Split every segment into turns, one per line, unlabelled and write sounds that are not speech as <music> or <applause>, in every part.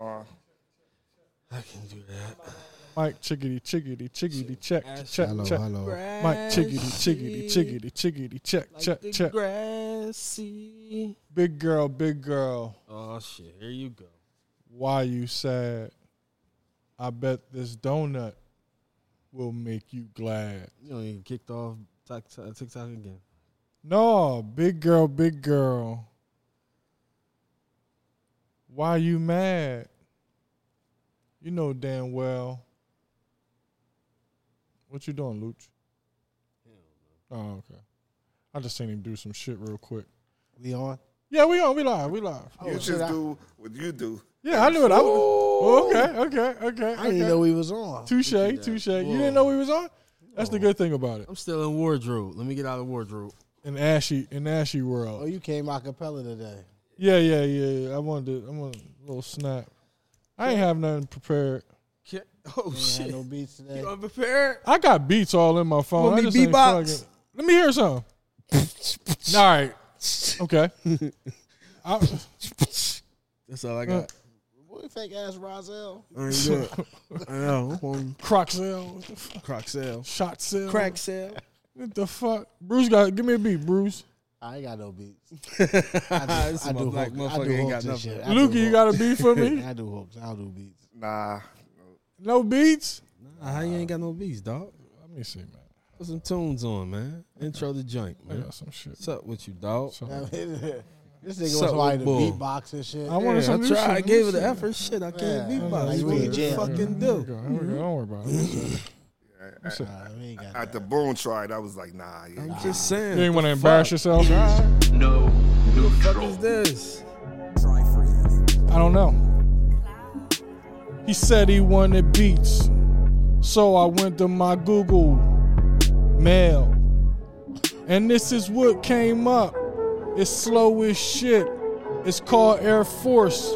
Uh, I can do that.
Mike chickity chickity chickity check check
hello,
check.
hello.
Mike chickity chickity chickity chickity check check check.
grassy.
Big girl, big girl,
Oh shit! Here you go.
why you sad? I bet this donut will make you glad.
You don't even kicked off TikTok TikTok again.
No, big girl, big girl. Why you mad? You know damn well. What you doing, Luch? Oh, okay. I just seen him do some shit real quick.
We on?
Yeah, we on. We live. We live.
Oh,
Oh,
You just do what you do.
Yeah, I knew it. I was, Oh, okay, okay, okay.
I didn't
okay.
know we was on.
Touche, touche. You didn't know we was on. That's the good thing about it.
I'm still in wardrobe. Let me get out of wardrobe.
In ashy, in ashy
Oh,
world.
you came a cappella today.
Yeah, yeah, yeah. yeah. I wanted, to, I want a little snap. I ain't have nothing prepared.
Can't- <laughs> Oh
You ain't
shit!
had no beats today.
You unprepared?
I got beats all in my phone.
Want
I
me
just ain't
beatbox?
fucking- Let me hear
<laughs>
some. all right. Okay. I,
That's all I
got.
What fake ass Rozelle?
I ain't do it. <laughs> I know. Home
croc sale, what the fuck?
crock sale,
shot sale,
sale.
What the fuck? Bruce got. Give me a beat, Bruce.
I ain't got no
<laughs>
beats.
I
I do
black
hook- I
motherfucker
do
ain't
hooks
got
and
nothing.
shit. I do
Lukey, you
hooks.
got a beat
<laughs>
for me?
I do hooks. I don't do beats.
Nah.
No beats?
Nah, how you ain't got no beats, dog?
Let me see, man.
Put some tunes on, man. Intro the joint,
I
man.
got some shit.
What's up with you, dog?
So-
I mean, <laughs> this
Suck
nigga was wanting
with
to
Oh. bull.
beatbox and shit.
I wanted
Yeah,
some
I
new
tried.
shit. Mm-hmm.
I
Let
gave
me
it an
see.
effort. Shit, I can't
Yeah.
be boss.
You
What
in
you
jail.
fucking
Here we
do?
go. Here we go. Don't worry about it.
<laughs>
Nah, we ain't got
At
that.
the boom tried, I was like, nah, yeah.
I'm just saying.
You ain't
what the
want to embarrass
fuck?
yourself? I
No
What
neutral.
is this?
don't know. He said he wanted beats. So I went to my Google mail. And this is what came up. It's slow as shit. It's called Air Force.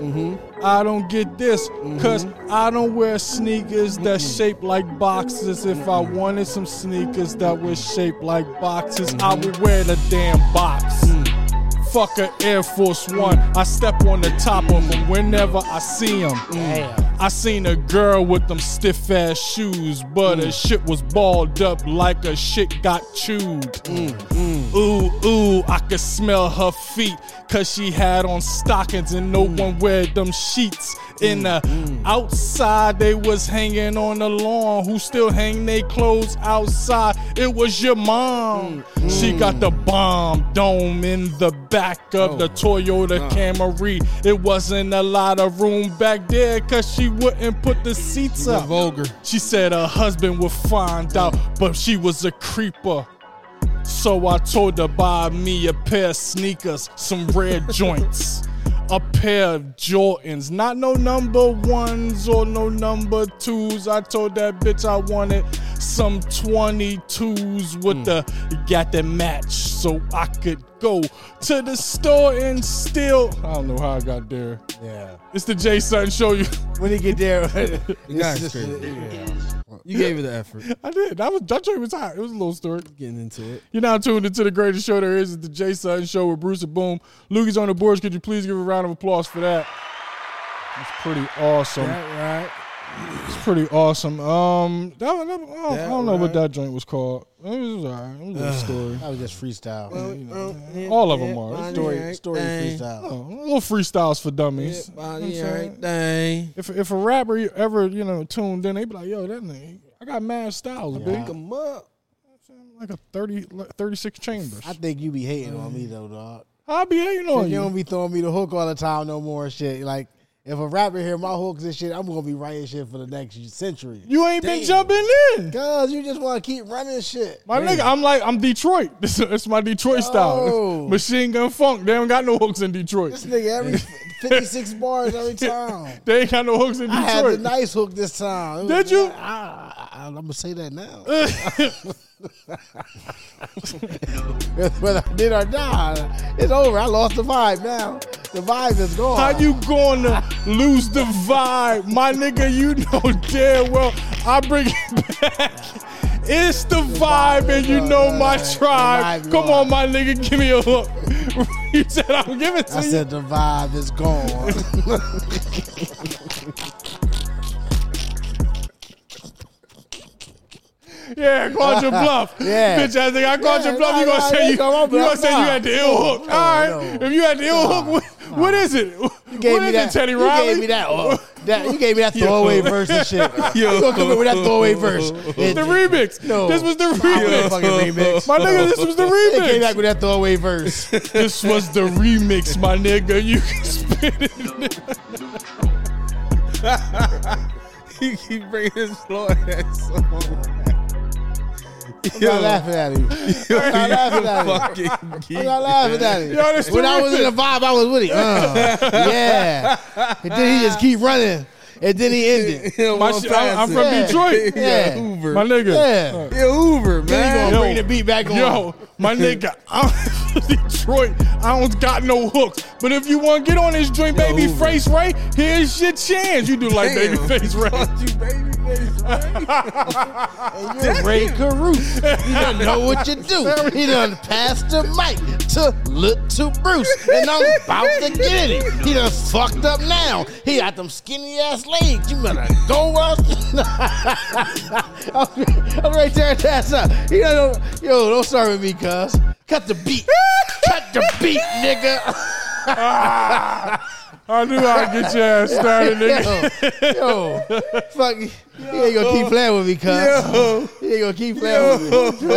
I don't get this because I don't wear sneakers that shaped like boxes. If I wanted some sneakers that were shaped like boxes, I would wear the damn box. Fuck a Air Force One. I step on the top of them whenever I see them.
<laughs>
I seen a girl with them stiff ass shoes, but her shit was balled up like a shit got chewed. Ooh, ooh, I could smell her feet. Cause she had on stockings and no one wear them sheets. In the outside, they was hanging on the lawn. Who still hang they clothes outside? It was your mom. She got the bomb dome in the back of the Toyota Camry. It wasn't a lot of room back there cause she wouldn't put the seats up.
Vulgar.
She said her husband would find out, but she was a creeper. So I told her buy me a pair of sneakers, some <laughs> red joints, a pair of Jordans, not no number ones or no number twos. I told that bitch I wanted some 22s with the got that match so I could go to the store and still I don't know how I got there.
Yeah.
It's the Jay Sutton show <laughs> you.
When he get there, <laughs>
You guys crazy. You gave it an effort.
I did. That was that joint was hot. It was a little story.
Getting into it.
You're now tuned into the greatest show there is, it's the Jay Sutton Show with Bruce and Boom. Lukey's on the boards. Could you please give a round of applause for that? That's pretty awesome.
That right.
It's pretty awesome. Um, that, was- that was- I don't, I
That
don't know what
right.
that joint was called. It was all right. It was a little story.
I was just freestyle.
uh, um,
All of them are.
story, story freestyle.
Oh, little freestyles for dummies. You know what I'm saying?
everything.
If if a rapper ever you know tuned in, they be like, "Yo, that nigga, I got mad styles,
Pick
big,
them up.
like a 30, like 36 chambers."
I think you be hating on me though, dog.
I, will be hating on
you
you.
don't be throwing me the hook all the time no more and shit. Like if a rapper hear my hooks and shit, I'm gonna be writing shit for the next century.
You ain't been
Damn.
jumping in.
Cause you just wanna keep running shit.
<laughs> My nigga, I'm like, I'm Detroit. <laughs> This it's my Detroit style. <laughs>
Oh.
Machine Gun Funk. They don't got no hooks in Detroit.
This nigga every 56 bars every <laughs> time.
<laughs> They ain't got no hooks in
I had the
Detroit.
nice hook this time. It was-
Did you?
I, am gonna say that now. <laughs> Whether I did or not, it's over. I lost the vibe now. The vibe is gone.
How you gonna lose the vibe? My nigga, you <laughs> know damn well I bring it <laughs> back. It's the vibe, and you know my
The
tribe.
vibe
Come
gone.
on, my nigga, give me a <laughs> hook. you said I'll give it
I
to you.
said the vibe is gone.
Yeah, called your bluff.
<laughs> Yeah.
Bitch ass nigga, I called
Yeah,
your bluff.
nah,
you gonna
nah,
say
you
you,
call my
you gonna
bluff.
say you
Nah.
had the ill hook.
No,
All right.
no.
If you had the ill hook, what, what is it?
gave
what
me
is
that.
it, Teddy
you
Riley?
gave me that, uh, that. You gave me that
<laughs>
throwaway verse and shit.
Yo.
You gonna come in with that throwaway verse? It-
The remix.
No.
This
<laughs>
was the
I don't
remix.
fucking remix.
My nigga, this was the
They came back
remix.
with that
<laughs>
throwaway verse.
This was the remix, my nigga. You can <laughs> spit it.
<laughs>
You keep bringing this slow ass song.
I'm not laughing at you.
yo,
<laughs>
I'm not laughing at it.
you fucking geek.
I'm not laughing at it.
Yo, this
when I was in the
terrific.
vibe, I was with
<laughs>
it. Uh, yeah. And then he just keep running. And then he
<laughs>
ended.
My shit- I'm- I'm from
Yeah.
Detroit.
<laughs>
Yeah.
Uber.
My nigga.
Yeah.
Yeah, Uber,
Then he
man.
gonna
Yo.
bring the beat back on.
Yo, my
<laughs>
nigga, I'm Detroit. I don't got no hooks. But if you want to get on this joint,
Yo,
baby
Uber.
face Ray, here's your chance. You do like baby
Damn.
face Ray.
<laughs> Fuck you, Babyface Ray.
Ray Caruso. You don't know what you do. He done passed the mic to look to Bruce. And I'm about to get it. He done fucked up now. He got them skinny ass legs. You better go up. <laughs> I'm I'm right there at that side. He done, yo, don't start with me, cuz. Cut the beat. Cut the beat, nigga. <laughs>
I knew I'd get your ass
<laughs>
started, nigga.
Yo, yo, fuck. You ain't gonna keep playing with me, cuz.
Yo.
You ain't gonna keep playing with me.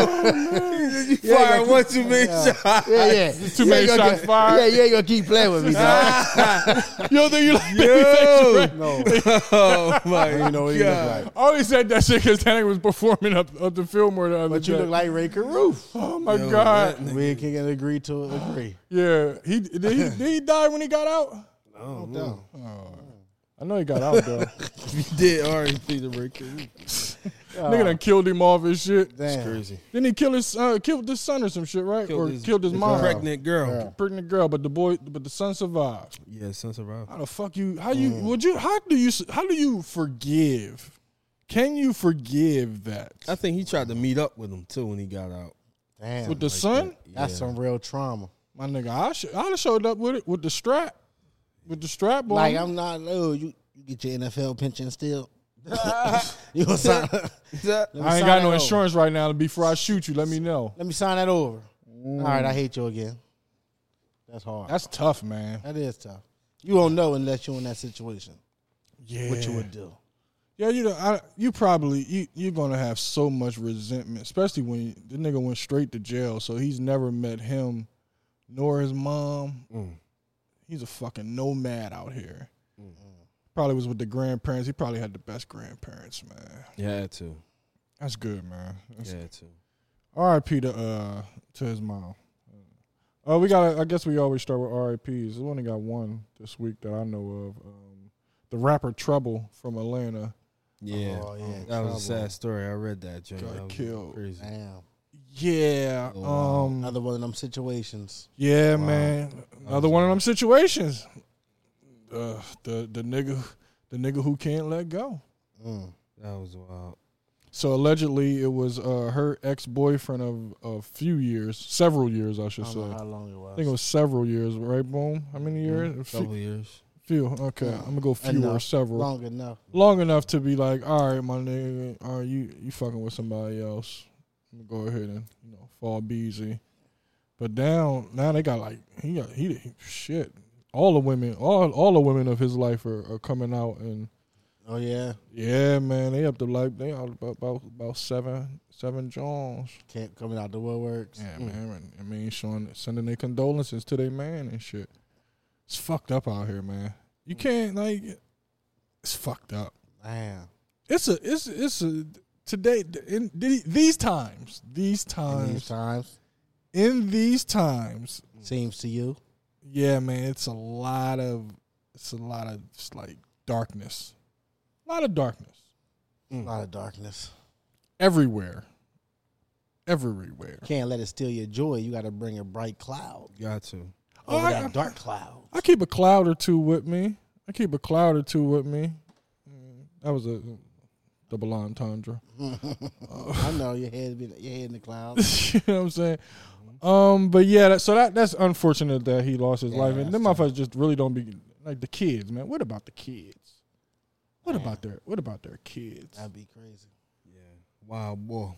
you fired one too many <laughs> shots.
Yeah, yeah.
too
You
many
ain't gonna
shots
keep-
fired.
Yeah, you ain't gonna keep playing
<laughs>
with me, dog.
Yo, then you like baby face
Yo.
Ray.
<laughs> No,
<laughs> Oh, my
you know what he
God.
look like.
I only said that shit because that nigga was performing up, up the film or the other
But you
day.
look like Ray Caruth.
oh my god!
We can agree to agree.
Yeah, he did. <laughs> He, did he die when he got out? Oh,
No.
I know he got out though.
You <laughs> did R&B to Rick. It's
nigga done killed him off his shit.
Damn.
Then he killed his uh, killed his son or some shit, right? or killed his mom,
Pregnant girl.
pregnant girl. But the boy, but the son survived. Mm.
Yeah, Sons of Rob.
How the fuck you? How you? Would you? How do you? How do you forgive? Can you forgive that
I think he tried to meet up with him too when he got out.
Damn.
with the son?
That's some real trauma.
My nigga, I should I'd have showed up with it with the strap, with the strap on.
Like I'm not. Oh, you, you get your NFL
<laughs>
pension still. <laughs> you gonna sign? Let me
I
sign
ain't got
that
no
over.
insurance right now. Before I shoot you, let me know.
Let me sign that over. All right, I hate you again. That's hard.
Mm. That's tough, man.
That is tough. You won't know unless you're in that situation
Yeah,
what you would do.
yeah, you know, I, you probably you you're gonna have so much resentment, especially when the nigga went straight to jail, so he's never met him nor his mom.
Mm.
He's a fucking nomad out here. Probably was with the grandparents. He probably had the best grandparents, man.
Yeah, had to.
That's good, man. That's
Yeah, had to.
R.I.P. to uh to his mom. Uh, we got. I guess we always start with R.I.P.s. We only got one this week that I know of. Um, the rapper Trouble from Atlanta
Yeah.
Oh, yeah,
that was a
trouble.
sad story. I read that. Joe.
Got
That was
killed.
Crazy.
Damn.
Yeah.
Oh, wow.
Um.
Another one of them situations.
Yeah, man. Another one of them situations. Uh, the the nigga, the nigga who can't let go.
Mm.
That was wild.
So allegedly, it was uh, her ex boyfriend of a few years, several years, I
I
should
don't
say.
know how
I
long it was.
think it was several years, right? Boom. How many years? A few-
Couple years.
Few. Okay, I'm gonna go few or
Enough.
several. Long.
long enough.
enough to be like, all right, my nigga, all right, you you fucking with somebody else. I'm gonna go ahead and you know fall busy. But now now they got like he got he, he shit. All the women, all all the women of his life are, are coming out and
Oh yeah,
yeah, man, they up to like they out about about, about seven seven Johns. Mm.
can't coming out the woodworks.
Yeah, man. and- I mean, showing sending their condolences to their man and shit. It's fucked up out here, man. You can't like. It's fucked up.
Damn.
It's a it's it's a today in the- these times these
In these
times
times,
in these times.
seems to you.
Yeah, man, it's a lot of it's a lot of just like darkness, a lot of darkness Mm.
A lot of darkness.
everywhere, everywhere.
Can't let it steal your joy. You got to bring a bright cloud
Got to.
Oh,
over
I- <laughs>
that dark cloud.
I keep a cloud or two with me. I keep a cloud or two with me. Mm, That was a double entendre.
I know your head, be, your head in the
<laughs>
clouds.
you know what I'm saying? Um, but yeah, that, so that that's unfortunate that he lost his life, and them motherfuckers just really don't be like the kids, man. What about the kids? What about their What about their kids?
That'd be crazy.
Wild boy.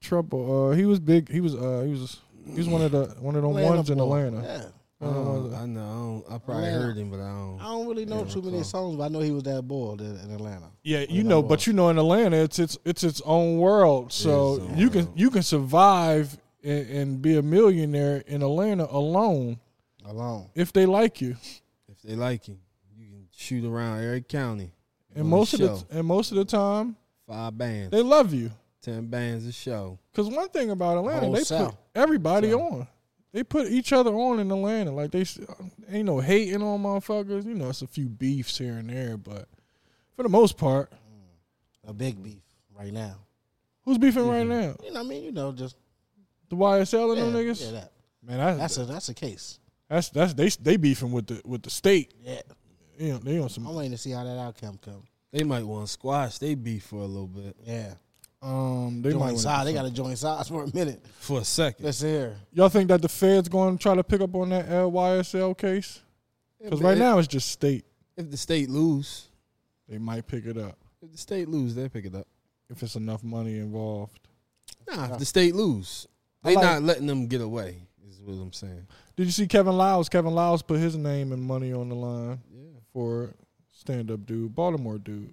trouble. Uh, he was big. He was. Uh, he was. He was one of the one of them
Atlanta
ones in
boy.
Atlanta.
Yeah.
One of them ones that-
Uh, I know. I probably
Man,
heard him, but I don't.
I don't really know
Yeah,
too many
recall.
songs, but I know he was that boy in, in Atlanta.
Yeah, you
that
know,
boy.
but you know, in Atlanta, it's it's it's its own world. So
its own
you can
world.
you can survive and, and be a millionaire in Atlanta alone
Alone.
if they like you.
If they like him, you can shoot around every county.
And
On
most of
show.
the and most of the time,
five bands,
they love you.
ten bands a show.
Because one thing about Atlanta,
Whole
they
South.
put everybody on. They put each other on in Atlanta. Like they s- uh, ain't no hating on motherfuckers. You know, it's a few beefs here and there, but for the most part,
A big beef right now.
who's beefing right now?
You know, what I mean, you know, just
The YSL and
Mm-hmm. yeah,
them niggas.
yeah, that.
Man, I,
That's
that's
a that's a case.
that's that's they they beefing with the with the state.
Yeah,
You know, they on some
I'm waiting to see how that outcome come.
They might want to squash. They beef for a little bit,
Yeah,
Um, they might
joint
wanna,
sides. They got to join sides for a minute.
for a second.
Let's hear.
y'all think that the Fed's going to try to pick up on that uh, LYSL case? Because right now it's just state.
if the state lose,
They might pick it up
if the state lose, they pick it up.
if it's enough money involved.
Nah, if the state lose,
I
they
like-
not letting them get away. Is what I'm saying.
Did you see Kevin Lyles? Kevin Lyles put his name and money on the line for stand up dude, Baltimore dude.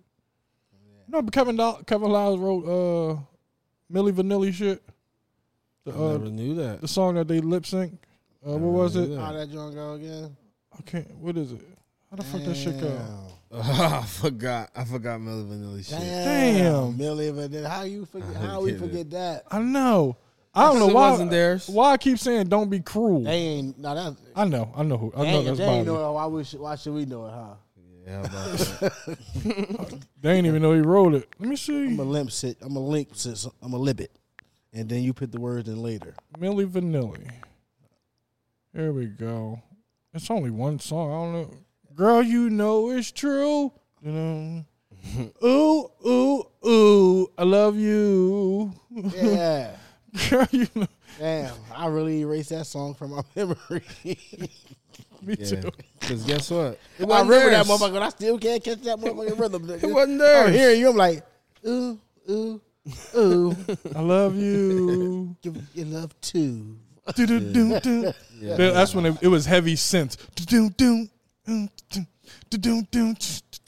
No, but Kevin Dow- Kevin Lyles wrote uh, Millie Vanilli shit. The
I
uh,
never knew that.
the song that they lip sync. Uh, what was it?
Yeah.
How that joint go again?
I can't. What is it? How the fuck that shit go?
<laughs> I forgot. I forgot Melly Vanilli shit.
Damn,
Damn.
Millie. But then how you forget?
I
How we
get it.
forget that?
I know. I don't know
It
why.
wasn't theirs.
Why I keep saying don't be cruel.
They ain't. No, that's.
I know. I know who. I
They
know
ain't,
that's
they ain't
Bobby.
know it. Why, we should, why should we know it, huh?
Yeah, how
<laughs>
about that?
They ain't even know he wrote it. Let me see.
I'm a limp sit. I'm a link sit. I'm a libit. And then you put the words in later.
Millie Vanilli. Here we go. It's only one song. I don't know. Girl, you know it's true. You know. ooh, ooh, ooh. I love you. <laughs>
Yeah.
Girl, you know.
Damn. I really erased that song from my <laughs> memory.
Me
Yeah.
<laughs> too.
Because guess what? It
I
wasn't
remember that
theirs.
motherfucker, but I still can't catch that motherfucking rhythm.
It wasn't
I'm
theirs.
hearing you. I'm like, ooh, ooh, ooh. <laughs>
I love you.
give your love too.
Do-do-do-do.
Yeah.
That- That's when it, it was heavy synth. Do-do-do. Do-do-do. Do-do-do.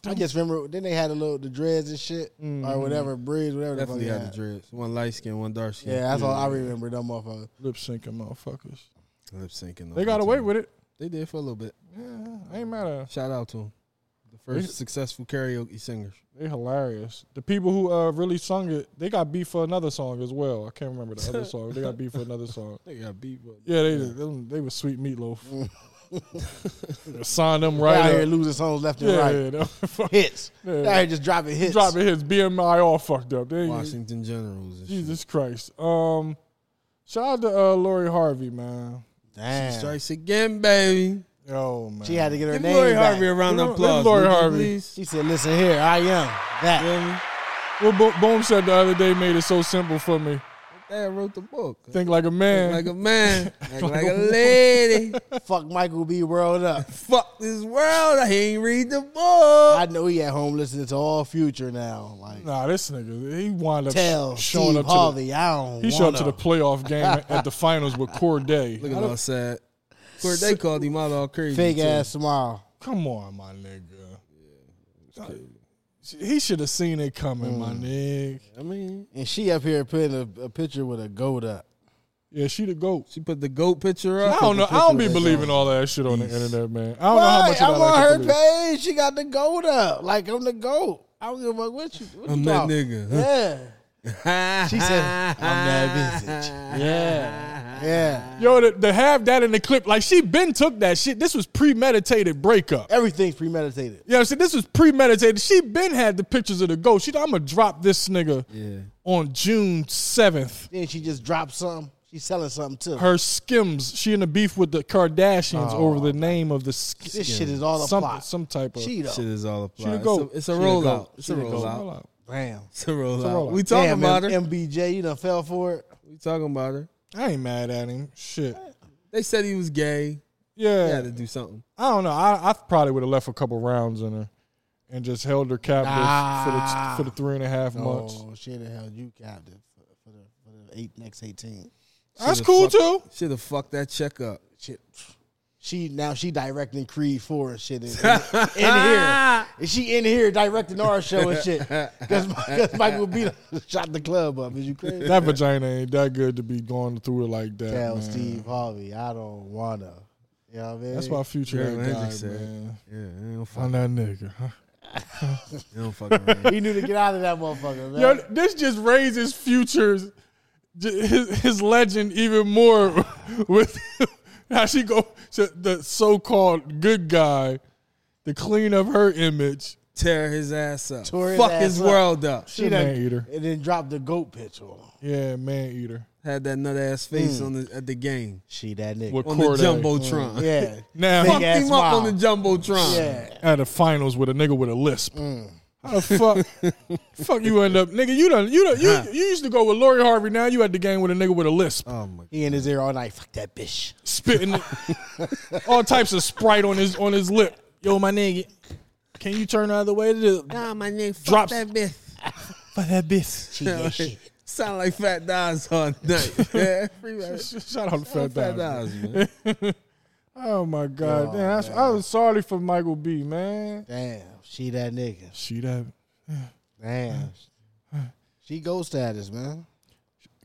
I just remember then they had a little the dreads and shit
Mm-hmm.
or whatever bridge, whatever. the fuck
Definitely
they
had the dreads. One light skin, one dark skin.
Yeah, that's all I remember. Them motherfuckers.
Lip syncing motherfuckers.
Lip syncing.
They got away with it.
They did for a little bit.
Yeah, I ain't mad at 'em.
Shout out to him. The first successful karaoke singer.
They hilarious. The people who uh, really sung it, they got beef for another song as well. I can't remember the other song. They got beef for another song.
They got beat up.
Yeah, they them, they was sweet
<laughs>
meatloaf. Sign them
Right out
right
here
up.
losing songs left and
Yeah,
right.
yeah, <laughs> them-
Hits.
Yeah.
They out here just dropping hits.
dropping his BMI all fucked up. They ain't-
Washington Generals. And shit.
Jesus Christ. Um, shout out to uh, Lori Harvey, man.
Damn.
Strikes again, baby.
Yo, man.
She had to get her
Give
name
Lori
back.
Harvey a round of
Give
applause.
Lori
would you
Harvey.
please?
She said, "Listen here, I am that."
Feel me?
what Bo- Boom said the other day made it so simple for me.
Dad wrote the book.
Think like a man.
Act like a man. Act <laughs> like a lady.
Fuck Michael B.
<laughs>
World up.
<laughs> Fuck this world. I ain't read the book.
I know he at home listening to all Future now. Like
nah, this nigga, he wound up
tell
showing
Steve
up to the-
Harvey, I don't.
He showed up
wanna.
to the playoff game
<laughs>
at the finals with Corday.
Look at how sad. Of course, they called him out all crazy.
fake
too.
ass smile.
Come on, my nigga. Uh, He should have seen it coming, my
Mm.
nigga.
I mean,
And she up here putting a, a picture with a goat up.
Yeah, she the goat.
she put the goat picture up.
I don't
with the
know. I don't be
picture of that
believing
dog.
all that shit on the internet, man. I don't know how
Right,
much of
I'm
that I can
on her
believe.
page. She got the goat up. Like I'm the goat. I don't give a fuck what you. What
I'm
you
that
talking-
nigga, huh?
Yeah.
she
She said, "I'm that vintage." Yeah. <laughs> Yeah.
Yo, to, to have that in the clip, like she been took that shit. This was premeditated breakup.
Everything's premeditated.
You know what I'm saying? This was premeditated. She been had the pictures of the goat. She, I'm gonna drop this nigga
Yeah.
on June seventh.
Then she just dropped something. She's selling something too.
her skims. She in a beef with the Kardashians over the name of the sk-
this shit is all a
some,
plot.
some type of
Cheeto.
Shit is all
She the
applied.
goat.
It's a,
She the
rollout.
goat.
It's a
She the goat.
rollout.
Damn.
It's a rollout.
rollout.
We talking
Damn,
about her.
M- MBJ, you done fell for it.
We talking about her.
I ain't mad at him. Shit.
They said he was gay. He
Yeah.
had to do something.
I don't know. I, I probably would have left a couple rounds in her and just held
Oh,
her captive for the for the three and a half months.
Oh, she done held you captive for, for the, for the eight next eighteen.
That's
<laughs>
cool too.
Should have fucked that check up.
Shit. She now she directing Creed Four and shit in, in here. And she in here directing our show and shit. Because Michael B done shot the club up. Is
<laughs>
you crazy?
That vagina ain't that good to be going through it like that.
Tell
man.
Steve Harvey, I don't wanna. You know what I mean?
That's why future
Jimi
that guy,
Hendrix said.
man.
Yeah, they don't fuck.
On that nigga. Huh?
They don't fuck around.
he knew to get out of that motherfucker, man.
Yo, this just raises futures, j- his, his legend even more <laughs> with how she go so the so-called good guy to clean up her image.
<laughs> Tear his ass up.
Tore his
fuck
ass
his
up.
world up.
she
man
done,
eater.
and then dropped the goat pitch on him.
Yeah, man eater.
Had that nut ass face on the at the game
She that nigga.
With
on
Corday.
the jumbotron.
Yeah.
Now
<laughs> Fucked
Mm. ass
him up
mouth.
on the jumbotron.
Yeah.
at the finals with a nigga with a lisp.
Mm.
How the
<laughs>
fuck, fuck you end up, nigga? You done, you done, you, you used to go with Lori Harvey. Now you at the game with a nigga with a lisp,
Oh my.
He in his ear all night. Fuck that bitch.
spitting all types of sprite on his on his lip. Yo, my nigga, can you turn the other way? To the,
God, my nigga, fuck
Drops.
that bitch.
fuck that bitch.
She that shit.
Sound like Fat Dimes all night. yeah, free rap.
<laughs> Shout out to Fat
Fat
Dime.
Dimes, man.
Oh my god,
Oh,
damn, that's, I was sorry for Michael B. Man,
Damn. She that nigga.
she that <laughs>
Damn. She ghost status, man.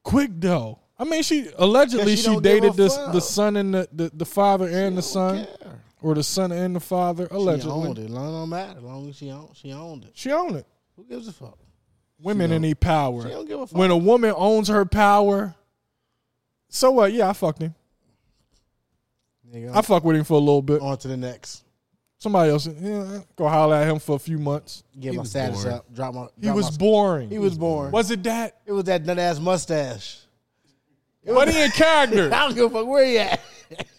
quick though. I mean, she allegedly
Yeah, she
she,
don't give
dated
a
this
fuck.
the son and the, the, the father and the son, or the son and the father.
She
Allegedly,
owned it. Long don't matter. Long as she owned, she owned it.
She own it.
Who gives a fuck?
Women in need power.
She don't give a fuck.
When a woman owns her power, so what? Yeah, I fucked him.
Nigga,
I fuck with him for a little bit.
on to the next.
Somebody else, yeah, go holler at him for a few months.
Get
He
my
was
status
born.
up. Drop my.
He
drop
was
my-
boring.
He was born.
Was it
<laughs>
that?
It was that nut ass mustache.
But he in character.
<laughs> I don't give a fuck where he at.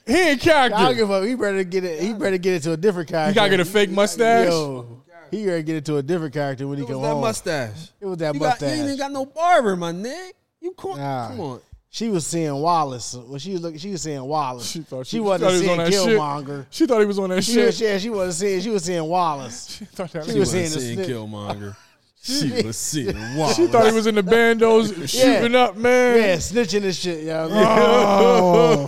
He in
I don't
character.
give a fuck. He better get it. He better get it to a different character.
You gotta get a fake mustache.
Yo, he better get it to a different character when he
It
come
was that
home.
mustache.
It was that
you
mustache.
Got, you ain't even got no barber, my nigga. You caught.
Nah.
Come on.
She was seeing Wallace. When she was looking, she was seeing Wallace. She,
thought
wasn't
she
seeing
thought he was on that
Killmonger.
shit. She thought he was on that
She,
shit.
was, yeah, she wasn't seeing. She was seeing Wallace.
<laughs> She thought that
She
shit.
was seeing this-
Killmonger. she was seeing
She
Wallace.
thought he was in the
<laughs>
bandos shooting up, man.
Yeah, snitching and shit. You <laughs> know what I mean?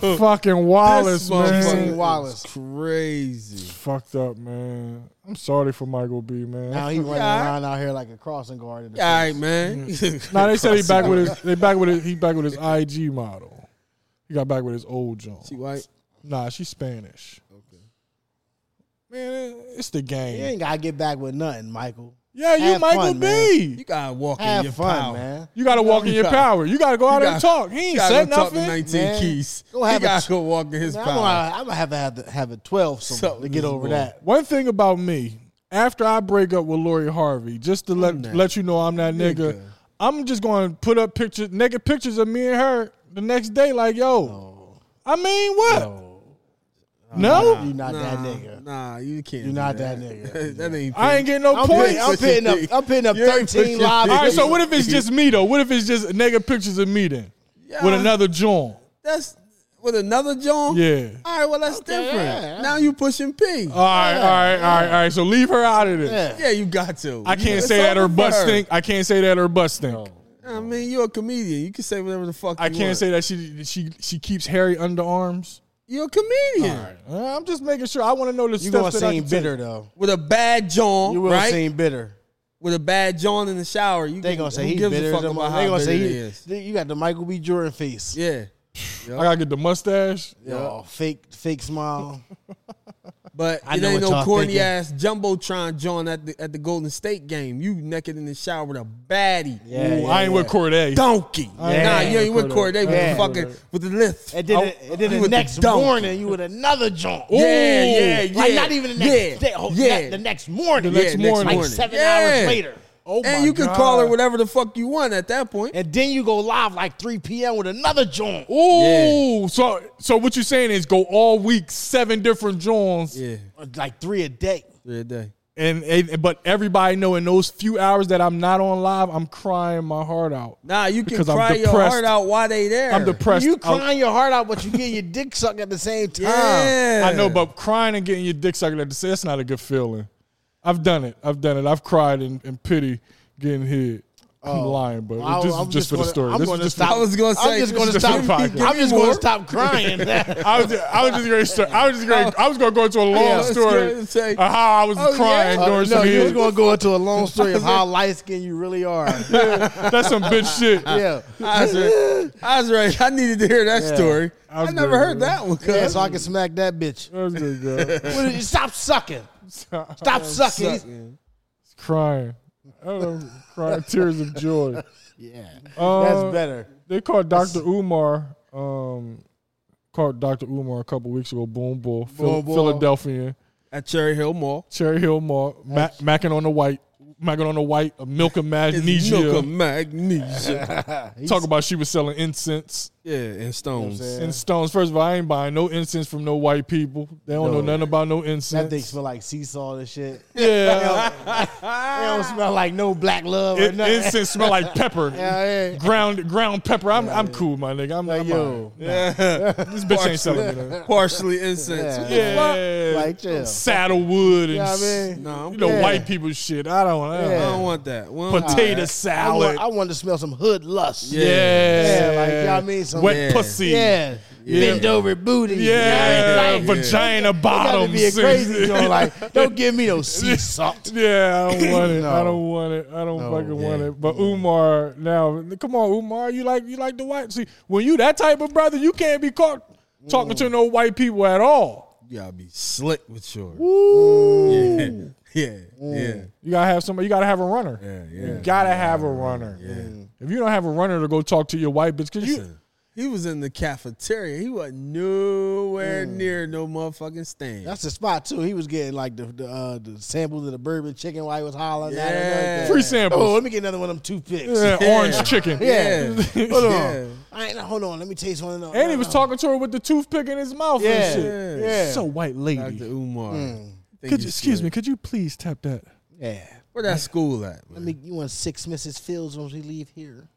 <laughs>
<laughs>
Oh, fucking Wallace,
This motherfucker
man.
Seen Wallace.
is Crazy.
Fucked up, man. I'm sorry for Michael B, man.
Now he
<laughs>
running
Yeah.
around out here like a crossing guard. In the
All right,
face.
man.
Nah,
<laughs>
they said he back with his. They back with his. He back with his IG model. He got back with his old John.
She white.
Nah, she's Spanish. Man, it- it's the
You
game.
ain't gotta get back with nothing, Michael.
Yeah, you
have
Michael
fun,
B.
You gotta walk in
Have
your
fun,
power.
man.
You got to walk in your
gotta-
power. You got to go out there and
gotta-
talk. He
You
ain't
gotta
said
go talk to
nothing.
nineteen
Man.
keys.
Go have
he
a
gotta
ch-
go walk in his
I'm
power.
gonna, I'm gonna have to have, to have a twelve some, to
Something
get
is
over
wrong.
that.
One thing about me, after I break up with Lori Harvey, just to let let you know I'm that nigga,
Nigga.
I'm just going to put up pictures, naked pictures of me and her the next day. Like, yo, I mean, what? No,
You not that
Nah,
nigga.
Nah, you can't.
You
do
not that
<laughs>
nigga.
that ain't.
I ain't getting no
I'm
points.
putting, I'm putting up. I'm
<laughs>
putting up
You ain't
thirteen
pushing
live.
it.
All
<laughs>
right, so what if it's just me though? What if it's just naked pictures of me then
Yeah,
with another joint?
That's with another John.
Yeah.
All right. Well, that's different.
yeah. Uh,
Now you pushing P.
All right, all right, all right, all right. So leave her out of this.
Yeah.
yeah, you got to.
I can't
It's
say that
over
her butt
for her.
stink. I can't say that her butt stink.
I mean, you're a comedian. You can say whatever the fuck.
I
you
can't
want.
say that she she she keeps hairy underarms.
You're a comedian
Uh, I'm just making sure. I want to know the
You
steps
gonna
that I
seem
can
bitter
take.
though.
with a bad John,
You will
right?
seem bitter.
with a bad John in the shower. You
They
can-
gonna say
who
he
gives
bitter.
a
as
fuck
a
about
mother-
how
They gonna say
bitter
he.
is.
You got the Michael B. Jordan face.
Yeah,
I gotta get the mustache.
Yo, fake fake
<laughs>
smile.
but
I
it
know
ain't
what
no
y'all
corny
thinking.
ass jumbotron John at the at the Golden State game. You naked in the shower with a baddie.
Yeah,
Ooh,
yeah,
Oh, I ain't with Corday.
donkey. Nah, you ain't with
Corday.
Corday with
Yeah.
the fucking with the lift.
And then,
I-
and then
you
the
Oh, with the
next
dunk.
morning, you with another joint.
Yeah, yeah, yeah.
Like not even the next
yeah,
day. Oh,
yeah.
not the next morning.
The next
Yeah,
morning.
Like
morning.
seven
Yeah.
hours later.
Oh my
and you can
God.
call her whatever the fuck you want at that point.
And then you go live like 3 p.m. with another joint.
Ooh, so so what you're saying is go all week, seven different joints,
Yeah,
Like three a day.
yeah, day.
and, and but everybody know in those few hours that I'm not on live, I'm crying my heart out.
Nah, you can
Because I'm
cry your
depressed.
heart out while they there.
I'm depressed.
You
I'm-
crying your heart out, but you getting your dick sucked at the <laughs> same time.
Yeah,
I know, but crying and getting your dick sucked at the same that's not a good feeling. I've done it. I've done it. I've cried in, in pity getting hit. I'm lying, but
Oh. I-
this
I'm
is just for the
gonna-
story.
I'm
This is
gonna
just
stop.
I was gonna say,
I'm just <laughs> going to
just
stop.
give me-
I'm
give me
just going
more.
to stop <laughs> crying.
I was, I was just going to start. I was just going.
Oh.
I was going to go into a long
Yeah, I was
story
gonna say-
of how I was
Oh, yeah?
crying
Uh,
during
no,
some
you was
years.
going to go into a <laughs> long story of how light skinned you really <laughs> are.
That's some bitch shit.
<laughs> yeah.
I was right. I was right. I needed to hear that story.
I
I,
was
never
good,
heard
bro.
that one. cuz.
Yeah, so I can smack that bitch.
That was good, girl.
<laughs> What is- Stop sucking. Stop sucking.
Suck.
crying. I was crying tears of joy.
Yeah.
Uh,
That's better. <laughs>
They called Dr. Umar, um, called Dr. Umar a couple weeks ago. Boom, boom, Phil-
Boom, boom.
Philadelphia,
At Cherry Hill Mall.
Cherry Hill Mall, ma- macking on the white, macking on the white, a milk of
It's
magnesia.
milk of magnesia.
Talk about she was selling incense
yeah, and stones.
and stones. First of all, I ain't buying no incense from no white people. They don't know
No.
nothing about no
That thing
incense.
smell like seesaw and <laughs> shit. It
yeah,
don't smell like no black love or
It-
nothing.
incense smell like
<laughs>
pepper.
Yeah, yeah.
Ground ground pepper. I'm I'm cool, my nigga. I'm, I'm
yo.
alright. Yeah. this bitch ain't selling me
<laughs>
<laughs>
that.
Partially incense.
Yeah.
Yeah,
Like, chill.
saddlewood and
You know what I
s-
mean?
No, I'm
you know
Yeah.
white people shit. I don't know.
I
Yeah.
don't want that. We don't-
Potato
I
salad.
want, I want to smell some hood lust.
Yeah.
yeah.
Yeah, like, you know what I mean? Some-
wet
Yeah.
pussy.
Yeah. Bend over booty.
Yeah,
Like,
vagina
That'd
bottoms.
be a crazy
and-
joint. Like, <laughs> don't give me no sea salt.
<laughs> yeah,
<laughs>
I don't want it. I
No.
don't want it. I don't
No,
fucking
yeah.
want it. But Umar, now come on, Umar, you like you like the white. See, when you that type of brother, you can't be caught talking
Mm.
to no white people at all.
You gotta be slick with yours.
Ooh.
Yeah. <laughs> Yeah. Yeah.
You gotta have somebody. You gotta have a runner.
Yeah.
You gotta have a runner. Mm. If you don't have a runner to go talk to your white bitch, cause you
Listen, He was in the cafeteria. He wasn't nowhere near no motherfucking stand.
That's the spot too. He was getting like the the, uh, the samples of the bourbon chicken while he was hollering at
Yeah.
it.
free samples.
Oh, let me get another one of them toothpicks.
<laughs> Yeah,
Yeah.
Orange chicken.
yeah. yeah.
Hold on.
Yeah.
I ain't, hold on. Let me taste one of them.
<laughs> And he was
No,
talking to her with the toothpick in his mouth
Yeah.
and shit.
Yeah.
So white lady.
Dr. Umar.
Mm.
Think
Could
you
you, excuse
should.
me, could you please tap that?
no. Yeah.
Where that school at?
Let
Man?
me. You want six Mrs. Fields when we leave here?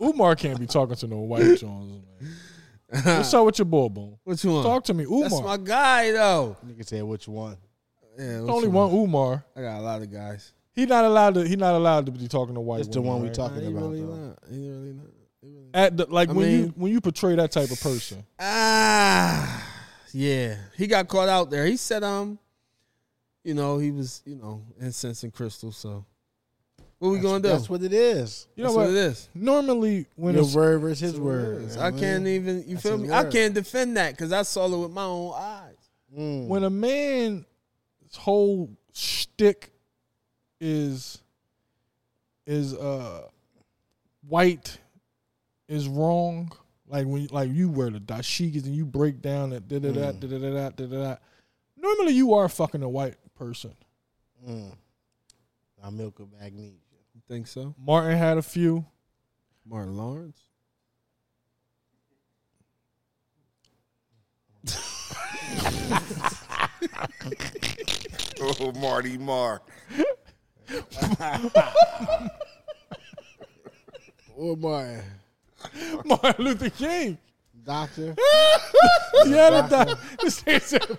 Umar can't be talking to no
<laughs>
white Jones, man. What's up with your boy, Boom?
What you want?
Talk to me, Umar.
That's my guy though.
Nigga said which one?
Yeah, what
only
you
one Umar.
I got a lot of guys.
He not allowed to. He not allowed to be talking to white.
It's the
women,
one we
right?
Nah,
talking
he
about.
really
though.
not. He really not. He really not.
At the, like
I
when you
mean-
when you portray that type of person.
Ah, yeah. He got caught out there. He said, um, you know, he was, you know, incense and crystal. So, what we gonna do?
That's what it is.
You know
That's
what?
what it is.
Normally, when
Your
it's-
word versus his
That's what it
word.
is. I can't even. You
That's
feel
his
me? I
word.
can't defend that because I saw it with my own eyes.
Mm.
when a man's whole shtick is is uh white is wrong. Like when like you wear the dashikis and you break down that da da da da da da da da. Normally you are fucking a white person.
Mm. I milk of magnesia.
You think so,
Martin had a few. <laughs>
Martin Lawrence?
Oh, <laughs> Marty Mark.
Oh,
Or Martin,
Martin Luther King.
doctor.
Yeah, that, that, <laughs> this nigga said-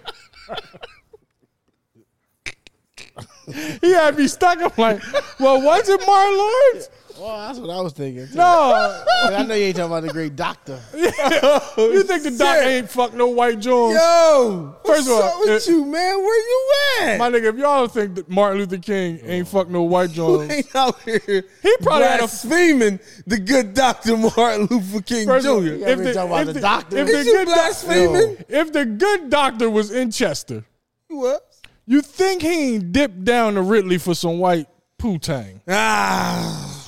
he had me stuck. I'm like, well, was it Martin Lawrence?
<laughs> oh, that's what I was thinking. too.
No,
And I know you ain't talking about the great doctor.
<laughs>
You think the doc ain't fuck no white Jones?
Yo,
First
first
of
of
all,
all, with
it-
you, man, where you at?
My nigga, if y'all think that Martin Luther King ain't fuck no
<laughs>
white Jones,
ain't out here.
He probably had a-
blaspheming the good Doctor Martin Luther King
first
Jr.
of all,
Is
gotta be talking about the doctor.
if
Is
the
you
good doc-
blaspheming?
if the good doctor was in Chester,
You what?
you think he ain't dipped down to Ridley for some white poutang?
Ah,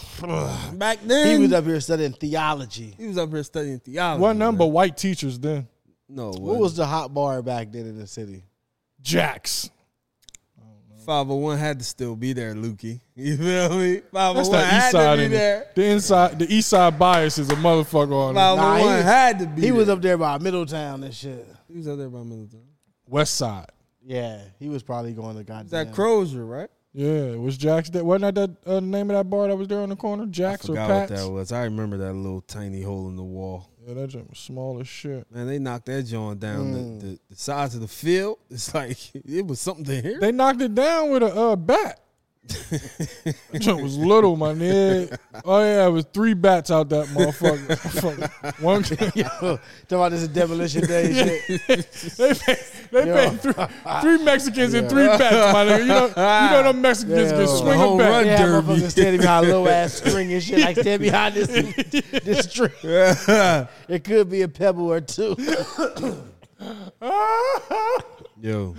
back then
He was up here studying theology.
here studying theology.
One number
man.
white teachers then
No,
What was the hot bar back then in the city?
Jax.
five hundred one had to still be there, Lukey. <laughs> You feel me? Five
That's
hundred one
that
had
east side
to be
in
there.
it. The inside, the east side bias is a motherfucker on it.
Five
Nah, he
hundred one
was-
had to be.
He was
there.
up there by Middletown and shit.
He was up there by Middletown.
West side.
Yeah, he was probably going to
Is
goddamn.
that Crozier, right?
Yeah, it was Jax. That wasn't that the uh, name of that bar that was there on the corner, Jax or
Forgot
Pat's.
what that was. I remember that little tiny hole in the wall.
Yeah, that joint was small as shit.
Man, they knocked that joint down
Mm.
the, the, <laughs> the size of the field. It's like it was something to hear. <laughs>
They knocked it down with a uh, bat. That joint was little, my nigga. Oh yeah, it was three bats out that motherfucker. <laughs> Fuck. One,
<laughs>
Yo, <laughs> talking about this demolition day shit.
they paid, they
Yo.
paid three, three Mexicans and three bats, my nigga. You know, you know them Mexicans
Yo.
can swing a
Home
bat. <laughs>
run
Yeah,
derby.
motherfuckers standing behind
<laughs>
low ass string and shit. Like stand behind this this string. it could be a pebble or two.
Oh,
Yo.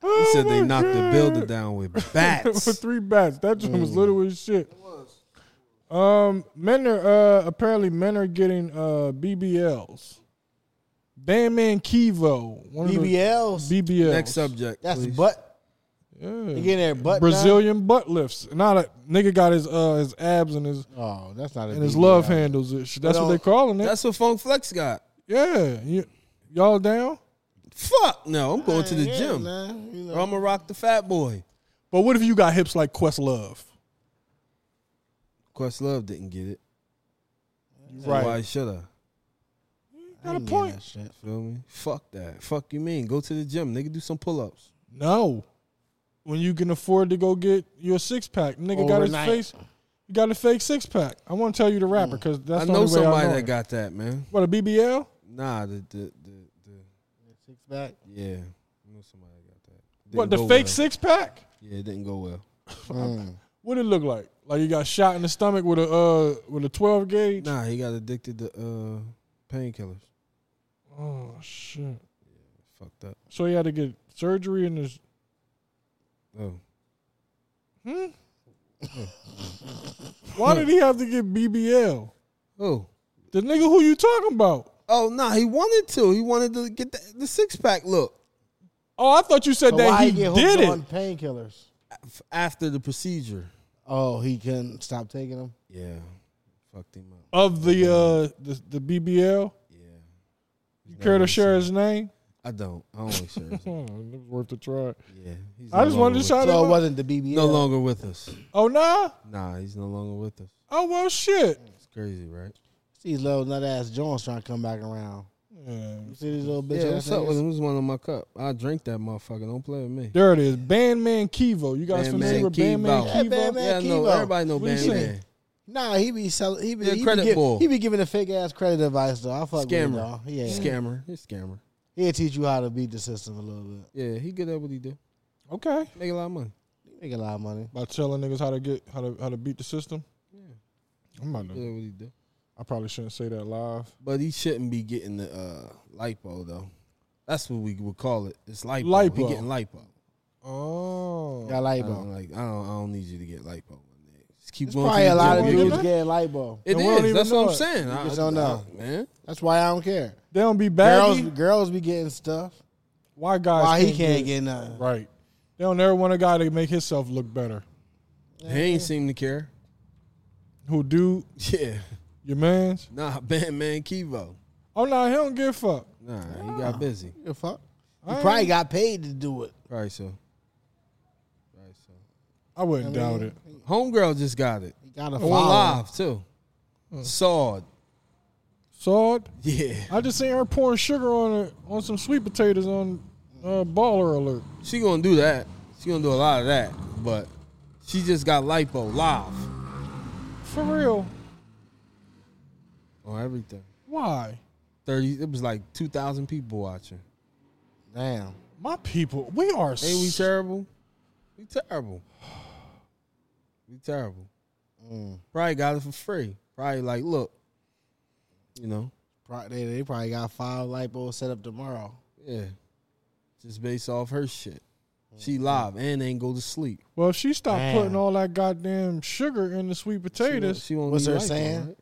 He said they knocked the
<laughs>
builder down Mm. with
for
bats.
three bats. That joint was little as shit. Um, men are uh, apparently men are getting uh BBLs. Bandman Kivo, one of the-
BBLs.
BBLs.
Next subject.
E That's
please.
butt. You
yeah.
getting their butt done?
Brazilian butt lifts. Now that nigga got his uh his abs and his
Oh, that's not a
and his
BBL.
love handles. and shit. That's what
Well,
they calling it.
That's what Funk Flex got.
yeah, you, y'all down.
Fuck no, I'm going to the
Yeah,
gym. Or
man, you know.
I'm gonna rock the fat boy.
But what if you got hips like Questlove?
Questlove didn't get it. Why should I?
Got a
Yeah,
point?
shit.
Feel me? Fuck that. Fuck you mean? Go to the gym, nigga. Do some pull ups.
No. When you can afford to go get your six pack, nigga got
Overnight.
his face. You got a fake six pack. I want to tell you the rapper because that's
Mm. I
the
know
only way I
somebody
know
that
it.
got that, man.
What a BBL?
Nah, the the the, the
Six back.
yeah. I know somebody that got that. Didn't
What the
go
fake
well.
six pack?
Yeah, it didn't go well.
Mm.
What it look like? Like you got shot in the stomach with a uh with a twelve gauge?
Nah, he got addicted to uh painkillers.
Oh shit!
Fucked up.
So he had to get surgery in
<laughs>
his.
Oh.
Why did he have to get BBL?
Oh.
The nigga who you talking about?
Oh nah, he wanted to. He wanted to get the, the six pack look
Oh, I thought you said
But
that
why
he
he get hooked
did it.
on painkillers?
F- after the procedure.
Oh, he couldn't stop taking them.
Yeah. Fucked him up.
of the uh the, the BBL.
Yeah.
You care to share his name?
I don't. I don't like
<laughs>
Sherry.
Oh, it was worth a try.
yeah. He's
I
no
just wanted to
longer
shout
So it
out.
wasn't the BBL.
with- no longer with us.
Oh nah.
Nah, he's no longer with us.
Oh well, shit.
It's crazy, right?
See these little nut ass Jones trying to come back around.
Yeah.
You see these little bitch
Yeah,
ass
what's up
niggas?
with him? Who's one on my cup? I drink that motherfucker. Don't play with me.
There it is. Bandman Kivo. You guys
Bandman
familiar with Bandman
Kivo.
Kivo?
Yeah,
Bandman
yeah, I know.
Kivo.
Everybody know
What he
Band
saying?
Man.
Nah, he be selling. He be,
Yeah,
he,
credit
be give-
bull.
he be giving a fake ass credit advice though. I fuck with him,
Scammer.
dog. Yeah,
Scammer. He's a scammer.
he'll teach you how to beat the system a little bit.
Yeah, he good at what he do.
Okay.
Make a lot of money.
Make a lot of money.
By telling niggas how to get how to how to beat the system. I'm about
Good
to,
at what he do.
I probably shouldn't say that live.
But he shouldn't be getting the uh, lipo though. That's what we would call it. It's lipo. He
Lipo.
getting lipo.
Oh.
Got
I
light bulb.
don't like. I don't. I don't need you to get lipo. my nigga. Just keep
It's
going. to
probably
the
a lot of
gym.
dudes getting light bulb.
It
And we don't
is.
even
That's
know
what I'm
it.
saying. I
just don't know.
I- man.
That's why I don't care.
They don't be
Girls,
baggy.
girls be getting stuff.
Why guys?
Why he
can't
can't get nothing?
Right. They don't ever want a guy to make himself look better.
He ain't seem to care.
Who do
Yeah.
your man's?
Nah, Batman Kivo.
Oh nah, he don't give a fuck.
Nah, he got busy.
The fuck. He
I
probably
ain't-
got paid to do it.
Right, so. Right, so.
I wouldn't doubt it.
Homegirl just got it.
He got a
On
follow.
live too. Sawed.
Sawed.
Yeah.
I just seen her pouring sugar on her, on some sweet potatoes on uh, Baller Alert.
She gonna do that. She gonna do a lot of that. But she just got lipo live
For real?
on everything.
Why?
Thirty. It was like two thousand people watching.
Damn.
My people, we are.
Hey, we
s-
terrible. We terrible. <sighs> We terrible.
Mm.
Probably got it for free. Probably like, look, you know,
Pro- They, they probably got five light bulbs set up tomorrow.
yeah, just based off her shit.
Mm-hmm.
She live and ain't go to sleep.
well, if she stopped
Damn.
putting all that goddamn sugar in the sweet
She won't-
potatoes,
She won't
What's
be
her
lipo,
saying?
right?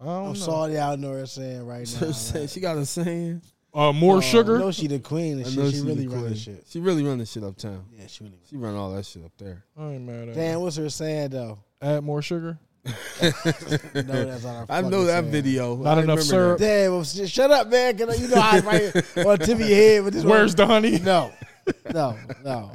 I don't know.
I'm sorry, I know what I'm saying <laughs> right
What's
now.
her saying? She got a saying.
Uh, more
Oh,
sugar.
I know she the queen and
I
shit.
know
She,
she
really
the
run
queen.
this shit.
She really run the shit uptown.
Yeah, she really.
She run all that shit up there.
I ain't mad at her.
Damn, what's her saying though?
Add more sugar.
No, that's not her <laughs>
I
fucking
know that
saying.
video.
Not
I
enough
remember
syrup.
that.
Damn, well, sh- shut up, man. 'cause you know I <laughs> right on the tip of your head with this.
Where's the honey?
no, no, no?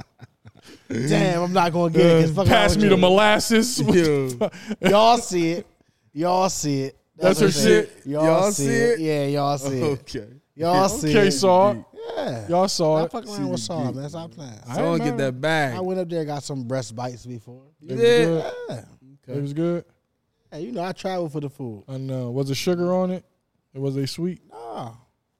Damn, I'm not gonna get it. 'cause fuck
Uh, Pass
around
me the
with <laughs>
molasses.
<laughs>
What the
Yeah.
fuck?
you. Y'all see it. Y'all see it.
That's
what
her
I'm saying.
shit?
Y'all, see it. Yeah, y'all see it.
Okay.
Y'all see
Okay,
it.
saw it.
Yeah.
Y'all saw
I
it.
fuck around with Saw, man. Stop playing.
I
So I
ain't
don't get
mad.
that bag.
I went up there and got some breast bites before.
You
It
did?
was good.
Yeah.
It was good.
Hey, you know, I travel for the food.
I know. Was there sugar on it? It was a sweet.
Oh,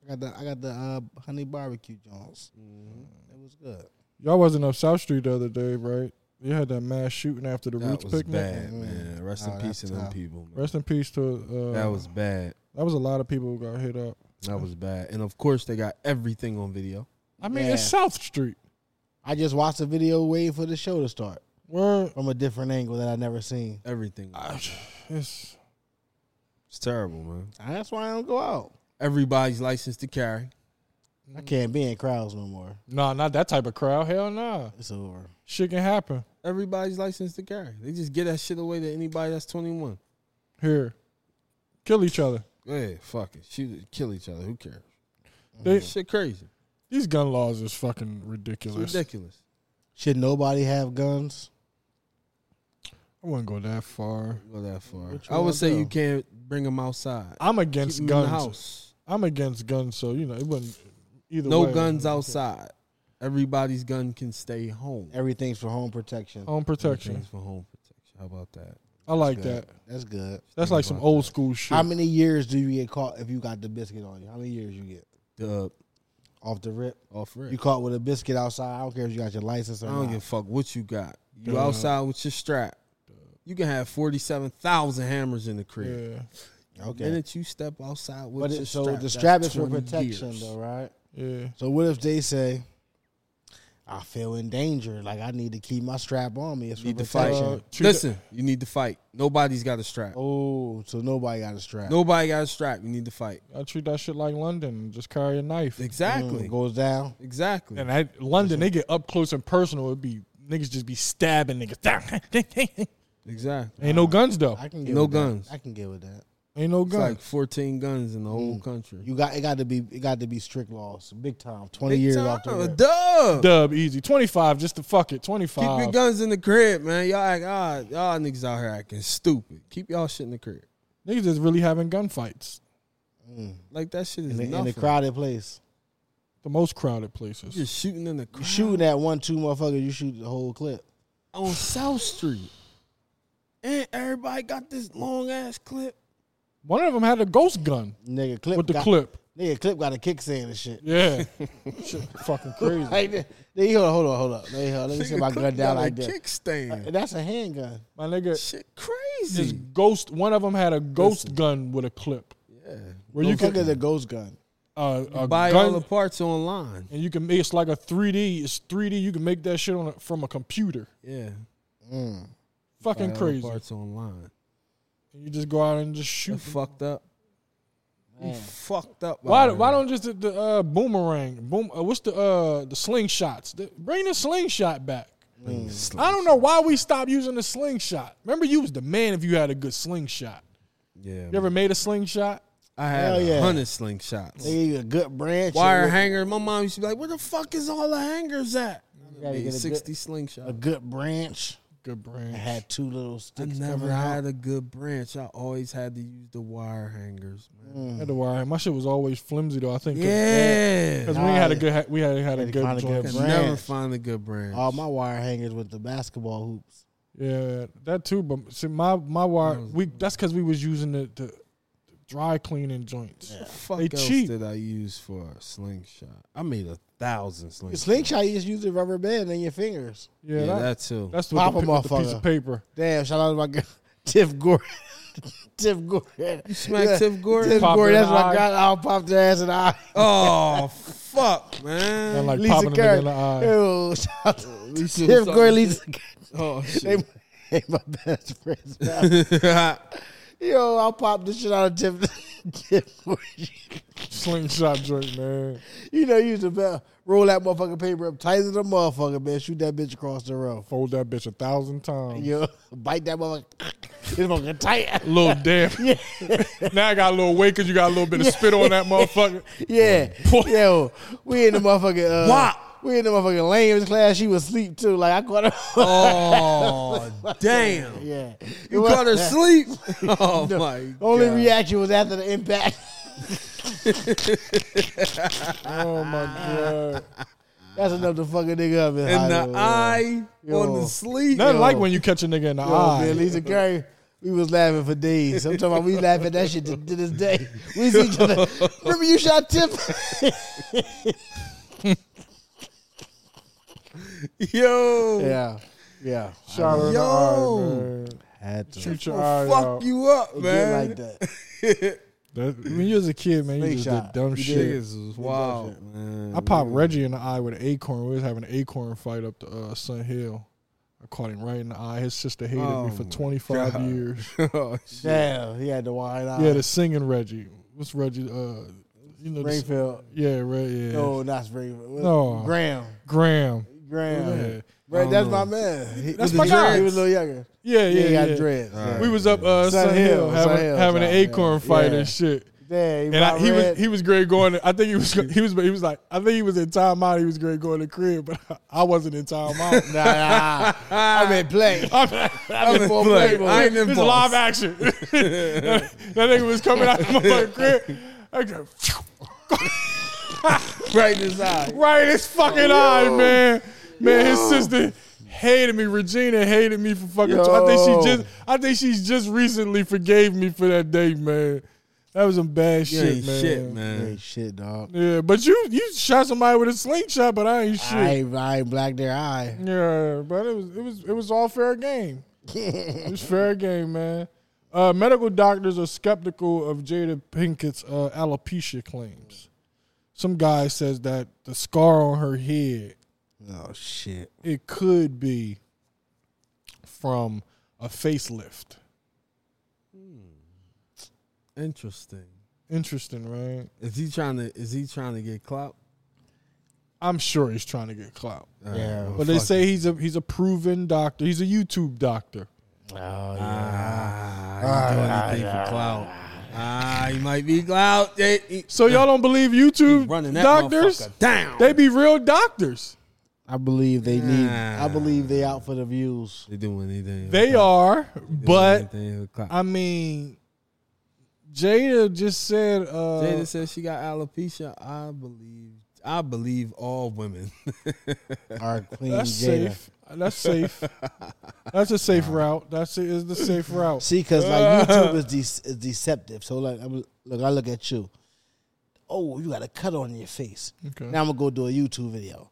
I got the I got the uh, honey barbecue Jones.
Mm-hmm.
It was good.
Y'all wasn't up South Street the other day, right? You had that mass shooting after the
That
Roots
was
picnic.
bad, man. Rest
Oh,
in peace
that's
to them
tough.
people. Man.
Rest in peace to. Uh,
That was bad.
that was a lot of people who got hit up.
That was bad. And of course, they got everything on video.
I mean, it's
Yeah.
South Street.
I just watched the video waiting for the show to start
Where
from a different angle that I never seen.
Everything.
I- it's
It's terrible, man.
That's why I don't go out.
Everybody's licensed to carry.
I can't be in crowds no more.
nah, not that type of crowd. Hell nah,
It's over.
shit can happen
Everybody's licensed to carry. They just get that shit away to anybody that's 21.
here. Kill each other.
Yeah, fuck it. Shoot it. Kill each other. Who cares?
They,
Shit crazy.
These gun laws is fucking
It's
ridiculous.
ridiculous.
Should nobody have guns?
I wouldn't go that far.
Go that far.
What you
I
wanna
would say
do?
you can't bring them outside.
I'm
Keep
against
'em
guns.
in the house.
I'm against guns, so you know it wouldn't either.
No
way.
guns outside. Everybody's gun can stay home.
Everything's for home protection.
Oh.
Home protection.
Everything's for home protection. How about that?
I like
Good.
that.
That's good.
That's like some
about
old school shit.
How many years do you get caught if you got the biscuit on you? How many years you get
The
off the rip?
off rip.
You caught with a biscuit outside. I don't care if you got your license or
I don't
not.
give a fuck what you got. You
Duh.
outside with your strap. You can have forty-seven thousand hammers in the crib.
yeah,
The
okay.
minute you step outside with
But
your
it, so
strap,
the
that's
strap is for
20
protection,
years.
though, right?
yeah.
So what if they say, "I feel in danger. Like I need to keep my strap on me. It's for
Need to fight.
protection."
Uh, treat
Listen, you need to fight. Nobody's got a strap.
oh, so nobody got a strap.
Nobody got a strap. You need to fight.
that- I treat that shit like London. Just carry a knife.
Exactly.
Mm, goes down.
Exactly.
And I, London, they get up close and personal. It'd be niggas just be stabbing <laughs> niggas.
exactly.
Ain't no guns though.
I can get
No
with that.
guns.
I can get with that.
Ain't no
It's
guns.
like fourteen guns in the whole country.
You got it. Got to be it. Got to be strict laws. Big time. Twenty years off the rip.
Duh.
Dub easy. Twenty five. Just to fuck it. Twenty
Keep your
five.
guns in the crib, man. Y'all act ah, y'all niggas out here acting stupid. Keep y'all shit in the crib.
Niggas is really having gunfights.
Like that shit is
in, a, in
nothing.
a crowded place.
The most crowded places.
Just shooting in the crowd.
Shooting at one, two motherfuckers, you shoot the whole clip.
on South Street. And everybody got this long ass clip.
One of them had a ghost gun
Nigga, clip
with the
got, <laughs>
clip.
Nigga, clip got a kickstand and
<laughs>
shit.
Yeah. Shit, fucking crazy.
Like, th- th- hold on, hold on, hold up. Let me,
<laughs>
hold, let me sit my
Clip
gun down
got a
like that.
Kickstand.
That's a handgun.
My nigga,
Shit
his
crazy.
ghost. One of them had a ghost gun with a clip.
yeah.
Where you
Don't
can
forget the ghost gun.
uh, a
Buy all the
gun,
parts online.
and you can. It's like a 3D. It's 3D. You can make that shit on a, from a computer.
Yeah.
Mm.
Buy all
Fucking
the
crazy.
parts online.
You just go out and just
You
shoot.
fucked up. You fucked up.
Why,
out
why
here.
don't just the, the uh, boomerang? Boom. Uh, what's the uh, the slingshots? The- bring the slingshot back. I don't know why we stopped using the slingshot. Remember, you was the man if you had a good slingshot.
Yeah.
You ever made a slingshot?
I had
Hell
a
yeah.
hundred slingshots.
Nigga, you a good branch.
Wire
with
hanger. My mom used to be like, where the fuck is all the hangers at?
gotta
Made
get a
60
A
slingshots.
good branch.
Good
I
brand.
had two little
I
sticks.
never
coming out.
had a good branch. I always had to use the wire hangers, man.
I had to wire. My shit was always flimsy though. I think.
Yeah.
Because
I
we ain't had a
Nah,
good. ha- We had had a
had
good
kinda
joint.
good
could
branch.
never find a good branch.
All my wire hangers with the basketball hoops.
Yeah, that too. But see, my my wire. We that's because we was using the, the dry cleaning joints.
the fuck
They
else
cheap.
did I use for a slingshot? I made a thousand
Your
slingshots.
slingshot, you just use a rubber band in your fingers.
Yeah,
Yeah,
that,
that too.
that's what
Pop
the,
a
pi- with the piece
motherfucker.
of paper. <laughs>
Damn, shout out to my girl, <laughs> Tiff Gordon. Tiff Gordon. You
smacked Tiff Gordon?
Tiff
Popped
Gordon,
her in
that's
the eye.
my god. I'll pop their ass in the eye.
Oh fuck, man! <laughs>
And like
Lisa
popping a nigga
Kirk.
in the eye.
Ew, shout
<laughs>
out to
Lisa <laughs>
Tiff
was
Gordon,
talking
Lisa
oh
They, <laughs>
shit!
they my best friends. man. Yo, I'll pop this shit out of Tiff. <laughs> Tiff Gordon.
Slingshot joint, man.
you know, use the bell. Roll that motherfucking paper up tight as a motherfucker, man. Shoot that bitch across the road.
Fold that bitch a thousand times.
Yo, <laughs> bite that motherfucker. It's fucking tight.
Little
<laughs>
damp. <laughs> now I got a little weight because you got a little bit of spit on that
<laughs>
motherfucker.
Yeah.
Boy.
Yo, we in the motherfucking. Uh,
Wop.
We in the motherfucking language class. She was asleep too. Like, I caught her.
<laughs>
Oh damn!
<laughs> yeah.
You caught her sleep. Oh my!
<laughs>
Only
God.
reaction was after the impact. Oh my god. That's enough to fuck a nigga up in,
In the
Hollywood.
eye, on
Yo.
the sleeve.
Nothing
Yo.
like when you catch a nigga in the
Yo,
eye.
man, Ah, Lisa Curry, we was laughing for days. I'm talking about we laughing at that shit to, to this day. We see each other. Remember you shot Tip?
Yo,
yeah, yeah.
Shot her in the
Yo.
eye, man.
Had to
Shoot your eye
will fuck
out.
you up,
get
man.
like that.
That- when you was a kid, man, you
Snake
just
shot.
did dumb
You
shit.
Niggas is wild, man.
I popped Reggie in the eye with an acorn. We was having an acorn fight up to uh, Sun Hill. I caught him right in the eye. His sister hated
Oh,
me for 25
God.
years.
<laughs> Oh, shit.
Damn, he had the wide eye.
Yeah, the singing Reggie. What's Reggie? Uh, you know, the-
Springfield.
yeah, right, yeah.
No, not Springfield.
No.
Graham.
Graham.
Graham.
Yeah,
Right,
I
that's
don't
my man. He,
That's
he
my
was-
guy.
He was a little younger.
yeah,
Yeah,
yeah.
he
yeah.
got dreads. yeah.
We was up uh, Sun,
Sun
Hill,
Hill,
having,
Sun Hill,
having an
Sun Hill.
acorn fight
Yeah.
and shit.
Yeah, he,
And I, he was
red.
he was great going. I think he was he was he was like I think he was in timeout. He was great going to crib, but <laughs> I wasn't in timeout. <laughs>
<laughs> nah, nah. I'm in play.
I'm,
I'm in full
play.
play.
I ain't
mode.
in
It's
balls.
live action. <laughs> that, that nigga was coming out of my fucking crib. I go,
right in his eye.
right in his fucking eye, man. Man, his sister hated me. Regina hated me for fucking. I think she
Yo.
just. I think she just recently forgave me for that day, man. That was some bad
You
shit,
ain't
man.
shit,
Hey,
man.
shit, dog.
Yeah, but you you shot somebody with a slingshot, but I ain't shit.
I ain't, I ain't black their eye. <laughs>
Yeah, but it was it was it was all fair game. it was fair game, man. Uh, medical doctors are skeptical of Jada Pinkett's uh, alopecia claims. Some guy says that the scar on her head
Oh shit.
it could be from a facelift.
Interesting.
Interesting, right?
Is he trying to? Is he trying to get clout?
I'm sure he's trying to get clout,
Oh,
Yeah.
but they say he's a he's a proven doctor. He's a YouTube doctor.
Oh yeah.
Ah, he doing anything for clout. Ah, he might be clout. They, he,
So y'all don't believe YouTube
running that
doctors?
motherfucker down.
They be real doctors.
I believe they need.
Nah.
I believe they out for the views.
They doing anything.
They are, Uh, but
anything for clout.
I mean, Jada just said, uh,
Jada says she got alopecia. I believe. I believe all women. <laughs>
<laughs>
Our queen
"That's
Jada.
safe. That's safe. That's a safe route. That's it. Is the safe route?
See, because
<laughs>
like YouTube is, de- is deceptive. So like, I'm, look, I look at you. Oh, you got a cut on your face.
Okay.
Now I'm gonna go do a YouTube video.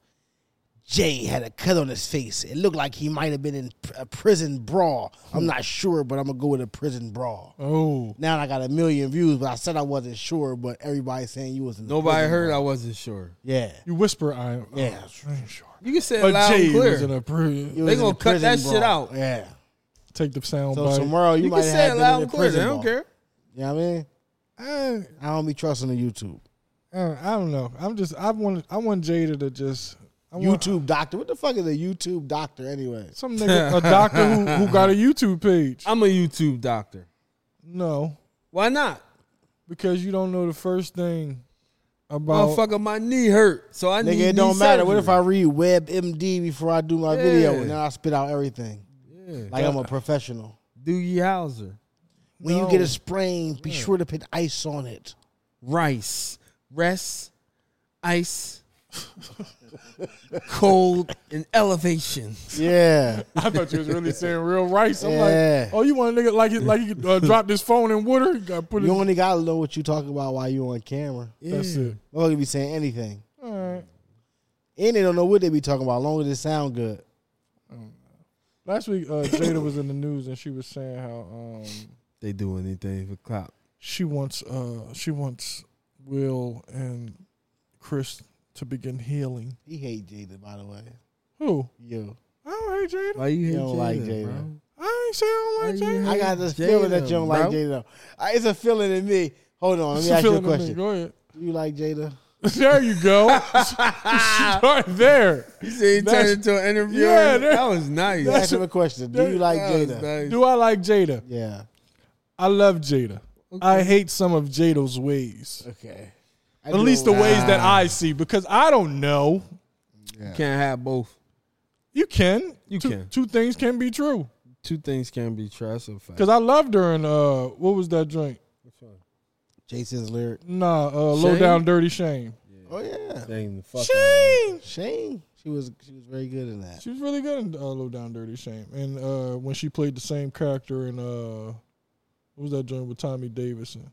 Jay had a cut on his face. It looked like he might have been in pr- a prison brawl. I'm not sure, but I'm gonna go with a prison brawl.
Oh,
Now I got a million views, but I said I wasn't sure. But everybody saying you was in the
Nobody
prison
heard.
brawl.
I wasn't sure.
Yeah,
you whisper. I uh,
yeah.
I ain't sure.
You can say it
But
loud
Jada
and
was
clear.
in a pre-
You was in
gonna
the
cut that
prison
shit
brawl.
out.
Yeah.
take the sound
So
bite.
tomorrow you,
you
might
can say
have
it
been in
loud
the
and clear. They
prison
don't
brawl.
care.
You know what I mean?
Eh,
I don't be trusting the YouTube.
eh, I don't know. I'm just. I want. I want Jada to just. I want
YouTube doctor. What the fuck is a YouTube doctor anyway?
some nigga, a doctor who, who got a YouTube page.
I'm a YouTube doctor.
No,
Why not?
because you don't know the first thing about.
Motherfucker, my knee hurt, so I need.
Nigga, it
knee
don't matter. What if
surgery.
I read WebMD before I do my
Yeah.
video and then I spit out everything? Like I'm a professional.
Do you Hauser?
When you get a sprain, be sure to put ice
<laughs>
on it.
rice, rest,
<laughs>
ice, cold, and elevation.
Yeah.
I thought you was
<laughs>
really saying real rice. I'm
Yeah.
like, oh, you want a nigga like it, like you
<laughs>
uh, drop this phone in water? You gotta put it.
you only gotta know what you talking about while you on camera.
That's it.
Nobody be saying anything.
All right.
And they don't know what they be talking about, as long as it sound good.
Last week, uh, Jada was in the news and she was saying how um,
They do anything for clout.
she wants uh, she wants Will and Chris to begin healing.
He hate Jada, by the way.
Who?
You.
I don't hate Jada.
Why you hate
You don't like
Jada,
Jada.
bro?
I ain't say I don't like
Why you
Jada.
I got this
Jada,
feeling that you don't like
bro.
Jada. Uh, It's a feeling in me. Hold on, let
It's
me
a
ask you a
feeling to me.
question.
Go ahead. <laughs>
Do you like Jada?
There you go. <laughs> Start there.
You said he
That's-
turned into an interview.
Yeah, that-
that was nice.
That's
Ask him a question. Do you like
That was
Jada?
nice.
Do I like Jada?
Yeah.
I love Jada. I hate some of Jada's ways.
Okay.
At least the ways that I see, because I don't know.
You can't have both.
You can.
You
two,
can.
Two things can be true.
Two things can be true. That's a fact.
Because I loved her in uh, what was that drink?
Jason's lyric.
Nah, uh, low
Shame?
down dirty shame.
Oh yeah,
Dang, the fuck.
Shame.
Shane. She was she was very good in that.
She was really good in uh, low down dirty shame, and uh, when she played the same character in uh, what was that joint with Tommy Davidson?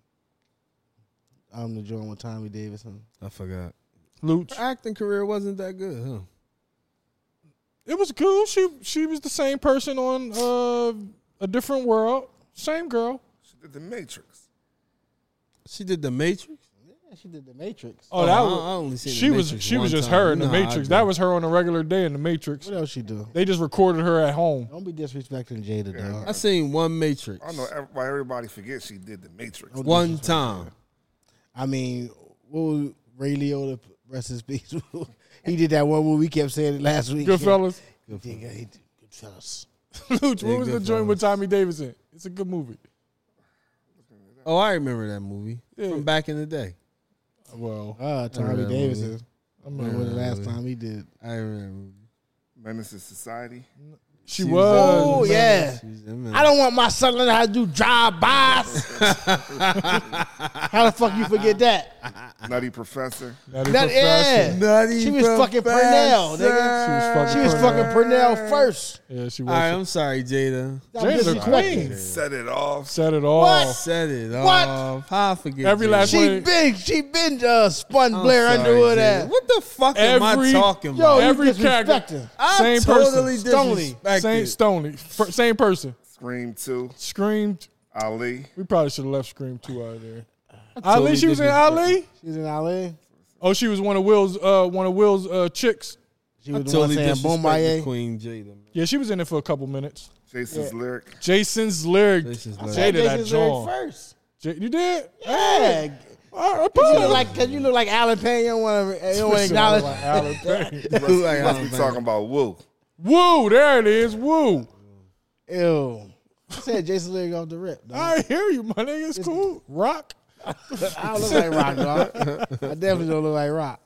I'm the joint with Tommy Davidson.
I forgot.
Luch.
Her acting career wasn't that good, huh?
It was cool. She she was the same person on uh, a different world. Same girl.
She did the Matrix.
She did The Matrix.
Yeah, she did the Matrix.
Oh, that
I-
was,
I only seen The
she was
Matrix
she was
one
just
time.
her in
You know
the
how I
Matrix.
do.
That was her on a regular day in the Matrix.
What else she do?
They just recorded her at home.
Don't be disrespecting Jada,
I
dog.
seen one Matrix.
I don't know ev- why everybody forgets she did the Matrix.
Oh,
Don't
One
disrespect
time.
her. I mean, what was Ray Liotta rest his peace? <laughs> he did that one movie we kept saying it last week.
Good fellas. <laughs>
Good fellas. Good fellas.
Luch,
Yeah,
what was the
good
joint with Tommy Davidson? It's a good movie.
Oh, I remember that movie
Yeah.
from back in the day.
Well,
Ah, Tommy
that
Davidson. I
that
remember the last
movie.
time he did.
I remember.
Menace to Society.
she,
she
was.
Oh yeah. I don't want my son to learn how to do drive bys. how the fuck you forget that?
Nutty Professor.
Nutty
That yeah.
Professor.
Nutty
she was fucking Purnell, nigga.
She was fucking.
She was
Pernell.
fucking Purnell first.
Yeah, she
All right,
was.
I'm sorry, Jada.
I'm
James a
disrespecting.
queen.
Set it off.
Said it all.
What?
Said it
What?
off. How I forget
Every
Jada.
last-
She been she been uh, spun
I'm
Blair
sorry,
Underwood
Jada.
ass.
What the fuck am I
Every-
talking
Yo,
about?
you
Every character.
disrespecting.
I
Same
totally
person.
Stony.
Same Stony. F- same person.
Scream 2.
Screamed.
Ali.
We probably should have left Scream 2 out of there. Ali, she was in Ali?
She's in LA.
Oh, she was one of Will's uh one of Will's uh chicks.
She
I
was the one
totally
saying
disrespected
Boombaye.
Queen Jada. man.
Yeah, she was in it for a couple minutes. <laughs>
Jason's lyric.
Jason's lyric.
Jason's
I
lyric.
Jada that
Jason's lyric
joint.
first.
J- you did?
Yeah.
All right,
You
apologize.
look like cause you look like Alan Payne. You don't want to. You don't want to acknowledge.
Alan Payne.
Must, you must be talking about Woo.
<laughs> Woo, there it is. Woo.
Ew. I said Jason Lyric off the rip. dog.
I hear you, my nigga. It's cool. Rock.
I don't look like Rock, dog. I definitely don't look like Rock.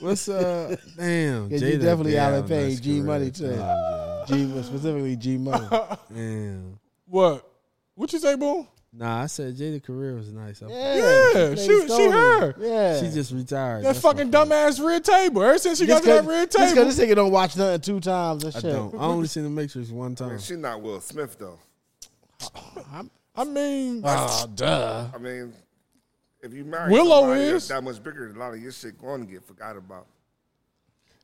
What's
<laughs>
uh? Damn,
Yeah, you
Jada
definitely
down.
Alan Payne,
That's
G Money
correct.
too.
Nah,
G specifically G Money.
yeah. Damn.
What? What you say, Boom?
Nah, I said Jada career was nice. I-
Yeah, she- she
Stone.
her.
Yeah,
She just retired.
That
That's
fucking dumbass red table. Ever since she
Just
got to that
cause-
red
just 'cause
table.
this nigga don't watch nothing two times and
I
shit.
don't. I only seen the Matrix one
Oh.
time.
She not Will Smith though.
I mean,
duh.
I mean, if you marry
Uh. Willow
somebody
is.
that's that much bigger, a lot of your shit going to get forgot about.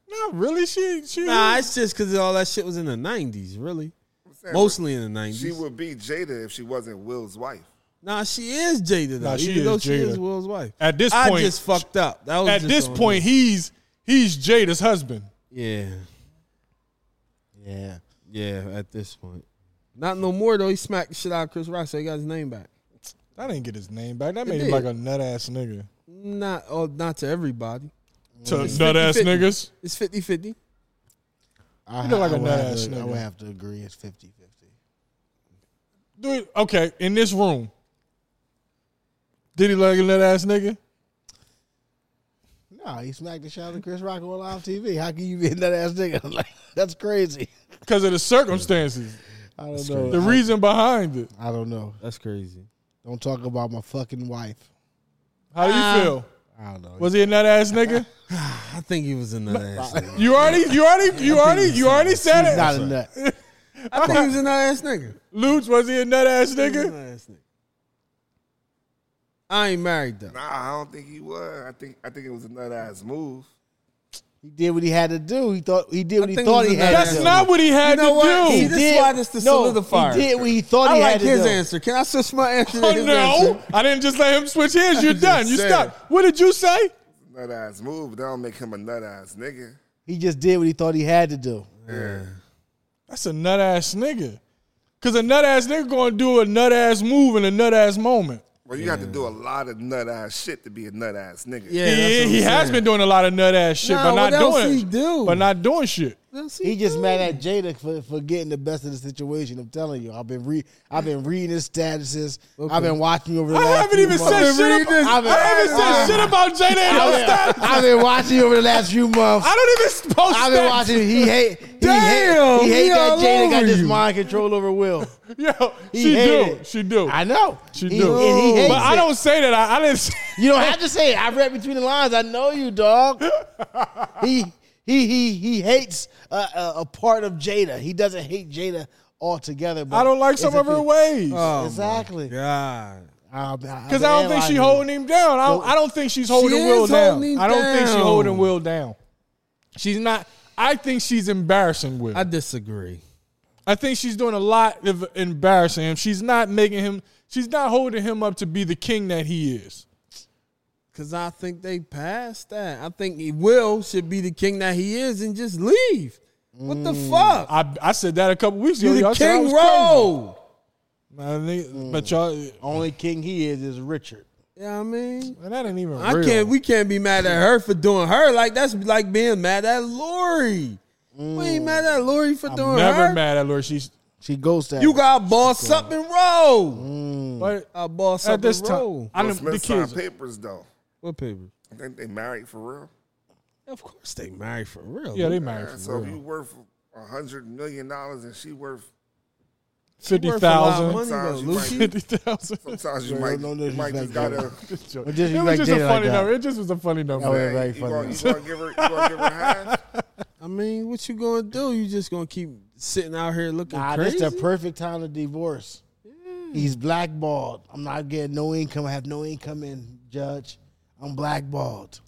not really. She she
Nah, it's just because all that shit was in the nineties. Really,
I'm saying,
mostly in the nineties.
she would be Jada if she wasn't Will's wife.
Nah, she is Jada. Though,
Nah, she
even
is
though she
Jada.
is Will's wife.
At this
I
point-
just fucked up. That was
at
just
this
on
point he's he's Jada's husband.
me. yeah,
Yeah.
yeah. At this point, not no more though. He smacked the shit out of Chris Rock, so he got his name back.
I didn't get his name back. That made him
did.
like a nut ass nigga.
Not oh, not to everybody.
To nut ass
50-50.
niggas.
It's 50-50.
I,
look like
I
a
would have
nut-ass
to- I would
nigga.
have to agree it's 50 50.
Do it okay, in this room. Did he like a nut ass nigga?
No, he smacked the shit out of Chris Rock on live TV. How can you be a nut ass nigga? <laughs> I'm like, that's crazy.
Because of the circumstances.
I don't know.
The reason behind it.
I don't know.
That's crazy.
Don't talk about my fucking wife.
How do you feel?
I don't know.
Was he a nut ass nigga?
I think he was in that ass. nigga.
You already you already you already you already said
He's not
it.
a nut.
I think he was in that ass nigga.
Luch, was he a nut ass
He was a
nigga?
nut ass nigga. I ain't married though.
Nah, I don't think he was. I think I think it was another ass move.
He did what he had to do. He thought he did what he
think it
thought
was
he
a
had
nut-ass
to
That's
do.
not what he had
know what?
to
He
do.
did- This why this the solidifier.
He did what he thought
I
he
like
had to
his
do.
answer. Can I switch my answer? to
<laughs> Oh
his
no!
answer?
I didn't just let him switch
<laughs>
his. You're done. You
said
stuck.
it.
What did you say?
Nut ass move. That don't make him a nut ass nigga.
He just did what he thought he had to do.
That's a nut ass nigga. Cause a nut ass nigga gonna do a nut ass move in a nut ass moment.
Well, you have to do a lot of nut ass shit to be a nut ass nigga.
Yeah,
Yeah,
that's what
he
I'm
has
saying.
been doing a lot of nut ass shit,
Nah,
but not
what else
doing
he do?
but not doing shit.
What Well, see,
He just
dude.
mad at Jada for, for getting the best of the situation. I'm telling you, I've been re I've been reading his statuses. I've been watching over the
I
last.
haven't
few
even
months.
said shit. About,
I've been-
I haven't said shit about Jada and
I've
her
been,
stats.
I've been watching over the last few months.
I don't even post
I've been
stats.
watching. He hate. He
Damn,
hate, he hate
he
that
all
Jada got
over
this
you.
mind control over Will.
Yo,
He
she
hate
do.
it.
She do.
I know
She
He-
do.
and he hates
but I
it.
don't say that. I, I didn't. Say,
You don't have to say it. I read between the lines. I know you, <laughs> dog. he he he he hates a, a, a part of Jada. He doesn't hate Jada altogether. But
I don't like
it's
some
a
of her
few-
ways.
Oh, my
Exactly.
God.
Because
Because I don't think she holding him down. I don't, I don't think she's holding
is
Will down.
holding him
I don't think she
down.
holding Will down. She's not. I think she's embarrassing Will.
I
I,
disagree.
think she's doing a lot of embarrassing him. She's not making him. She's not holding him up to be the king that he is.
Cause I think they passed that. I think he will should be the king that he is and just leave. What the fuck?
I I said that a couple weeks ago.
You
Y'all
the
said I was
king
crazy.
role.
I think- But y'all,
Only king he is is Richard.
Yeah, I mean,
man, that ain't even.
I
real.
can't. We can't be mad at her for doing her. Like that's like being mad at Lori. We ain't mad at Lori for doing
Mm. Never
her.
mad at Lori. She's
She goes to
You got boss up and roll.
but uh,
I boss
Mm. at
up
this
and
time,
roll.
I
Will
know the
Smith signed
kids.
papers though.
What paper?
I think they married for real.
Of course they married for real.
Yeah, they married.
so if you worth a hundred million dollars and she worth
Fifty
worth a lot of
thousand.
money though,
Sometimes
Lucci.
you
<laughs> Fifty thousand. <laughs>
sometimes you
Yeah,
might
no
you might just
disrespect,
gotta
It
just- you
was
like
just
did it
a
like
funny
that.
number. It just was a funny
Oh,
number.
yeah. very
you gonna,
funny.
you gonna give her you gonna give her half?
I mean, what you gonna do? You just gonna keep sitting out here looking
Nah,
crazy?
this the perfect time to divorce. He's blackballed. I'm not getting no income. I have no income in judge. I'm blackballed.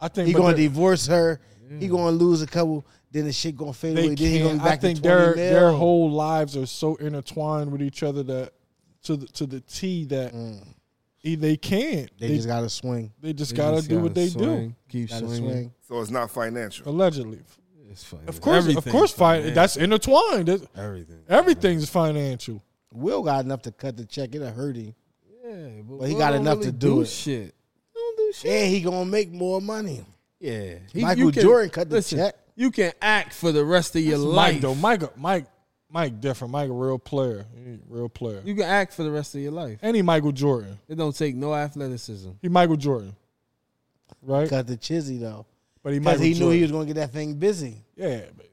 I think
He
but
gonna
the-
divorce her. He gonna lose a couple. Then the shit gonna fade away.
they
Then he gonna
can't.
be
I
back
think
to 20
their
mil.
their whole lives are so intertwined with each other that to the to the T that e- they can't.
Mm. They,
They, they
just
just,
gotta swing.
gotta do what they do.
Keep
Gotta
swinging.
swing.
So it's not financial.
Allegedly,
It's
of course, of course, fi- that's intertwined. It-
everything.
everything's financial.
Will got enough to cut the check. It'll hurt him.
Yeah, but,
he
Will
got
don't
enough to do it.
Shit, He don't do shit.
And he gonna make more money.
Yeah,
Michael Jordan cut the check.
You can act for the rest of your
Mike
life.
though, Mike, Mike, Mike, different. Mike, a real player, He a real player.
You can act for the rest of your life.
And he Michael Jordan.
It don't take no athleticism.
He Michael Jordan, right?
Cut the chizzy though,
But he
because
Michael
he knew
Jordan.
he was gonna get that thing busy.
yeah. But he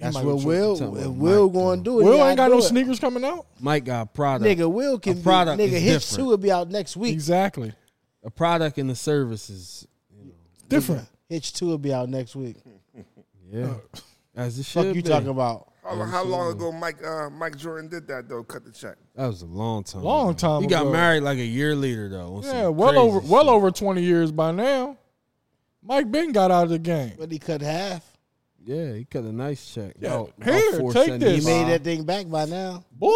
That's
Michael
what
Jordan.
Will.
Tell me
Will,
what Mike
gonna do it. He
Will
gotta
ain't got
do
no
it.
sneakers coming out.
Mike got a product,
Nigga, Will can
product
be.
is
Nigga, Hitch
different.
two will be out next week.
Exactly.
a product and the services.
Different.
Hitch two will be out next week.
Yeah, Uh, as it
Fuck
should
you
be.
talking about?
How, how long ago Mike uh, Mike Jordan did that though? Cut the check.
That was a long time.
Long time
He got
ago.
married like a year later though. on some
Yeah, well
crazy
over well
shit.
over twenty years by now. Mike Ben got out of the game.
But he cut half.
Yeah, he cut a nice check.
Yeah,
About-
here,
about
take
475.
this.
He made that thing back by now.
Boy,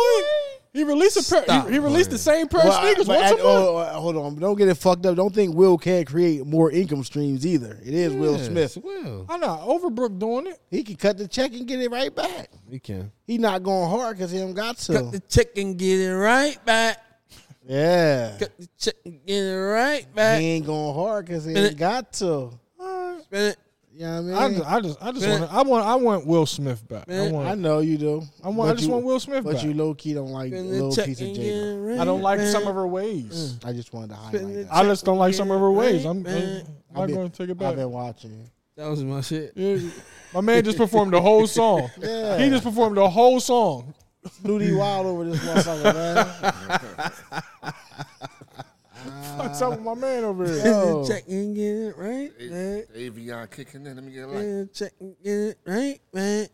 he released a pair.
Stop,
he, he released
man.
the same pair of
Well, I-
sneakers
but
once
I-
a month.
oh, oh, hold on, don't get it fucked up. Don't think Will can create more income streams either. It is Will
Yes,
Smith.
Will.
I know Overbrook doing it.
He can cut the check and get it right back.
He can.
He not going hard because he don't got to.
Cut the check and get it right back.
yeah,
Cut the check and get it right
he
back.
ain't going hard because he
Spin
ain't
it.
got to.
Man,
You know what I
I
mean?
just, I just, I just
Man.
want, I want, I want Will Smith back. I
Man,
I,
want,
know you do.
I want, I
But
just
you-
want Will Smith
But
back.
you low key don't like
spin the
little
check
piece of
and get
Jada.
it right
I don't like
back.
some of her ways.
I just wanted to
Spin
highlight
it.
that.
I just don't like some of her ways. I'm,
Man.
I'm not
I've been-
going to take it
I've
back.
been watching.
That was my shit.
Yeah, my man just performed the whole song.
<laughs> Yeah.
He just performed the whole song. <laughs>
Snooty wild over
<laughs>
this motherfucker, man.
Uh,
What's up with my man over here?
Yo.
Check and get it right back.
Avion kicking in. Let me get a light.
Man, check and get it right back.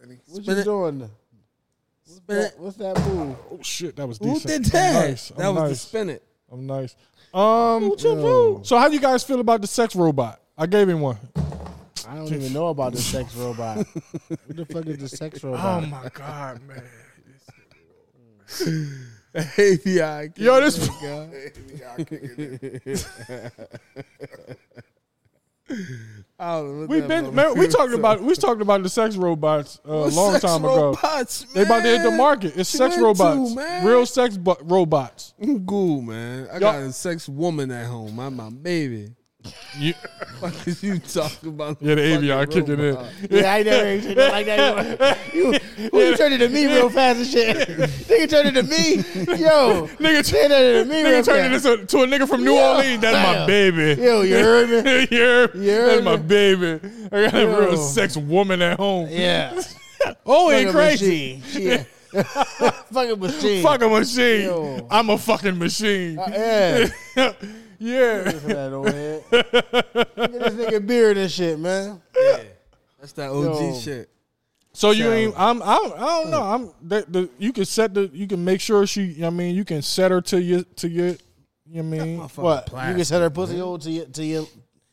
Benny.
What
Spin
you
it.
doing?
Spin it.
What's that move?
Oh shit, that was
Who
decent.
did
I'm
that?
nice. I'm
That was the
nice.
spin it.
I'm nice. Um, so how do you guys feel about the sex robot? I gave him one.
I don't even know about the sex robot. what the fuck is the sex
Um,
robot?
my god, man!
<laughs> API.
Yo, this
Avion kicking in.
<laughs> we've
<laughs>
been man, we talked about we talked about the sex robots uh, a long time ago.
Robots, man.
They about to hit the market. It's sex
Went to,
robots,
man.
real sex bu- robots.
I'm cool, man. I got a sex woman at home. I'm my baby. <laughs>
You,
What is you talking about?
yeah, the AVR
Fucking
kicked it
robot.
in.
Yeah, I ain't never even turned it like that. You, you, you turned it to me real fast and shit. Nigga turned it to me. Yo.
<laughs>
Nigga,
They
t-
done it to me real
nigga turned
fast.
it into, to a nigga from New
Yeah.
Orleans. That's my
Damn.
baby.
Yo, you heard me?
<laughs> you heard me?
You heard
That's my
me?
baby. I got a real
Yo.
sex woman at home. <laughs>
Yeah.
Oh,
Fucking
ain't crazy.
machine. Yeah. <laughs> Fucking machine.
Fuck a machine.
Yo.
I'm a fucking machine. <laughs>
Uh, yeah.
yeah.
Look at that old head. Look at this nigga beard and shit, man.
<laughs> That's that OG
Yo.
shit.
So you ain't. I'm. I don't, I don't know. I'm. The, the, you can set the. You can make sure she. I mean, you can set her to your to your. You know what I mean
What? You can set her pussy old to you. To you.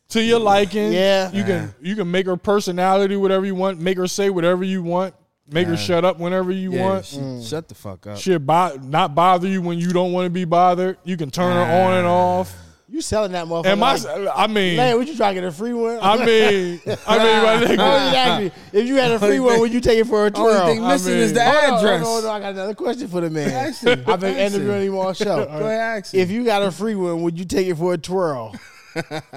to your liking.
Yeah.
You can you can make her personality whatever you want. Make her say whatever you want. Make her shut up whenever you
Yeah,
want. Mm.
she- Shut the fuck up.
She'll bo- not bother you when you don't want to be bothered. You can turn her on and off.
You selling that motherfucker.
Am I?
like,
I mean,
Man, would you try to get a free one? <laughs>
I mean, I mean,
No,
my nigga.
exactly. If you had a free one, would you take it for a twirl?
Only thing missing is the
mean-
Hold on,
address.
Hold on, hold on, I got another question for the man.
Ask him.
I've been
Ask him.
interviewing him all
Go
show.
ahead, ask him.
If you got a free one, would you take it for a twirl?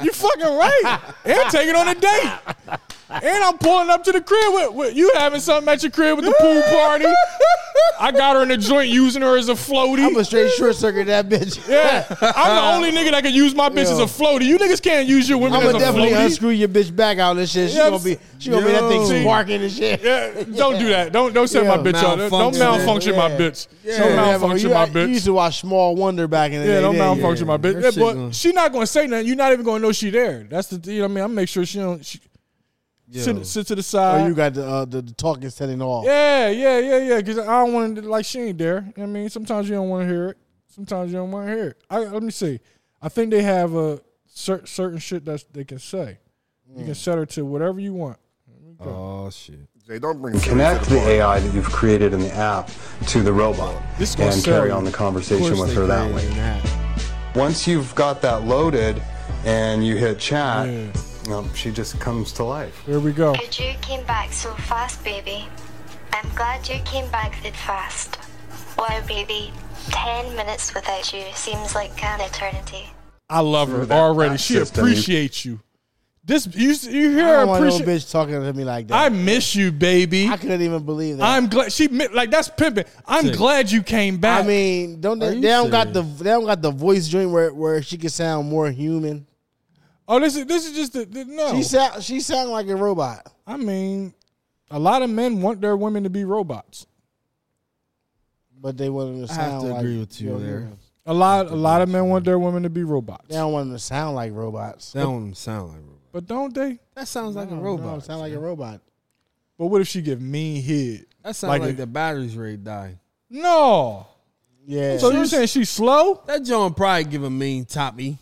You fucking right. And take it on a date. And I'm pulling up to the crib with, with you having something at your crib with the pool party. I got her in the joint using her as a floaty. <laughs>
I'm a straight short circuit that bitch.
yeah, I'm the only nigga that can use my bitch as a
Yo.
floaty. You niggas can't use your women
I'm gonna
as a
definitely
floaty.
unscrew your bitch back out and shit. She
Yeah,
gonna be, she gonna be that
yo.
thing sparking and shit.
yeah, don't do that. Don't don't set
Yeah,
my bitch up. Don't
malfunction.
malfunction my
Yeah.
bitch.
Yeah.
Don't
Yeah, but
malfunction
you,
my
You used
bitch.
to watch Small Wonder back in the
Yeah,
day.
don't
didn't you?
malfunction my bitch.
That
Yeah,
shit
but
gonna-
she not gonna say nothing. You're not even gonna know she there. That's the you know what I mean. I make sure she don't she, sit, sit to the side.
Oh, you got the, uh, the, the talking setting off.
Yeah, yeah, yeah, yeah. Because I don't want to like she ain't there. I mean, sometimes you don't want to hear it. Sometimes you don't want to hear it. I, let me see. I think they have a cer- certain shit that they can say. You can set her to whatever you want.
oh shit.
Jay, don't bring Siri
Connect
to
the
party.
AI that you've created in the app to the robot
This is gonna
and
sell
carry
you.
on the
Of
conversation
course
with her that way. Once you've got that loaded and you hit chat,
Yeah.
well, she just comes to life.
Here we go.
Good you came back so fast, baby. I'm glad you came back that fast. Wow, baby. Ten minutes without you seems like an eternity.
I love her
that
already. She
system, you-
appreciates you. This you you hear
I
her
don't want no
appreciate.
bitch talking to me like
I
that.
miss you, baby.
I couldn't even believe that.
I'm glad she mi- like that's pimping. I'm glad you came
I
back.
mean, don't they,
you
they don't got the they don't got the voice dream where, where she could sound more human.
oh, this is this is just the, the- no.
She sound she sound like a robot.
I mean, a lot of men want their women to be robots.
But they want them to
I
sound
have to
like
agree with you
real
there.
humans.
A lot, a lot of men want their women to be robots,
They don't want them to sound like robots.
That don't sound like a robot.
but don't they?
That sounds like a
They don't
robot.
sound like a robot.
But what if she give mean head?
that sounds like,
like a-
the batteries ready to die.
No.
Yeah.
So you're saying she's slow?
That John probably give a mean toppy.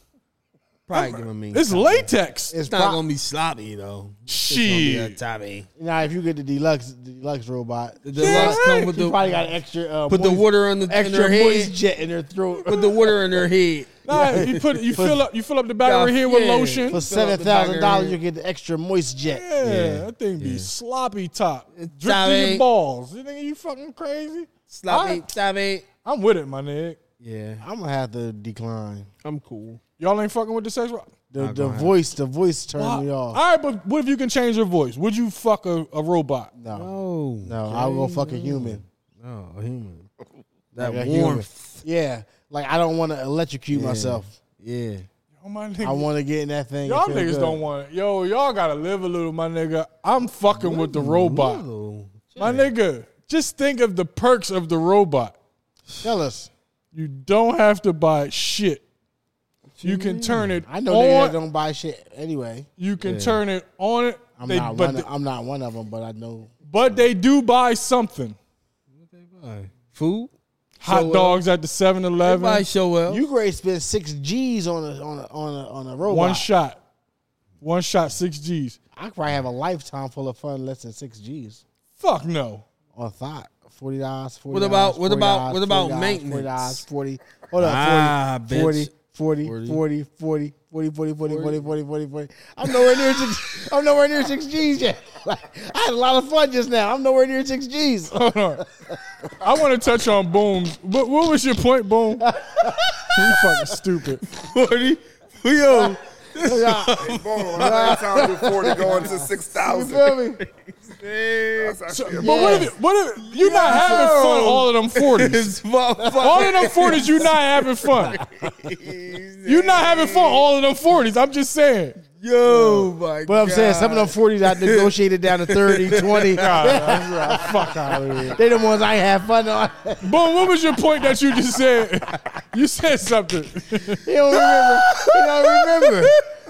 Probably give a mean.
It's
toppy.
latex.
it's
It's not
pro-
gonna be sloppy though.
Shit.
toppy.
now if you get the deluxe the deluxe robot,
The
Yeah,
deluxe come with
you
the
probably got extra uh,
put the
moist-
water on the in
extra
her
moist
head.
jet in her throat <laughs>
Put the water in her head.
Nah, you put you fill up you fill up the battery
Yeah,
here with
yeah.
lotion.
for
Yeah,
Fill up
seven
the back of
thousand
her-
dollars. You get the extra moist jet.
that thing be sloppy top. Drip to your
Tommy.
balls. You think you fucking crazy?
Sloppy, toppy.
I'm with it, my nigga.
Yeah,
I'm gonna have to decline.
I'm cool.
Y'all ain't fucking with the sex rock.
The, the voice, the voice turned
All
me off.
right, but what if you can change your voice? Would you fuck a, a robot?
no,
Oh
no, I'll go fuck a human.
no, a human. That
Like a human.
warmth.
Yeah, like I don't want to electrocute myself.
Yeah.
Oh my
I
nigga.
want to get in that thing. and
Y'all
feel
niggas
good.
don't want it. Yo, y'all gotta live a little, my nigga. I'm fucking with the robot.
Little.
My nigga, just think of the perks of the robot.
Tell us.
You don't have to buy shit. You can turn it
I know niggas that
on.
don't buy shit anyway.
You can turn it on.
I'm
They,
not
but,
one.
they,
I'm not one of them, but I know.
but they do buy something.
Alright. Food.
Hot
So, uh,
dogs at the 7
Everybody
Eleven.
show well.
You great spend six G's on a on a on a, on a robot.
One shot. One shot, six G's.
I could probably have a lifetime full of fun less than six G's
Fuck no.
on thought. Forty dollars.
What about- what about- what about
Forty dollars.
maintenance?
Forty. Hold up. 40,
Ah, bitch.
40, 40,
40.
40, 40, 40, 40, 40, 40, 40, 40, 40. I'm nowhere near six. I'm nowhere near six G's yet. <laughs> Like, I had a lot of fun just now. I'm nowhere near six G's.
Hold on. I want to touch on Boom. What, what <laughs> was your point, Boom? you fucking stupid.
40. Yo,
Boom. I time before <laughs> to go into six
You
thousand.
<laughs>
feel me?
But what if, what if you're not having fun all <laughs> of them 40s?
This motherfucker.
All of them 40s, you not having <laughs> fun. you not having fun all of them 40s. I'm just saying.
Yo, my
But I'm saying some of them 40s I negotiated down
<laughs>
to 30, 20. <laughs>
Fuck out of here.
They the ones I have fun on. <laughs>
But what was your point that you just said? You said something.
He don't remember. He don't remember.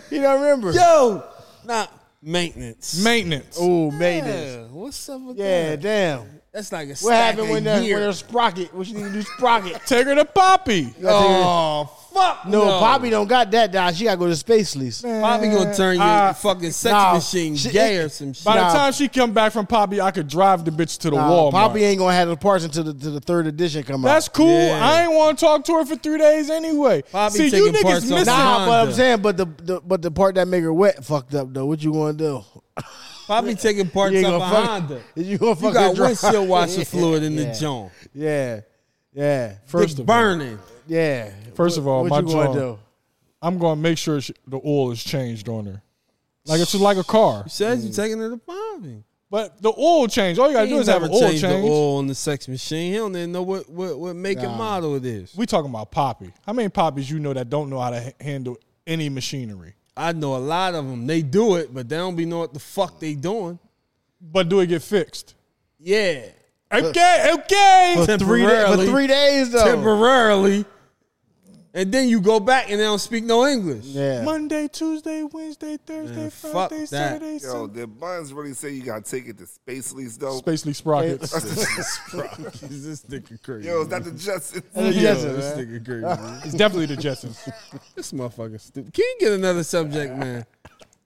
He don't
<laughs>
remember.
Yo, not maintenance.
Maintenance.
Ooh,
Yeah,
maintenance.
what's up with
Yeah,
that?
damn.
That's like a
What happened when the,
that?
when her sprocket? What she need to do sprocket?
<laughs> Take her to Poppy.
Oh fuck!
No, Poppy don't got that down. She gotta go to space lease.
Poppy gonna turn your
Uh,
fucking sex
nah.
machine
Shit,
gay
it-
or some shit.
By
Nah.
the time she come back from Poppy, I could drive the bitch to the
Nah,
wall.
Poppy ain't gonna have the parts until the, till the third edition come
That's cool.
Yeah.
I ain't want to talk to her for three days anyway.
Poppy
See, you
taking
niggas
parts on
missing.
out. Nah, but I'm
Honda.
saying, but the, the but the part that make her wet fucked up though. What you gonna do?
Poppy taking parts up
You ain't
a
gonna fuck-
Honda.
<laughs> You gonna
You
fucking
got
drive. <laughs>
windshield washer
Yeah.
fluid in
Yeah.
the joint.
Yeah, yeah,
First
Dick
of all,
burning.
yeah.
First of all,
what
my
you gonna
jaw-
do?
I'm going to make sure she, the oil is changed on her. Like it's like a car,
Says
Mm.
you taking her to Poppy.
but the oil change. All you gotta
He
do is have
never
an oil change.
changed the oil on the sex machine. He don't even know what what, what make and model it is.
We talking about Poppy. How many Poppies you know that don't know how to h- handle any machinery?
I know a lot of them. They do it, but they don't be know what the fuck they doing.
But do it get fixed?
Yeah,
Okay, okay.
<laughs>
For three, da- for
Temporarily.
three days though.
temporarily, and then you go back and they don't speak no English. <laughs>
yeah.
Monday, Tuesday, Wednesday, Thursday,
Man, fuck
Friday,
that.
Saturday,
Yo,
Sunday.
did Buns really say you gotta take it to space lease though?
Spacely sprockets.
Is this nigga crazy?
<laughs> Yo, is that the justice? <laughs>
That's
Yo,
just it,
this
man.
nigga crazy.
it's definitely the Jetsons.
this motherfucker stupid. Can you get another
<laughs>
subject, man?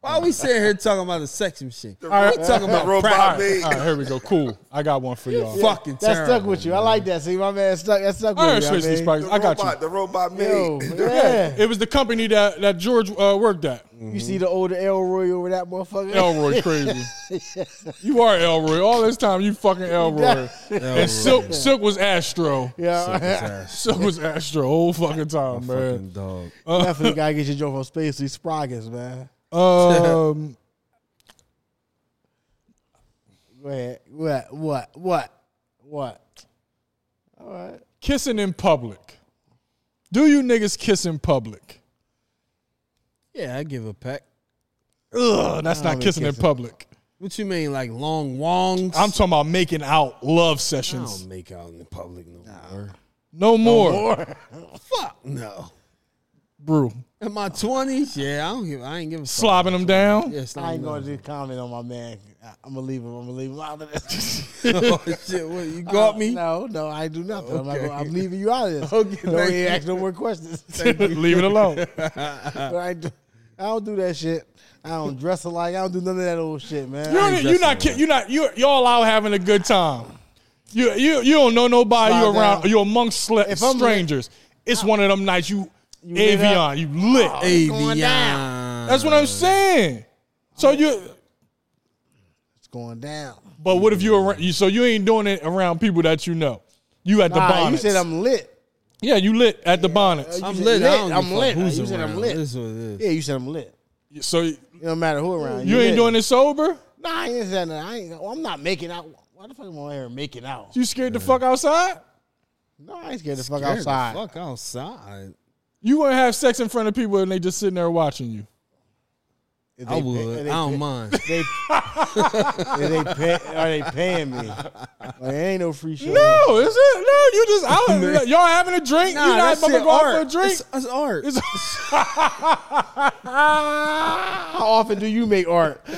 Why we sitting here talking about the sex machine?
The,
right.
ro-
We talking
the
about
robot
practice.
made.
All right, here we go. Cool. I got one for y'all.
Fucking
That
terrible.
stuck with you. I like that. See, my man stuck. That stuck
I heard
with you. I
Spacely
mean.
sprockets.
The
I got
robot,
you.
the robot <laughs>
Yo,
made.
yeah.
It was the company that that George uh, worked at.
You see the older Elroy over that motherfucker.
Elroy <laughs> crazy. You are Elroy. All this time you fucking <laughs> Elroy. And Silk Silk was Astro.
<laughs> Yeah,
Silk was Astro whole fucking time, man.
dog.
<laughs> definitely gotta get your joke from Space These Sprockets, man.
Um,
Go ahead. What? What? What? What?
kissing in public. Do you niggas kiss in public?
Yeah, I give a peck.
Ugh, that's not
be
kissing, in
kissing.
public.
What you mean, like long wongs?
I'm talking about making out love
I
sessions.
don't make out in the public no more.
No more.
Fuck no.
Brew.
In my twenties, yeah, I don't give. I ain't give a fuck.
Slobbing them down.
Yeah, slap
I ain't
him
gonna do comment on my man. I'm gonna leave him. I'm gonna leave him out of
<laughs>
this.
down. oh shit! What you got me?
No, no, I do nothing. I'm, not
Okay.
gonna, I'm leaving you out of
<laughs>
this.
Okay,
Don't
thank
even
you.
ask no
<laughs>
more questions.
<laughs> Leave it alone.
But <laughs> I, do, I don't do that shit. I don't dress alike. I don't do none of that old shit, man.
You're, you're not ki- you're not you y'all out having a good time. You you you don't know nobody. You
Slow
around.
down.
You amongst sl-
If I'm lit-
strangers. it's one of them nights you,
lit Oh,
avion. You lit.
Avion.
That's what I'm saying. So you,
It's going down.
but what if you around? You, so you ain't doing it around people that you know. You at the
Nah,
bonnet.
you said I'm uh, lit.
yeah, you lit at the bonnets.
You
I'm
said
lit. I don't
I'm
give a
lit.
fuck Who's
You said I'm
around.
lit.
This is what it is.
Yeah, you said I'm lit.
So you
It don't matter who around.
ain't
lit.
doing it sober.
Nah, I ain't saying that. I ain't. Well, I'm not making out. Why the fuck am I here making out?
You scared the fuck outside.
No, I ain't scared the fuck
Scared the
outside.
Fuck outside.
You gonna have sex in front of people and they just sitting there watching you.
If
I
they pay-
would.
if
I
they
don't <laughs>
pay-
mind.
They, if they pay, are they paying <laughs> me? Like, it ain't no free show.
No, is it? No, you just out. y'all having a drink. you not about to go out for a drink.
It's, it's art.
It's-
How often do you make art?
let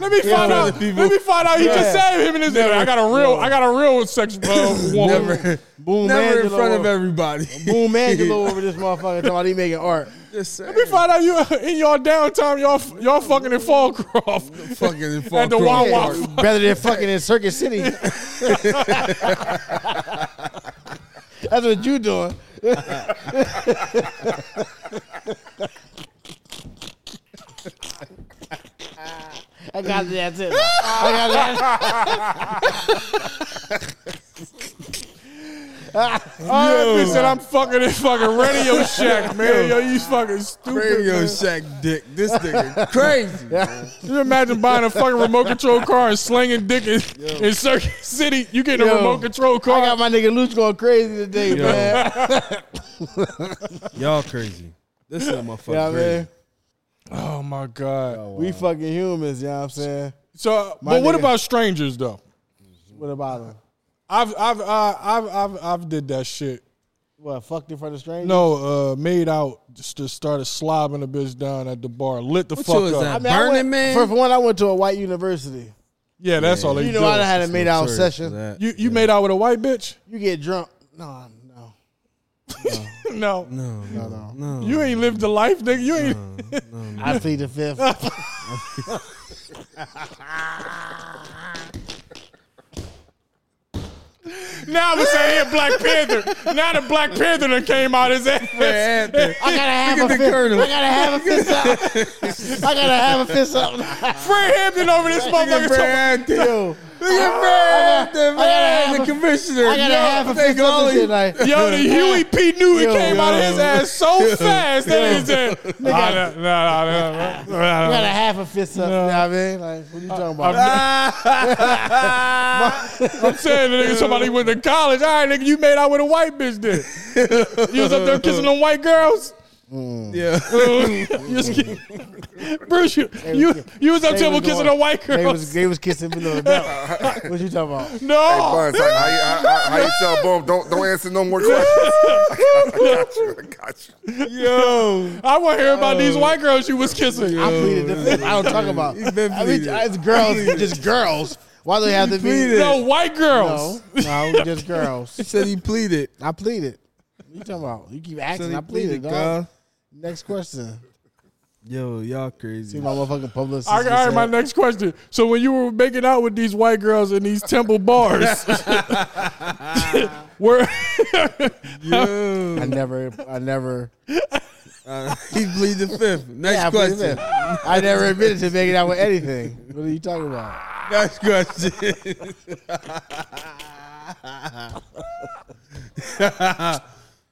me find out. Let me find out. He just saved him in his. I got a real. I got a real
<laughs>
sex uh, woman.
never, <laughs>
Boom,
never
Angelo.
in front of
over-
everybody. <laughs>
Boom, Angelo over <laughs> this motherfucker talking about he making art.
Just saying.
Let me find out you in y'all downtime. Y'all y'all fucking in Fallcroft.
fucking in
At the
Fallcroft
Wawa.
Park.
Better than fucking in Circuit <laughs> City. That's what you doing. I got that too. I got that.
All right, bitch, and I'm fucking in fucking Radio
<laughs>
Shack, man. Yo, you fucking stupid.
Radio <laughs>
man.
Shack dick. This nigga <laughs> crazy. man.
You imagine buying a fucking remote control car and slinging dick in, in Circuit City? You getting a
Yo.
remote control
<laughs> I
car?
got my nigga Luch going crazy today,
Yo.
man.
<laughs> Y'all crazy. This is motherfucker
Yeah,
crazy.
man.
oh my god.
We fucking humans, you know what I'm saying?
So,
My
but what
nigga-
about strangers though?
What about him?
I've I've uh, I've I've I've did that shit.
What, fucked in front of strangers?
No, uh, made out just to started slobbing a bitch down at the bar, lit the
What you
fuck
was
up.
that?
I mean, I
Burning
went-
Man?
For, for one, I went to a white university.
Yeah, that's all they
You
do.
know, I done had a
It's
made out
notorious for
session.
that.
you you made out with a white bitch?
You get drunk. No, no,
No,
No.
no, no.
You ain't lived the life, nigga. You ain't.
I plead the fifth.
<laughs>
Now I'm saying here Black Panther. Now the Black Panther done came out his ass.
<laughs>
I gotta have a fist. I gotta have a fist up. <laughs> I gotta have a fist up.
Fred Hampton over this motherfucker. talking-
Yo,
Look at Brad,
I gotta
the
have a-
commissioner.
I gotta
Yo,
have a
they
fist
go
up and
all-
shit like.
Yo, the Huey P. Newton
Yo,
came out of his
yo.
ass so fast. That is it. Nah, nah, nah, nah, nah,
I
nah.
gotta have a fist up. Ah. You know what I mean? Like, what you talking about?
I'm saying the nigga somebody went to college. All right, nigga, you made out with a white bitch then. You was up there kissing them white girls. Yeah. <laughs> you was ki- Bruce, you, you, you was up
They
there
was
kissing
going-
them white
They
girls.
was, they was kissing below the belt. What you talking about?
Hey,
no.
Buns, how, how, you- how, how, how you tell Boom? Don't don't answer no more questions. <laughs> I got you. I got you.
<laughs> Yo. I want to hear about these white girls you was kissing.
I pleaded the fifth. I don't talk about.
been
I mean,
pleaded.
it's girls, just girls. Why do they have to be?
no, white girls.
No, no, just girls.
He said he pleaded.
I pleaded. What you talking about? You keep
Said
asking.
he
I pleaded, dog.
God.
Next question.
Yo, y'all
See
crazy.
my motherfucking publicist.
All right, all right,
said-
my next question. So when you were making out with these white girls in these temple bars, <laughs> were <laughs>
I never, I never.
He pleaded the <laughs> fifth. Next
Yeah, I pleaded
question.
fifth. I never admitted to making out with anything. What are you talking about?
Next question. <laughs>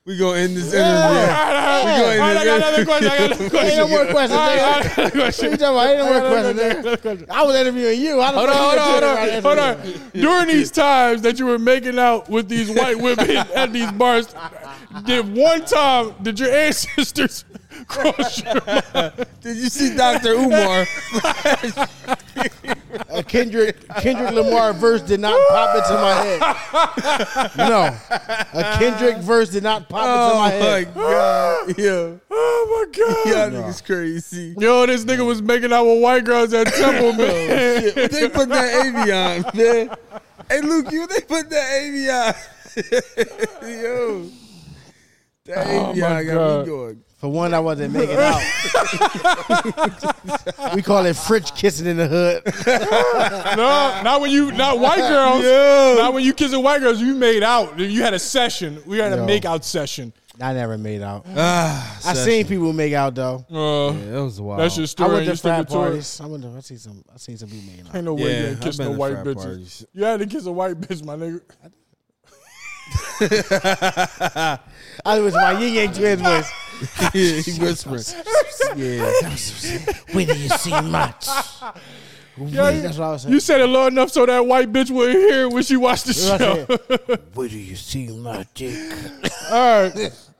we gonna end this
All
interview.
right, all right,
We going
all right, I
in
got another question. I got another
<laughs> Ain't
question.
no more questions.
All right,
nigga.
all right, another
What
question.
you talking about? Ain't no more
Another question,
questions. nigga.
another question.
I was interviewing you. I
Hold on, hold on, hold on, hold on. During these times that you were making out with these white women <laughs> at these bars, did one time did your ancestors <laughs> cross your mind?
Did you see Dr. Umar?
A Kendrick Kendrick Lamar verse did not pop into my head. No, a Kendrick verse did not pop into
oh
my
my
head.
god. <laughs> Yeah.
Oh my
Y'all
god!
niggas crazy.
Yo, this nigga was making out with white girls at temple, man.
They put that Avion, man. Hey Luke, you they put that Avion. <laughs> Yo. That
Oh,
Avion
my
got
God.
me going.
For one, I wasn't making out. we call it French kissing in the hood.
<laughs> No, not when you, not white girls. Not when you kissing white girls. You made out. You had a session. We had a
Yo.
make out session.
I never made out.
Ah,
I seen people make out though.
Uh,
that was wild.
That's your
I
story.
went
you
to
stick
frat
with yours.
parties. I went to. I seen some. I seen some people making out.
Ain't no way you
Yeah,
ain't
I've
kiss
been
no
to
white
frat
bitches.
parties.
You had to kiss a white bitch, my nigga.
I was my yin yang twins voice.
<laughs>
yeah, <laughs> he whispering. yeah.
Whether you see much.
you-
That's what I was saying.
You said it low enough so that white bitch would hear it when she watched the
That's
show.
Whether you see my dick.
All right. <laughs>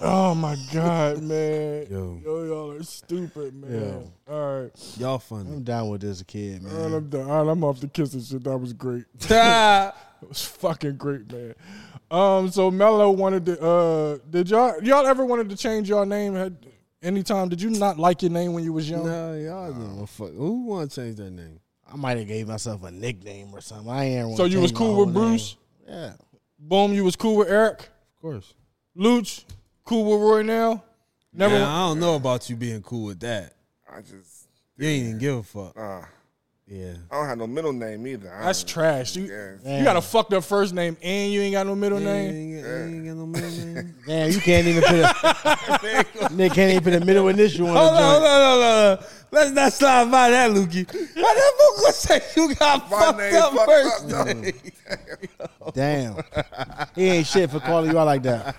Oh my god, man. Yo,
Yo.
y'all are stupid, man. All right.
Y'all funny. <laughs>
I'm down with this kid,
All right,
man.
I'm done. All right, I'm off the kissing shit. That was great. <laughs> It was fucking great, man. Um, so Mello wanted to. Uh, did y'all y'all ever wanted to change your name? Had anytime? Did you not like your name when you was young?
no, y'all know. Fuck. Who want to change their name?
I might have gave myself a nickname or something. I ain't. wanna
so you was
change my
cool
whole
with
name.
Bruce.
Yeah.
Boom, you was cool with Eric.
Of course.
Luch, cool with Roy now. Never.
Yeah, I don't know about you being cool with that.
I just
You ain't even give a fuck.
uh,
Yeah.
I don't have no middle name either. I
That's
don't-
trash. You,
Yeah.
you got a fucked up first name and you ain't got no middle name.
You ain't, you ain't got no middle name.
Damn, you can't even put a Nick can't even put a middle initial on
Hold on, hold on,
the joint.
hold on, hold on. Let's not slide by that, Lukey. How the fuck gonna say you got
My
fucked
name
up
fucked
first?
up, though.
Damn. He ain't shit for calling you out like that.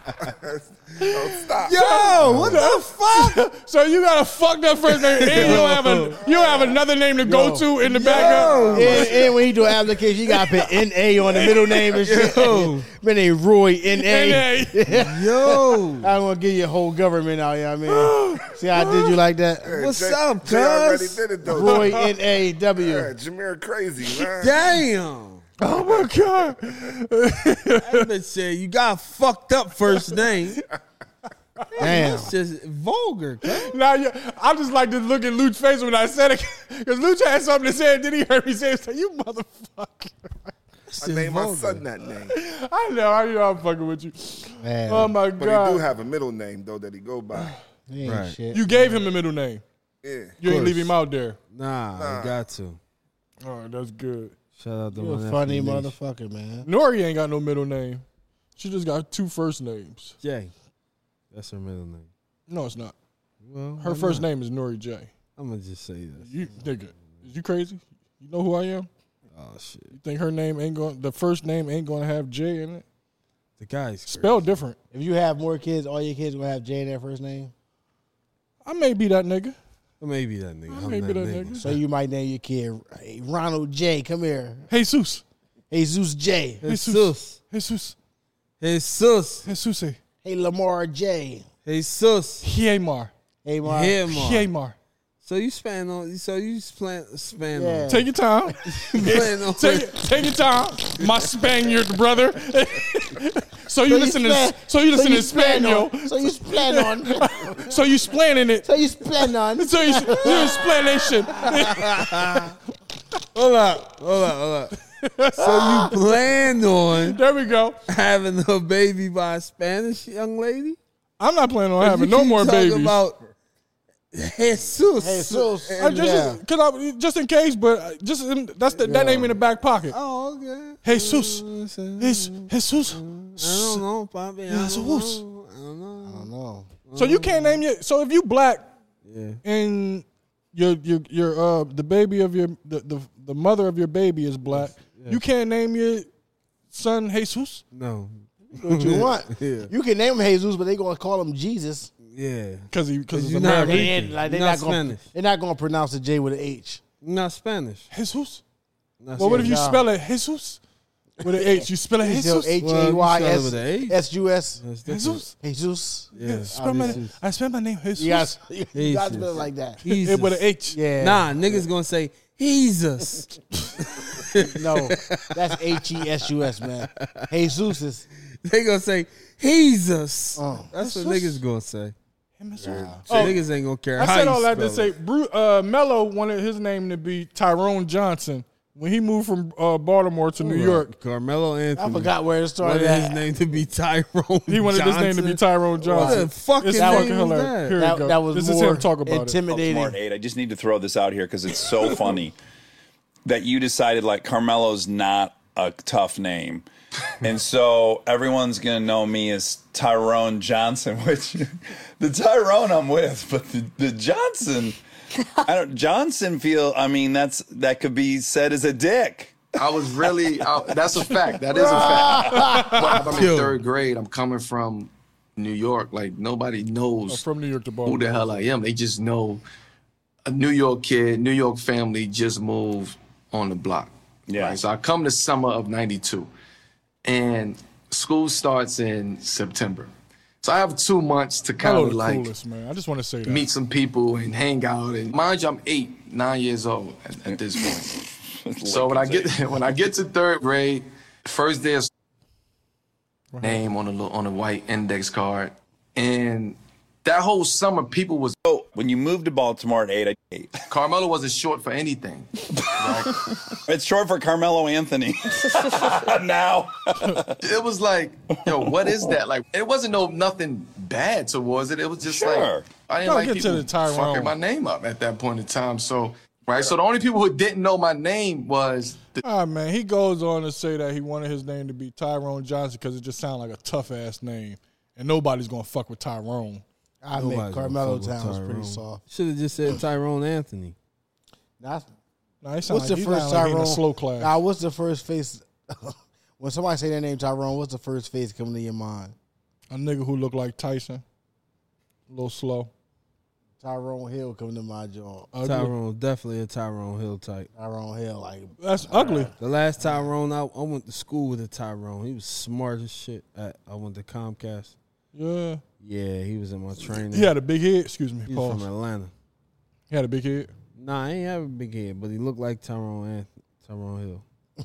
<laughs> Yo, what the fuck?
<laughs>
So you got a fucked up first name, and you don't have a you don't have another name to go to in the background.
And, and when he do application, you gotta put N.A. on the middle
<laughs>
name and shit. My name Roy N.A.
And <laughs> they-
Yo,
I don't want to give you a whole government out, you know what
<gasps>
I mean? See how I did you like that?
what's
Jay-
up,
Jay already
cuz?
did it though.
Roy N.A.W.
<laughs>
Yeah, Jameer crazy, man.
Damn.
oh my god!
That bitch said you got a fucked up first
<laughs>
name.
Damn.
That's just vulgar. cuz.
Now you, I just like to look at Luke's face when I said it because Luke had something to say, and then he heard me say, it, so "You motherfucker!"
That's
I
just
named my
vulgar.
son that name.
I know, I know, I'm fucking with you.
Man.
Oh my
But he do
god!
have a middle name though that he go by.
He ain't shit.
You gave him a middle name.
Yeah.
You ain't leave him out there.
Nah, you got to.
Oh, that's good.
Shout out to
You
my
a funny
nephew, Nish.
motherfucker, man.
Nori ain't got no middle name. She just got two first names.
Jay. That's her middle name.
No, it's not.
Well,
Her first name is Nori J.
I'm gonna just say this.
You nigga, is you crazy? You know who I am?
Oh shit,
You think her name ain't going? The first name ain't going to have J in it.
the guy's crazy.
Spelled different.
If you have more kids, all your kids gonna have J in their first name.
I may be that nigga.
Maybe that nigga. I'm
Maybe
that
that
nigga.
nigga.
So you might name your kid hey, Ronald J. Come here.
Jesus.
Hey Zeus J.
Jesus.
Jesus.
Jesus.
Jesus.
Hey Lamar J.
Jesus.
Hiemar.
Hey Mar.
Him.
Hiemar.
So you span on. So you span span
Yeah.
on.
Take your time.
<laughs> Span on.
take, take your time, my Spaniard brother. <laughs> so
<laughs>
you
So
listen to
span-
so you listen
you
to
span
Spaniel.
on- So you plan on.
<laughs> So you splanning it.
<laughs> so you plan on.
So you you explanation. <laughs>
Hold up. Hold up. Hold up. so
<laughs>
you planned on
There we go.
having a baby by a Spanish young lady?
I'm not planning on having
You
no
keep
more
talking
babies.
About Jesus.
Jesus.
I just, cause I, just in case, but I- just in, that's the, that name in the back pocket.
Oh, okay.
Jesus.
I
It's Jesus.
don't know, Bobby. I don't
Jesus.
know. I don't know.
I don't know.
So you can't name your. So if you black,
Yeah.
and your your your uh the baby of your the the, the mother of your baby is black, you can't name your son Jesus.
No.
What you want?
<laughs> Yeah.
You can name him Jesus, but they gonna call him Jesus.
Yeah.
Because he because it's
you're not
American.
Rican.
And like they
Not
not, gonna,
Spanish.
they're not gonna pronounce the J with an H.
Not Spanish.
Jesus.
Not
Well, what if you
nah.
spell it Jesus with an H? You spell it
H
Jesus.
A Y
Well, you spell it with
S
a H.
S U S.
Jesus.
Jesus.
Yeah,
Yeah, Ah,
spell my-
Jesus.
I spell my name Jesus.
You guys, <laughs> you guys
Jesus.
been like that.
It with an H.
Yeah.
Nah, niggas gonna say Jesus. <laughs>
No, that's H E S U S, man. Jesus is.
they gonna say Jesus.
Oh.
That's what niggas gonna say.
Oh,
niggas ain't gonna care.
I
how
said
you
all that to
spell
say
it.
Bru- uh, Mello wanted his name to be Tyrone Johnson when he moved from uh, Baltimore to New York.
Carmelo
I
Anthony.
forgot where it
wanted
started. At.
his name to be Tyrone.
He wanted his name to be Tyrone Johnson.
What the fucking
it's
name
fucking
was
hilarious.
that?
Here you
That,
go.
that was
this
more
is him talk about it.
intimidating.
Oh,
Smart eight. I just need to throw this out here because it's so <laughs> funny that you decided like Carmelo's not a tough name. And so everyone's gonna know me as Tyrone Johnson, <laughs> which the Tyrone I'm with, but the, the Johnson, I don't Johnson feel. I mean, that's that could be said as a dick.
I was really. I, that's a fact. That is
<laughs>
a fact. But I'm in third grade. I'm coming from New York. Like nobody knows
From New York to
who
Baltimore.
the hell I am. They just know a New York kid, New York family just moved on the block.
Yeah.
Right? So I come the summer of '92, and school starts in September. So I have two months to kind
Mello
of
the
like
coolest man. I just want to say that.
meet some people and hang out. And mind you, I'm eight, nine years old at, at this point. <laughs> So when
<laughs>
I get <laughs> when I get to third grade, first day of name on a little on a white index card, and that whole summer people was
So Oh, when you moved to Baltimore at eight, I,
Carmelo wasn't short for anything.
it's short for Carmelo Anthony. <laughs> now
It was like, yo, what is that? Like, it wasn't no nothing bad towards it. It was just
Sure.
like I didn't
Gotta
like
get to
people
the Tyrone.
fucking my name up at that point in time. So right, so the only people who didn't know my name was the
Ah man, he goes on to say that he wanted his name to be Tyrone Johnson because it just sounds like a tough ass name, and nobody's gonna fuck with Tyrone.
I mean,
Nobody's gonna
Carmelo
Oh, fuck with
Towns pretty
Tyrone.
soft.
Should have just said Tyrone Anthony.
That's-
Nah, he sound
what's
like
the
he
first
sound like he in
Tyrone?
a slow class.
Nah, what's the first face? <laughs> When somebody say their name Tyrone, what's the first face coming to your mind?
A nigga who look like Tyson. A little slow.
Tyrone Hill coming to my jaw.
Ugly.
Tyrone, definitely a Tyrone Hill type.
Tyrone Hill, like
That's ugly.
The last Tyrone, I, I went to school with a Tyrone. He was smart as shit. I, I went to Comcast.
Yeah.
Yeah, he was in my training.
He had a big head. Excuse me.
He's
Pause.
from Atlanta.
He had a big head.
Nah, I ain't have a big head, but he looked like Tyrone Anth- Tyrone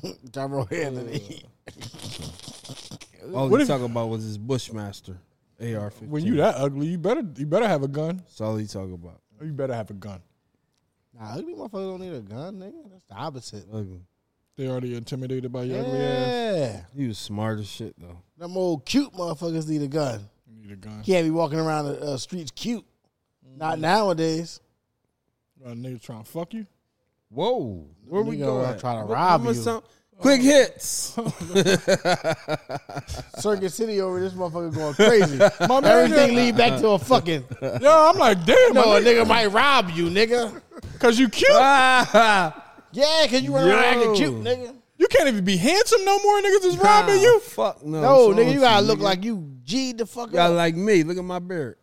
Hill.
Tyrone Anthony. Uh,
All
What
he
if-
talking about was his Bushmaster AR fifteen.
When you that ugly, you better you better have a gun.
that's all he talking about.
You better have a gun.
<laughs> nah, ugly motherfucker don't need a gun, nigga. That's the opposite.
Ugly.
They already intimidated by your
Yeah.
ugly ass.
He was smart as shit though.
Them old cute motherfuckers need a gun.
You need a gun.
Can't be walking around the uh, streets cute. Not
Mm.
nowadays.
A nigga trying to fuck you.
Whoa, where we
Nigga
going?
gonna try to
What-
rob
what
you.
some- Quick
<laughs>
hits. <laughs>
Circuit City over this motherfucker going crazy.
<laughs> My man,
Everything
yeah,
lead back to a fucking.
<laughs> yeah, I'm like,
<laughs>
damn,
No, a nigga might rob you, nigga.
because you cute.
Yeah, cause you run around acting cute,
Yo.
nigga.
You can't even be handsome no more. Niggas is robbing you.
Fuck no.
No,
What's wrong
nigga, you
with
gotta look
nigga?
like you G the fuck
You gotta
up.
like me. Look at my beard.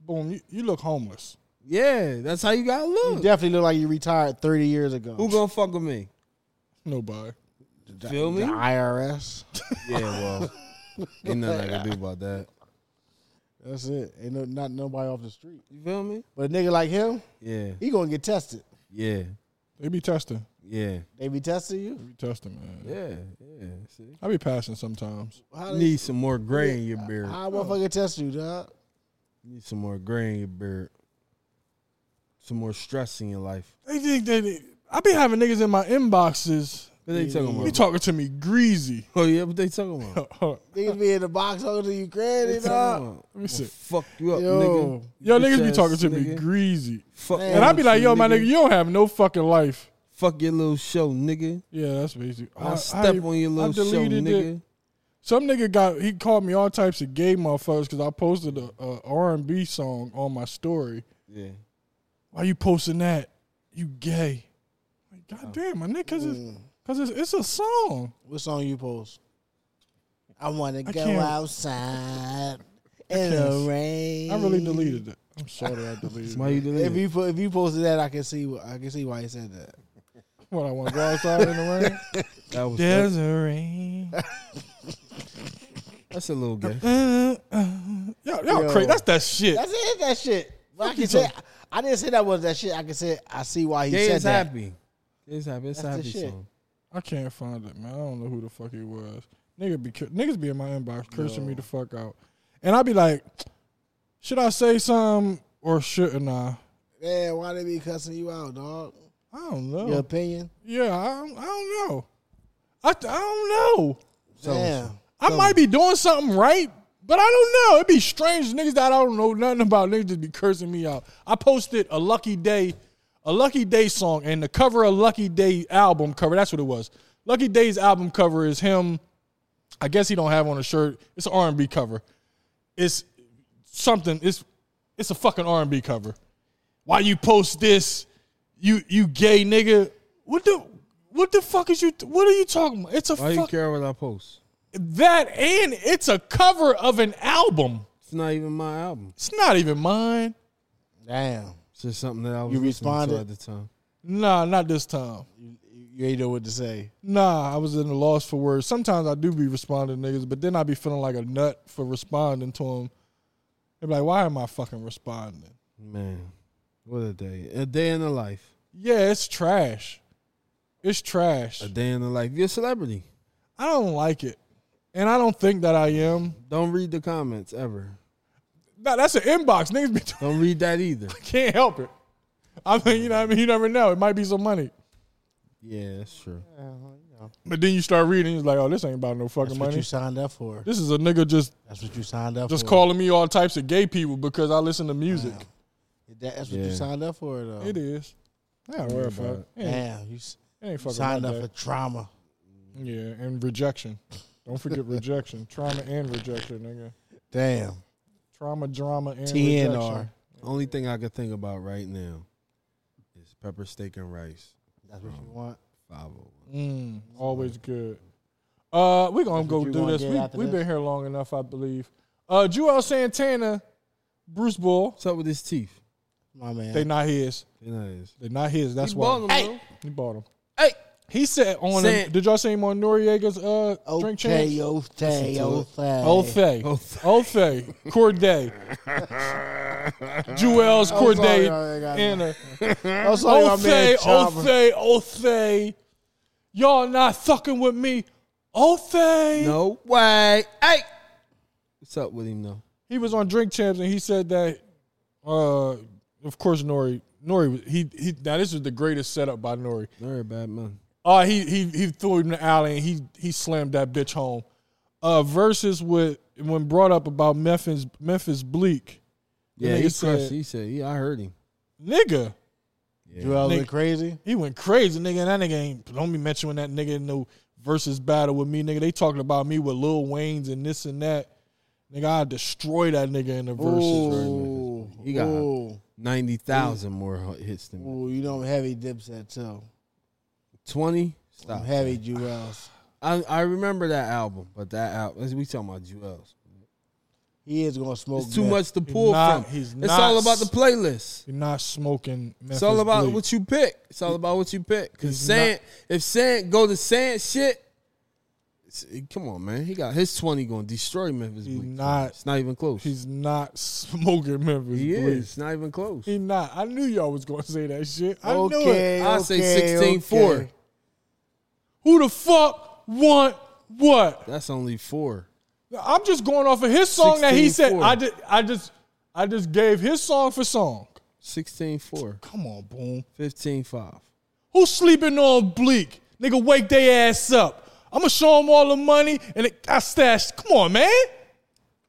Boom, you, you look homeless.
Yeah, that's how you gotta
You
look.
definitely look like you retired thirty years ago.
Who gonna fuck with me?
Nobody.
Feel
The
me?
IRS.
Yeah,
<laughs>
well, ain't nothing I can do about that.
That's it. Ain't no, not nobody off the street.
You feel me?
But a nigga like him,
Yeah,
he gonna get tested.
yeah,
They be testing.
yeah,
They be testing you.
They be testing, man.
yeah, yeah. See,
I be passing sometimes.
How
you
they,
need some more gray in your beard.
how a motherfucker test you, dog?
You need some more gray in your beard. Some more stress in your life.
They think that I be having niggas in my inboxes.
What they talking
Be
about?
talking to me greasy. <laughs>
Oh yeah, what they talking about?
Let
Niggas be in the box talking to you
They talking
crazy, dog.
about,
me see.
Fuck you up,
Yo.
nigga.
Yo,
Bitch
niggas be
ass
talking to me
nigga.
greasy.
Fuck
And I be
with
like,
you,
yo, my nigga, you don't have no fucking life.
Fuck your little show, nigga.
Yeah, that's basically.
I, step on your little show, nigga.
It. Some nigga got he called me all types of gay motherfuckers because I posted a, a R and B song on my story.
Yeah.
Why you posting that? You gay? Like, God damn, my nigga, cause it's cause it's, it's a song.
What song you post? I wanna go
can't-
outside in the rain.
I really deleted it. Mm. I'm sorry, I deleted
Why
it.
you doing
If
that?
you put, if you posted that, I can see wh- I can see why he said that.
What I want to go outside in the rain?
<laughs> That was
There's a <laughs> rain.
<laughs>
that's a little gay.
Uh, uh, y'all, y'all
Yo.
crazy. That's that shit.
That's it. That shit. But I
Fuck
can
you
say
talking-
I didn't say that was that shit. I can say I see why he
Gay
said
is
that.
happy. Gay is happy. It's a
That's the
happy
shit.
song.
I can't find it, man. I don't know who the fuck it was. Nigga be cur- niggas be in my inbox cursing me the fuck out, and I be like, should I say something or shouldn't I?
Man, why they be cussing you out, dog?
I don't know.
Your opinion?
Yeah, I, don't- I don't know. I, I don't know.
Damn.
I might be doing something right, but I don't know. It'd be strange niggas that I don't know nothing about niggas just be cursing me out. I posted a Lucky Day, a Lucky Day song, and the cover of Lucky Day album cover. That's what it was. Lucky Day's album cover is him. I guess he don't have on a shirt. It's an R and B cover. It's something. It's it's a fucking R and B cover. Why you post this? You you gay nigga. What the what the fuck is you? What are you talking about? It's a
Why you
fuck,
care what I post?
that and it's a cover of an album.
It's not even my album.
It's not even mine.
Damn.
It's just something that I was
You
listening
responded?
to at the time.
Nah, not this time.
You ain't know what to say.
Nah, I was in a loss for words. Sometimes I do be responding to niggas, but then I be feeling like a nut for responding to them. They be like, why am I fucking responding?
Man, what a day. A day in the life.
Yeah, it's trash. It's trash.
A day in the life. You're a celebrity.
I don't like it. And I don't think that I am.
Don't read the comments ever.
Nah, that's an inbox. Niggas be <laughs>
Don't read that either.
can't help it. I mean, you know what I mean? You never know. It might be some money.
Yeah, that's true.
But then you start reading, it's like, oh, this ain't about no fucking
That's what
money.
you signed up for.
This is a nigga just
That's what you signed up
just
for.
calling me all types of gay people because I listen to music.
That- that's what you
Yeah.
signed up for, though.
It is. Yeah, worry about it. It ain't,
Damn, you s-
it ain't fucking
signed
my
up
day.
for trauma.
Yeah, and rejection. Don't
<laughs>
forget rejection, trauma and rejection, nigga.
Damn.
Trauma, drama, and
TNR.
rejection.
Only thing I could think about right now is pepper steak and rice.
Oh.
That's what you want.
Five oh one.
Mm, always good. Uh, we're gonna go
you
through
wanna
this.
get
We,
after
we've
this?
been here long enough, I believe. Uh, Joel Santana, Bruce Bull.
What's up with his teeth?
My man.
They not his.
You know, it's-
They not his. That's
He
why
bought them,
Hey.
though.
he bought him.
Hey.
He said on.
San-
did y'all see him on Noriega's uh drink champs?
Okay, okay, okay.
Othay. Othay. Corday. Jewel's Corday.
I got it.
Anna.
I'm sorry, my
Othay,
man. Chopper.
Othay, Othay. Y'all not fucking with me. Othay.
No way. Hey. What's up with him though?
He was on Drink Champs and he said that, uh, of course, Nori. Nori, was- he, he, now this is the greatest setup by Nori.
Very bad man.
Uh, he he he threw him in the alley and he he slammed that bitch home. Uh, versus with when brought up about Memphis Memphis Bleak,
Yeah,
nigga
he
said-
said. He said. Yeah, I heard him.
nigga, Nigga.
Joel went crazy.
he went crazy, nigga. And that nigga ain't don't be mentioning that nigga in no versus battle with me, nigga. They talking about me with Lil Wayne's and this and that, nigga. I destroy that nigga in the verses.
Ooh,
He got-
ooh,
Ninety thousand more h- hits than me.
ooh, you know I'm heavy dipset too.
twenty.
I'm
Stop.
heavy Jewels.
I, I remember that album, but that album. We talking about Jewels.
He is gonna smoke.
It's too
meth.
much to pull
not-
from.
he's
It's
not
all about the
s-
playlist.
You're not smoking. Memphis
It's all about
Bleak.
what you pick. It's all about what you pick. Cause
He's
Sant, if Sant go to Sant shit, it's- eh, come on, man, he got his twenty going to destroy Memphis.
He's
Bleak.
not-
It's not even close.
He's not smoking Memphis
he
Bleak.
is. Not even close.
He not. I knew y'all was gonna say that shit. I knew it.
Okay,
I say
okay,
16-4.
okay.
Who the fuck want what?
That's only four.
I'm just going off of his song that he said.
16-4.
I did. I just. I just gave his song for song.
16 4,
Come on, boom.
15 5.
Who's sleeping on Bleak? Nigga, wake they ass up. I'ma show them all the money and it, I stashed. Come on, man.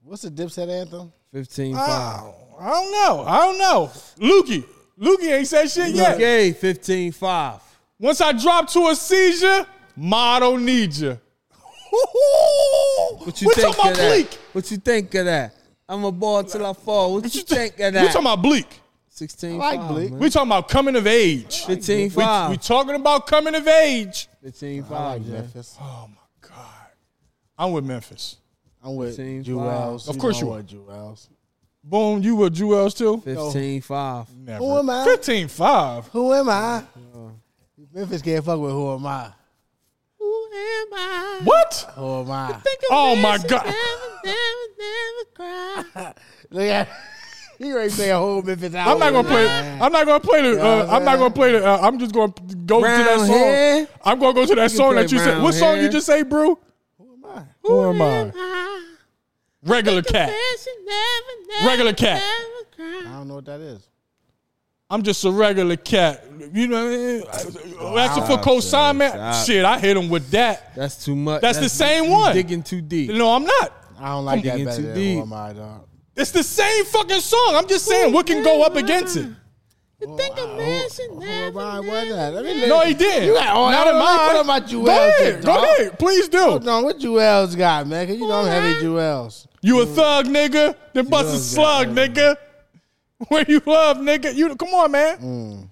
What's the dipset anthem?
15
I
5.
don't- I don't know. I don't know. Lukey. Lukey ain't said shit yet.
Okay, 15 5.
Once I drop to a seizure, ma don't need you. What
What you think
talking
of
about
that?
Bleak?
What you think of that? I'm a ball till I fall. What, you
thi-
think of
We
that? Oh,
talking about Bleak.
16
I like
5.
Bleak.
We talking about coming of age.
15
We,
5.
we talking about coming of age.
15
I like
5, man.
Memphis.
Oh my god, I'm with Memphis.
I'm with
Fifteen,
Jewels.
five. Of course you
know I'm with Jewels.
Boom, you with Jewels too?
15 5.
Never.
Who am I?
15-5.
Who am I? Memphis can't fuck with who am I?
Who am I?
What?
Who am I?
Oh my god.
Look at <laughs> he already play a whole Memphis album.
I'm not gonna play. I'm not gonna play the. Uh, I'm not gonna play the. Uh, I'm just gonna go to that
Round
song.
here.
I'm gonna go to that song
play
that you said.
round
What song you
here.
just say, bro? Who am I? Who am I? Regular cat. Regular cat.
I don't know what that is.
I'm just a regular cat. You know, that's a for cosign man.
Stop.
Shit, I hit him with that.
That's too much.
That's the same one.
Digging too deep.
No, I'm not.
I don't like that
digging
better
too
than
deep.
who am I, dog.
It's the same fucking song. I'm just saying, what can go up against it?
You think I'm Who am I? What that? Let me listen.
No, he didn't.
You got all
not in mine.
What about
go
Jewels?
ahead, go
dog?
ahead, please
Hold
do.
on, what Jewels got, man? Cause you know I'm heavy Jewels.
You a thug, nigga. Then bust a slug, nigga. <laughs> Where you love, nigga. You come on,
Mm.
man.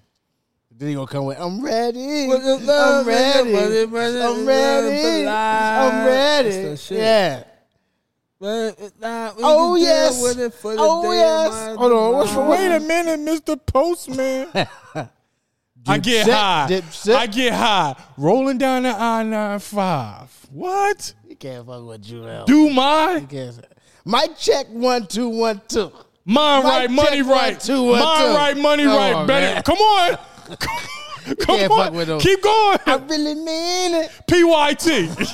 Then he gonna come with, I'm ready.
With the love
I'm ready.
and the money,
I'm
money,
ready.
life.
I'm ready.
That's that shit.
Yeah.
Oh
Oh, yes. Oh, yes. Hold on, what's wrong?
Wait a minute, Mr.
<laughs>
Postman. I get
Dipset,
high.
Dipset.
I get high. Rolling down the I 95. What?
You can't fuck with Jewels.
Do my
Yes. Mic check one two one two.
mind
Mike
right, money
check
right.
one, two, one,
mind
two.
right, money
Come
right.
on,
Better.
man.
Come on. <laughs>
<laughs>
Come
can't fuck with
on.
those.
Keep going.
I really mean it.
<laughs> PYT.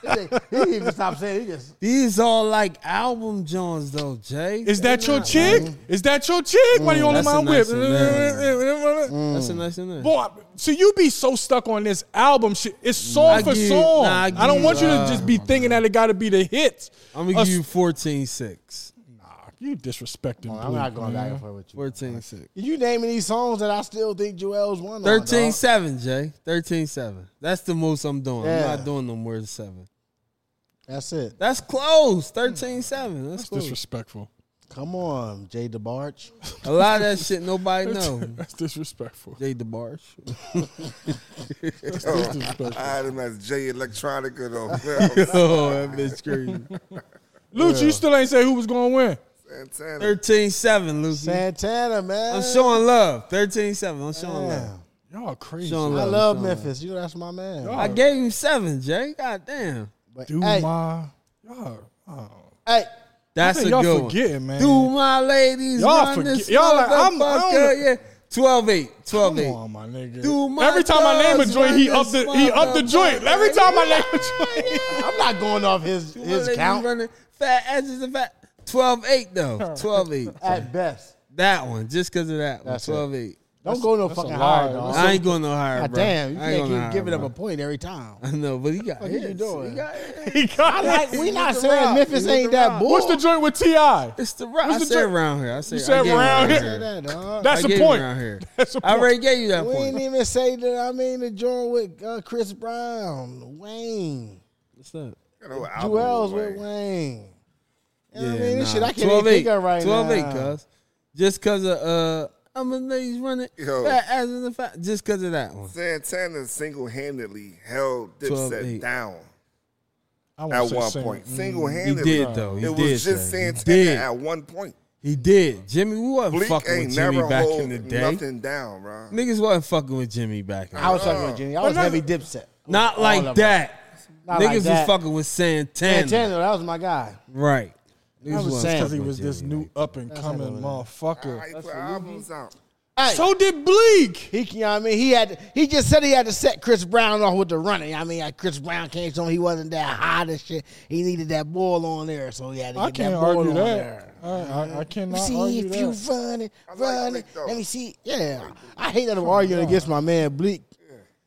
he didn't even stop saying it. He just
These all like album Johns though, Jay.
Is that your chick? Is that your chick? Why you
Mm,
on
that's a
my whip?
nice
<laughs>
one Mm. That's a nice in there.
Boy, so you be so stuck on this album shit. It's song
I
for
give-
song.
nah, I
I, don't
give-
want you to
uh,
just be thinking that it got to be the hits.
I'm gonna
Us-
give you 14 6.
You disrespecting
I'm not going back
Bleak.
and forth with you.
14 6.
You naming these songs that I still think Joel's won on.
13
dog.
7, Jay. 13 7. That's the most I'm doing.
Yeah.
I'm not doing no more than 7.
That's it.
That's close. 13 7. That's,
It's
close.
disrespectful.
Come on, Jay DeBarge.
A lot of that shit
<laughs>
nobody know.
That's disrespectful.
Jay DeBarge.
Oh, I had him as J
<laughs>
Electronica though. <laughs>
Oh, that bitch crazy.
Luch, you still ain't say who was gonna win.
Santana.
13-7, Lucy.
Santana, man.
I'm showing love. 13-7. I'm showing love.
Damn.
Y'all crazy.
Showing
I
love.
love
Showing
Memphis. You that's my man.
I gave him seven, Jay. God damn.
But,
Do
hey,
my y'all. Oh.
hey,
That's
I think
a
y'all
good one.
forgetting, man.
Do my ladies
Y'all
run
forget-
this
y'all like, I'm- I
motherfucker?
don't-
yeah. 12 8. 12
Come
8.
on, my nigga.
Do my
Every time I name a
dogs
joint, he
run
up the
this
he up the joint.
motherfucker?
Every time I name a joint.
I'm not going off his
My
his
ladies
count
Running fat asses and fat. 12 8, though. 12 8.
at best.
That one, just because of that one.
That's it.
12 8.
Don't go no
that's a
fucking
lie.
higher, dog.
I ain't going no higher,
God
bro.
damn, you
I ain't
can't
going no
keep giving
higher,
up a
bro.
point every time. <laughs>
<laughs> I know, but he got
What are you
hits.
doing?
He got hits.
<laughs> He got
Like,
it.
we not
the
saying
rock.
Memphis
He hit
ain't
the
that
rock.
bull.
What's the joint with Ti?
It's the rock. I
What's the
said
joke?
round here. I said,
said
I gave you
round here.
Say that, dog.
That's
I
the
gave
point.
You round here.
<laughs> That's the
I
point.
already gave you that
We
point.
ain't even say that. I mean, the joint with uh, Chris Brown, Wayne,
What's that?
duels with Wayne. You know what I mean? This shit I can't even
12
think of right
12
now.
8, cuz. Just because of, uh, I'm a ladies running
Yo.
fat ass in the fat. Just because of that one.
Santana single handedly held
12-8.
Dipset down
I won't
at
say
one
single.
point. Single
Mm, He
handedly.
did, though. He
It
did.
was just
though. He
Santana
did.
at one point.
He did. Jimmy, we wasn't
Bleak
fucking
ain't
with
never
Jimmy back
hold
in the day.
nothing down, bro.
Niggas wasn't fucking with Jimmy back in the
I
day.
was talking about Jimmy. I was
But
heavy
not-
dipset.
Not
All of them.
like that.
Not
Niggas
like that.
was fucking with Santana.
Santana, that was my guy.
Right. Niggas
was
wasn't
Sam.
Because he
fucking
was
with
this
Jimmy.
new up and coming motherfucker.
He put albums out.
Hey,
So did Bleak.
he, you know what I mean? He had he just said he had to set Chris Brown off with the running. I mean, like Chris Brown came to him, he wasn't that hot and shit. He needed that ball on there, so he had to
I
get
can't
that ball
argue
on
that.
there.
I, I, I cannot
Let me see
argue
if you
that.
run it,
I like
run
Bleak,
it.
though.
Let me see. Yeah, I hate that I'm arguing against my man Bleak.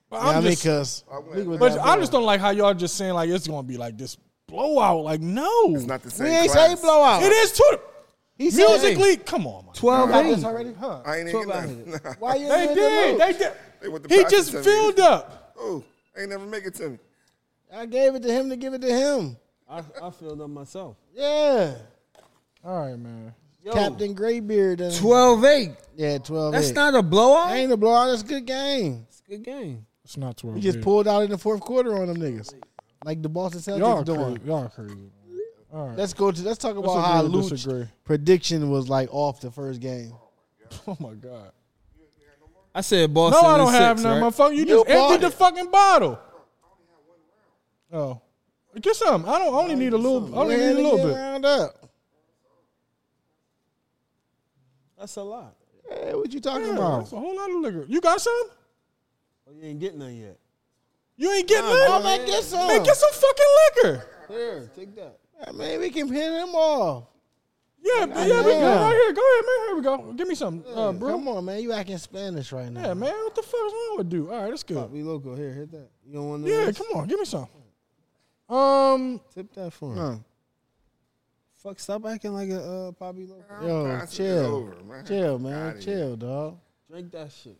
But
You know what I
I'm
mean?
just,
Because
but I just don't like how y'all just saying like it's gonna be like this blowout. Like no,
It's not the same.
we ain't
class.
say blowout.
it is too.
He said-
Musically, come on, man.
12
Got
8.
this already? Huh?
I ain't even get <laughs> nothing.
Why you
They
ain't
did.
that
They did.
They went to
He
Patrick
just
Henry.
filled up.
Oh, ain't never make it to me.
low? I gave it to him to give it to him.
I, I feel that myself.
Yeah,
All right, man.
Captain Graybeard. And,
12 8.
yeah, twelve.
That's
eight.
not a blowout.
That ain't a blowout. That's a good game.
It's a good game.
It's not twelve.
We just
yeah.
pulled out in the fourth quarter on them niggas, like the Boston
Y'all
Celtics
are
doing.
crazy. Y'all are crazy. All right.
Let's go to. Let's talk about how
Disagree,
Luch
disagree.
prediction was like off the first game.
<laughs> Oh my god.
I said Boston.
No, I don't
in
have
six,
none,
right?
motherfucker. You,
You
just
bought
emptied the
it.
fucking bottle. Oh, get some. I don't. I only need a little. I only
Yeah,
need Oh, a
they
little
get
bit.
Round up.
That's a lot.
Hey, what you talking
Yeah,
about?
that's a whole lot of liquor. You got some?
Well, you ain't getting none yet.
You ain't getting
Oh,
none.
man, get some.
Man, get some fucking liquor.
Here, take that.
I mean, we can pin them off.
Yeah, yeah, we good
yeah.
right here. Go ahead, man. Here we go. Give me some, uh, bro.
Come on, man. You acting Spanish right now.
Yeah, man. What the fuck is wrong with dude? All right, that's good.
We local here. Hit that. You don't want to
Yeah, come on. Give me some. Um,
tip that for him.
Huh.
Fuck, stop acting like a uh, Bobby Loco.
Yo,
Pass it
chill.
over, man.
Chill, man.
Outta here.
Chill, dog.
Drink that shit.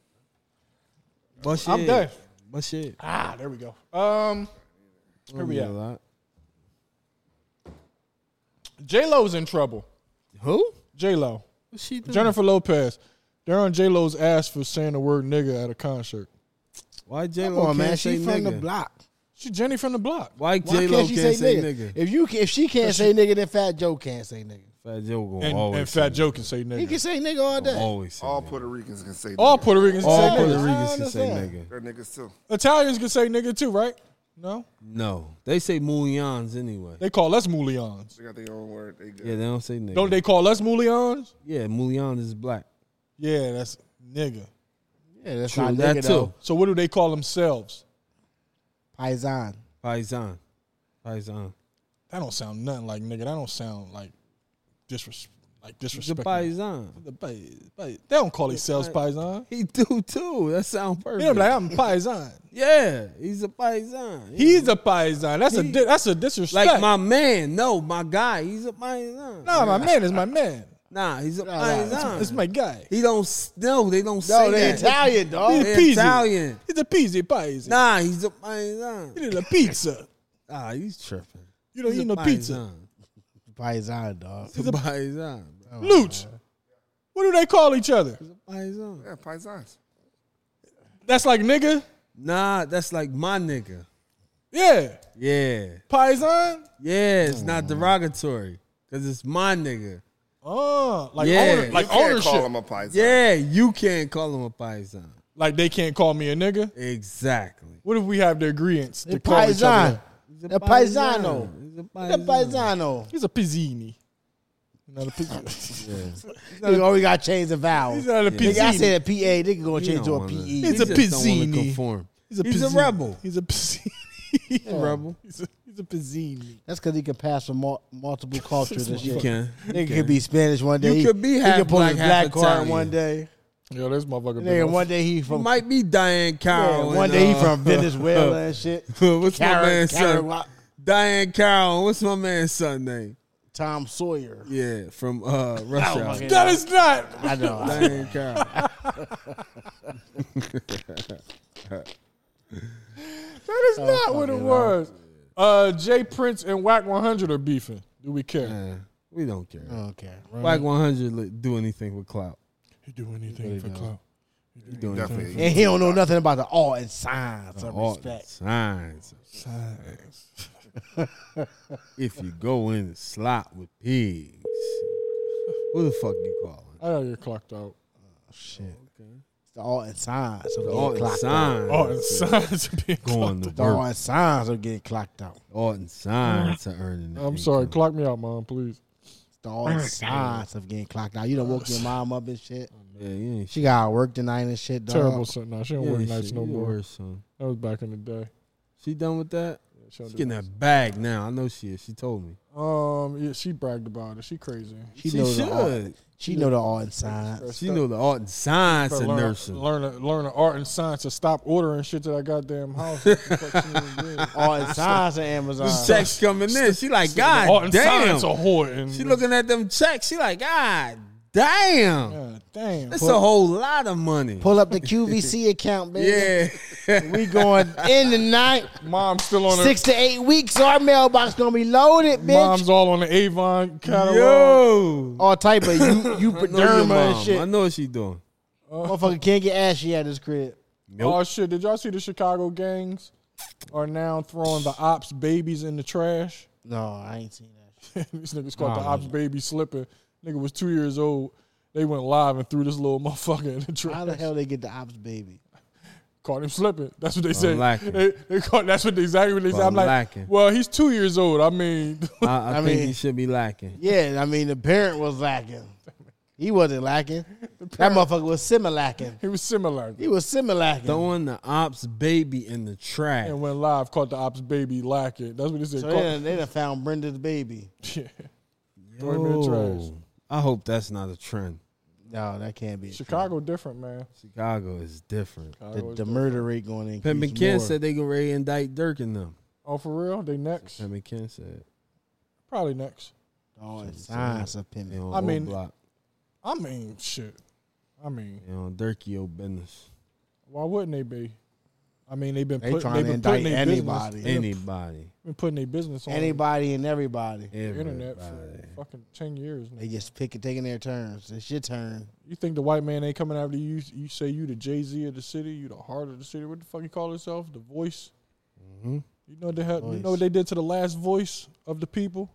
But shit.
I'm done.
But shit.
Ah, there we go. Um, here we at. J Lo's in trouble.
Who?
J Lo,
What's she doing?
Jennifer Lopez. They're on J Lo's ass for saying the word nigga at a concert.
Why J
Come
Lo
on,
can't
man.
say
She from
nigga?
the block.
She Jenny from the block.
Why
Why
J Lo
can't she say, nigga?
nigga?
If you can, if she can't say nigga, then Fat Joe can't say nigga.
Fat Joe gonna
And,
always
and Fat Joe can say
He can
nigga.
say nigga all
say,
day.
always say
All
nigga.
Puerto Ricans can say
All
nigga.
Puerto Ricans can
all
say
Puerto
nigga.
Ricans can say
understand.
nigga.
They're niggas too.
Italians can say nigga too, right? No,
No, they say Mulians anyway.
they call us Moulions.
They got their own word. They good.
Yeah, they don't say nigga.
Don't they call us Moulions?
Yeah, Mulian is black.
Yeah, that's nigga.
Yeah, that's
True
not
that
nigga
too.
though.
So what do they call themselves?
Paisan.
Paisan, paisan.
That don't sound nothing like nigga. That don't sound like disres like
The
disrespect.
paisan.
The pa- pa- they don't call themselves paisan.
He do too. That sound
They
perfect.
don't be like I'm paisan.
yeah, he's a paisan.
He's a paisan. That's a di- that's a disrespect.
like my man. No, my guy. He's a paisan.
nah, my man is my man.
Nah, he's a
It's-
paisan.
It's my guy.
he don't. s- No, they don't
No,
say
they
that.
Italian, dog.
He's
They
a peasy.
Italian.
He's a peasy paisan.
Nah, he's a paisan.
He did a pizza.
Ah, he's tripping.
You don't
He's
eat
a
no pizza.
paisan.
Paisan, dog.
He's a paisan. bro.
Looch. What do they call each other?
Paisan.
Yeah, paisans.
That's like nigga.
Nah, that's like my nigga.
Yeah.
Yeah.
Paisan.
Yeah, it's not derogatory. Cause it's my nigga.
Oh, like
Yeah.
owner, like
you can't call
ownership.
him a paisan.
Yeah, you can't call him a paisan.
Like they can't call me a nigga.
Exactly.
What if we have the agreements to
The
call each other?
paisan. The paisano.
He's a
The
paisan.
paisano.
He's a pizzini. Not a pizzini.
Oh, we got to change the vowel.
He's not a
Nigga, I
pizzini.
said a PA. Nigga going
E.
to
He
change to
don't
a E.
wanna-
PE.
he
It's a
just don't wanna
pizzini.
conform.
he's a,
He's a
pizzini.
rebel.
He's a pizzini.
He's a
Oh.
rebel.
<laughs> He's a, he's a pizzini.
That's because he could pass from mul-
<laughs>
multiple cultures and shit.
You can.
Nigga could be Spanish one day.
You
He-
could be
he
half
could pull
black,
his
half
black card
Italian.
one day.
Yo, this motherfucker.
Nigga,
been
one day he
You
from
might be Diane
yeah,
Carroll.
one
and,
day he
uh,
from Venezuela and shit.
<laughs> What's my
Carrot,
man's
carrot,
son?
rock-
Diane Carroll. What's my man's son name?
Tom Sawyer.
Yeah, from uh, Rush
Oh,
Hour.
my
that
God.
is not.
I know. I-
Diane
<laughs>
Carroll.
That is not what it was. Uh, Jay Prince and Whack 100 are beefing. Do we care?
Yeah, we don't care.
Okay.
Black 100 li- do anything with clout.
You do anything for clout.
You do anything
Definitely.
And he don't know nothing about the art and signs of
All
respect.
signs. If you go in the slot with pigs, who the fuck you calling?
I know you're clocked out.
Shit. It's the art and signs of
All
getting
the
clocked out.
signs.
Oh, and signs are being
going
clocked
to
out.
The art
work.
and signs of getting clocked out.
All the signs are earning. the
I'm sorry.
income.
Clock me out, mom, please.
The art and signs of getting clocked out. You done woke your mom up and shit.
Yeah, you ain't
She got to work tonight and shit, dog.
Terrible son. Nah, she don't
yeah,
work
shit,
nights no
you
more.
worse, son.
That was back in the day.
She done with that?
She don't
She
do
getting
nights.
that bag now. I know she is. She told me.
Um, yeah, she bragged about it. She crazy.
She,
She
know the art.
should.
She know the art and signs.
She know the art and science
Better
of
learn,
nursing.
learn, a- learn a art and science to stop ordering shit to that goddamn
<laughs>
house. What the fuck she even did?
Art and signs on Amazon.
Checks coming in. She like,
art
God
and science
damn.
are hoarding.
She looking at them checks. She like, God damn.
God damn.
It's a whole lot of money.
Pull up the
<laughs>
QVC account, baby.
Yeah.
We going
<laughs>
in tonight.
Mom still on
Six to eight weeks, our mailbox gonna be loaded,
her.
bitch.
Mom's all on the Avon catalog. Oh,
Yo.
all type of
<laughs>
you
I know your
eupoderma and
mom. I
shit.
know what she doing.
Motherfucker can't get ashy at his crib.
Oh shit! Did y'all see the Chicago gangs are now throwing the ops babies in the trash? <laughs>
No, I ain't seen that.
These niggas caught the ops baby slipping. Nigga was two years old. They went live and threw this little motherfucker in the
How the
trash.
hell they get the ops baby?
Caught him slipping. That's what they said.
lacking.
They, they caught. That's what exactly what they said. I'm like,
lacking.
well, he's two years old. I mean, <laughs>
I, I,
I
think
mean-
he should be lacking.
Yeah, I mean the parent was lacking. He wasn't lacking. That motherfucker was similacking.
he was similar.
He was similacking.
Throwing the ops baby in the trash.
And went live, caught the ops baby lacking. That's what they said.
So
Caught-
they done, they done found Brenda's baby.
<laughs> yeah. Throw him in the trash.
Yo. I hope that's not a trend.
No, that can't be.
Chicago different, man.
Chicago is different.
The, the murder rate going to
Pep
increase more.
McKinn said they gonna ready to indict Dirk and them.
Oh, for real? They next?
Pep McKinn said.
Probably next.
Oh, it's signs of
They
pimping.
on
I
O
mean-
block.
I mean, shit. I mean,
They on Dirkio business.
why wouldn't they be? I mean, they've been
They
put-
trying
they've
to
been
indict
putting their business-
anybody.
they've
Anybody.
been putting their business on
Anybody and everybody.
the
Everybody.
internet for fucking ten years. Now.
They just pick it, taking their turns. It's your turn.
You think the white man ain't coming after you? You say you the Jay Z of the city, you the heart of the city. What the fuck you call yourself? The voice.
Mm-hmm.
You know what they had, you know what they did to the last voice of the people,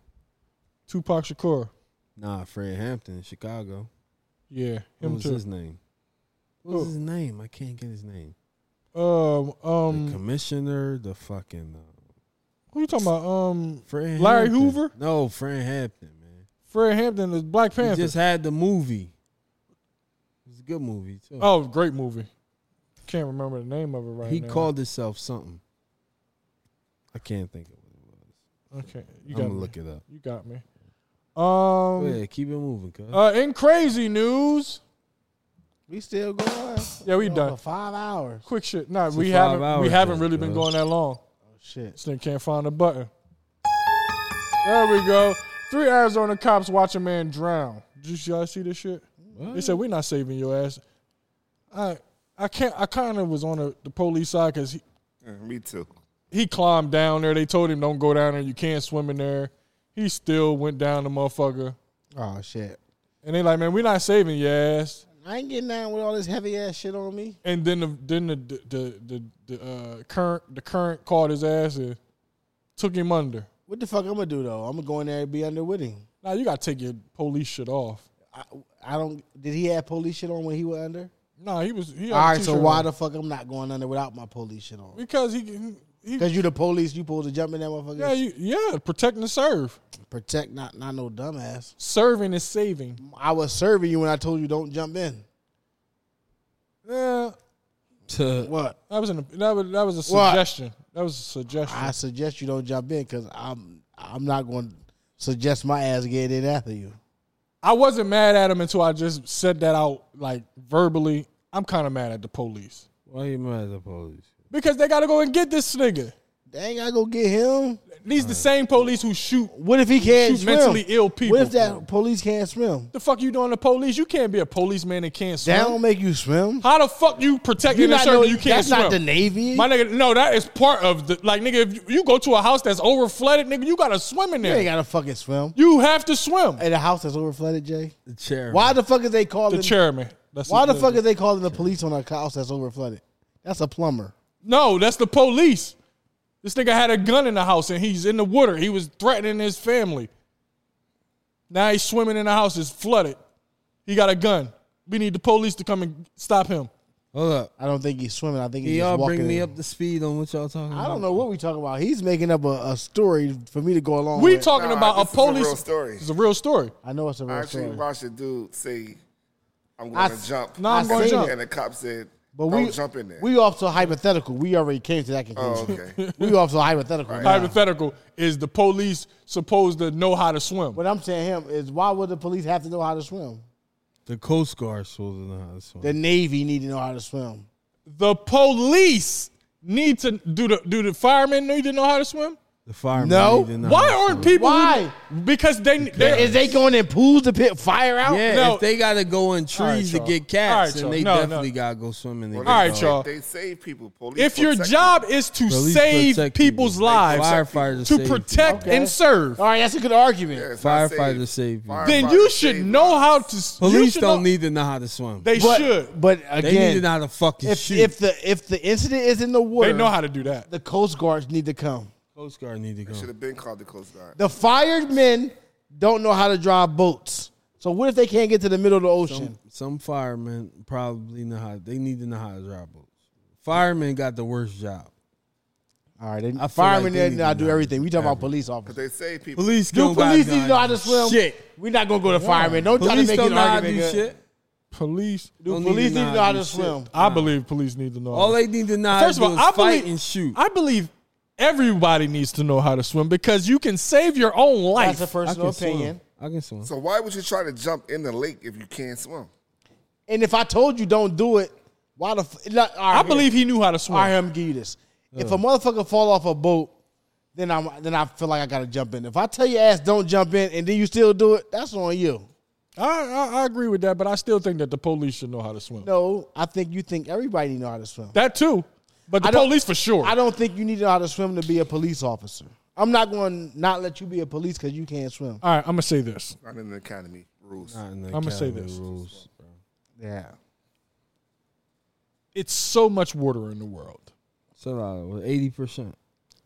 Tupac Shakur.
Nah, Fred Hampton, Chicago.
Yeah,
What
him
was
too.
his name? What
Who?
was his name? I can't get his name.
Um,
the
um,
commissioner, the fucking uh,
who you talking about? Um,
Fred
Larry
Hampton.
Hoover?
No, Fred Hampton, man.
Fred Hampton is Black
He
Panther.
just had the movie. It was a good movie too.
oh, great movie. Can't remember the name of it right
he
now.
called himself something. I can't think of what it was.
Okay, you
I'm
got
gonna
me.
look it up.
You got me.
Go
Um,
ahead, keep it moving, cuz.
uh, in crazy news,
We still going.
Yeah, we
Going
done.
for five hours.
quick shit. Nah,
a
we haven't
five-hour
we haven't
thing,
really been
cuz.
going that long.
Oh, Shit.
This nigga can't find the button. There we go. Three Arizona cops watch a man drown. Did you y'all see this shit? They said we're not saving your ass. I I can't. I kind of was on the, the police side because he,
Me too.
he climbed down there. They told him don't go down there. You can't swim in there. He still went down the motherfucker.
Oh shit.
And they like, man, we're not saving your ass.
I ain't getting down with all this heavy ass shit on me.
And then the then the the the, the uh, current the current caught his ass and took him under.
What the fuck I'm gonna do though? I'm gonna go in there and be under with him.
Now you gotta take your police shit off.
I, I don't. Did he have police shit on when he was under?
Nah, he was. He had a
All right, so
t-shirt
why
on.
the fuck I'm not going under without my police shit on?
Because he, he, he
Because you the police, you pulled to jump in that motherfucker.
yeah, you, yeah, protect and serve.
Protect, not not no dumbass.
Serving is saving.
I was serving you when I told you don't
<laughs>
jump in.
Yeah,
What?
that was an that was that was a
What?
suggestion. That was a suggestion.
I suggest you don't jump in because I'm I'm not going to suggest my ass get in after you.
I wasn't mad at him until I just said that out like verbally. I'm kind of mad at the police
Why you mad at the police?
because they got to go and get this nigga.
They ain't gotta go get him.
These the same police who shoot.
What if he can't
Shoot
swim?
mentally ill people.
What if that police can't swim?
The fuck you doing to police? You can't be a policeman and can't swim.
That don't make you swim.
How the fuck you protect and serve
no-
and you can't
That's
swim?
not the navy.
My nigga, no, that is part of the like, nigga. If you, you go to a house that's over flooded, nigga, you gotta swim in
you
there.
ain't gotta fucking swim.
you have to swim.
Hey, the house that's over flooded, Jay.
The chair.
Why the fuck is they calling?
The chairman. That's
why the
that's-
fuck is they calling the police on a house that's over flooded? That's a plumber.
No, that's the police. This nigga had a gun in the house and he's in the water. He was threatening his family. Now he's swimming in the house. It's flooded. He got a gun. We need the police to come and stop him.
Hold up.
I don't think he's swimming. I think
Can
he's just
y'all
walking.
bring me
in.
up to speed on what y'all talking about?
I don't know what we talking about. He's making up a, a story for me to go along.
We
with.
talking
Nah,
about a
this is a
police.
real story.
It's a real story.
I know it's a real
I actually
story.
watched a dude say, "I'm
I
going to
s-
jump."
No, I'm
And
gonna
the-
jump.
And the cop said,
But
"Don't
we
jump in there."
We off to hypothetical. We already came to that
oh,
conclusion.
okay.
<laughs> We off to hypothetical. now.
Hypothetical is the police supposed to know how to swim.
What I'm saying him is why would the police have to know how to swim?
The Coast Guard supposed to know how to swim.
The Navy need to know how to swim.
The police need to do the do the firemen need to know how to swim.
The firemen.
No.
need to know
Why
how to
aren't
swim.
people? who-
Why?
because they they
Is they going in pools to pit fire out?
Yeah,
No.
if they gotta go in trees
y'all.
to get
All right,
cats,
y'all.
and they
No, no.
definitely gotta go swimming.
Well,
All
they-
right,
they-
y'all.
They save people. Police
if your
protect
job is to
Police
save
protect
people's
people.
lives,
Firefighters
to
save
protect
people. Okay.
and serve,
All right, that's a good argument.
them. It's not safe.
Firefighters save you.
then
Firefighters
you should
save
know
lives.
how to. s- you
Police
should
don't
know-
need to know how to swim.
They
But,
should.
but
They
again,
need to know how to fucking
if,
shoot.
if the if the incident is in the water,
They know how to do that.
the Coast Guards need to come.
Coast Guard need to go.
Should have been called the Coast Guard.
The firemen don't know how to drive boats. So what if they can't get to the middle of the ocean?
Some, some firemen probably know how. They need to know how to drive boats. Firemen got the worst job.
All right,
feel
they,
like
firemen
they
they
need
know how
to
to do
know.
everything. We talking about police officers.
They save people.
Police
Do
don't got
police need to know how to
guns.
swim?
Shit.
We're not gonna go to firemen. Don't try to
Police
make
don't
it
know how
hard
to do shit.
Police.
Do
Don't
police
even
need to know how to swim?
shit.
I believe police need to know.
All they need to know how
First
to
of
do
all,
is
I
fight
believe
and shoot.
I believe everybody needs to know how to swim because you can save your own life.
That's a
I
personal
can swim.
opinion.
I can swim.
So why would you try to jump in the lake if you can't swim?
And if I told you don't do it, why the? F- not, all right,
I believe he knew how to
All
swim.
right, I'm gonna give you this. If a motherfucker fall off a boat, then I'm then I feel like I gotta jump in. If I tell your ass don't jump in and then you still do it, that's on you.
I, I, I agree with that, but I still think that the police should know how to swim.
No, I think you think everybody know how to swim.
That too, but the
I don't-
police for sure.
I don't think you need to know how to swim to be a police officer. I'm not going to not let you be a police because you can't swim.
All right, I'm gonna say this.
Not in the academy rules. <laughs>
I'm
I'ma say this.
Rules.
Yeah.
It's so much water in the world.
It's a
uh,
lot. of- 80%.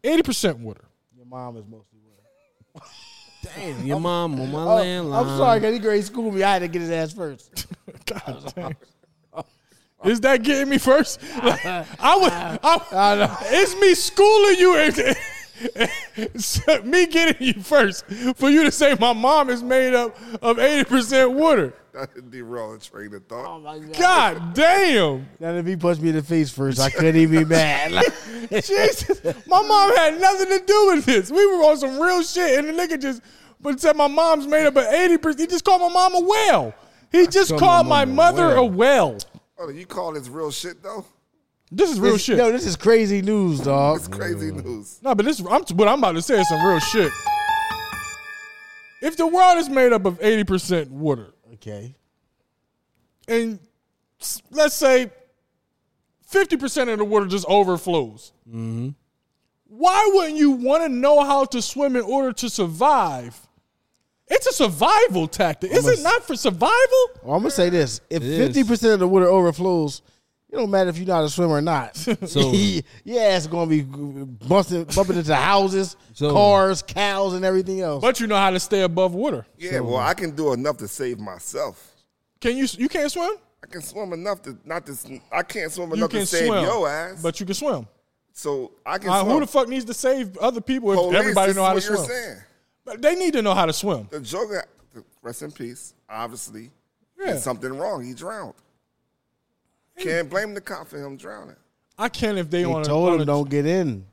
Eighty percent water. <laughs>
Your mom is mostly.
Damn, your mom on my
Oh,
landline.
I'm sorry, because he grade schooled me. I had to get his ass first.
God damn. Is that getting me first?
<laughs>
Like, I would. I, It's me schooling you. and- <laughs> so, me getting you first for you to say my mom is made up of eighty percent water.
That'd be wrong train of
Oh,
thought.
God damn,
Now, if he punched me in the face first, I couldn't even be mad. Like,
Jesus! My mom had nothing to do with this. We were on some real shit, and the nigga just but said my mom's made up of eighty percent. He just called my mom a whale. He just
called
called
my
my
mom a
mother a whale.
oh, you call this real shit though?
This is <laughs> real
this-
shit.
No, this is crazy news, dog.
It's crazy news.
No, but this I'm, what I'm about to say is some real shit. If the world is made up of 80% water,
Okay.
and s- let's say 50% of the water just overflows,
Mm-hmm.
why wouldn't you want to know how to swim in order to survive It's a survival tactic. Is it not for survival?
Well, I'm gonna Oh, say this: if fifty percent of the water overflows, it don't matter if you're not a swimmer or not.
<laughs>
<laughs>
So-
yeah, it's gonna be busting, bumping into houses,
So-
cars, cows, and everything else.
But you know how to stay above water.
Yeah, well, I can do enough to save myself.
Can you? You can't swim.
I can swim enough to not to. sn- I can't swim
You
enough
can
to save
swim,
your ass.
but you can swim.
so I can.
Uh,
swim.
who the fuck needs to save other people if
Police,
everybody
this
know how to
is what
swim?
you're saying.
But they need to know how to swim.
The Joker, rest in peace. Obviously,
Yeah.
did something wrong. He drowned. Can't blame the cop for him drowning.
I can if they
they
want to.
told him don't get in.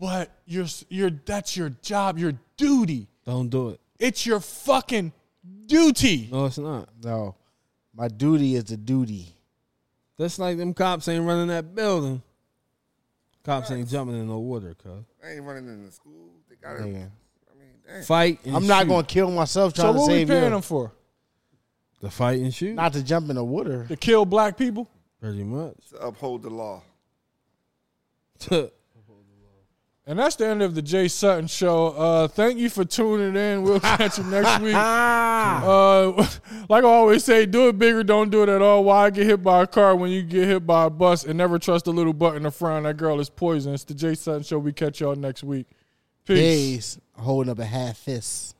But you're you're that's your job, your duty.
Don't do it.
It's your fucking duty.
No, it's not.
No, my duty is the duty.
That's like them cops ain't running that building. Cops ain't jumping in no water, cuz.
They ain't running in the school. They got it.
Yeah.
Fight. And
I'm not
shoot.
gonna kill myself
So
trying to
what we
save
paying
you.
them for?
The fight and shoot.
Not to jump in the water.
To kill black people?
Pretty much. <laughs>
to uphold the law.
And that's the end of the Jay Sutton show. Uh, thank you for tuning in. We'll <laughs> catch you next
<laughs>
week. Uh, <laughs> like I always say, do it bigger, don't do it at all. Why get hit by a car when you get hit by a bus? And never trust a little butt in the front. That girl is poison. It's the Jay Sutton show. We catch y'all next week. Peace.
Days holding up a half fist.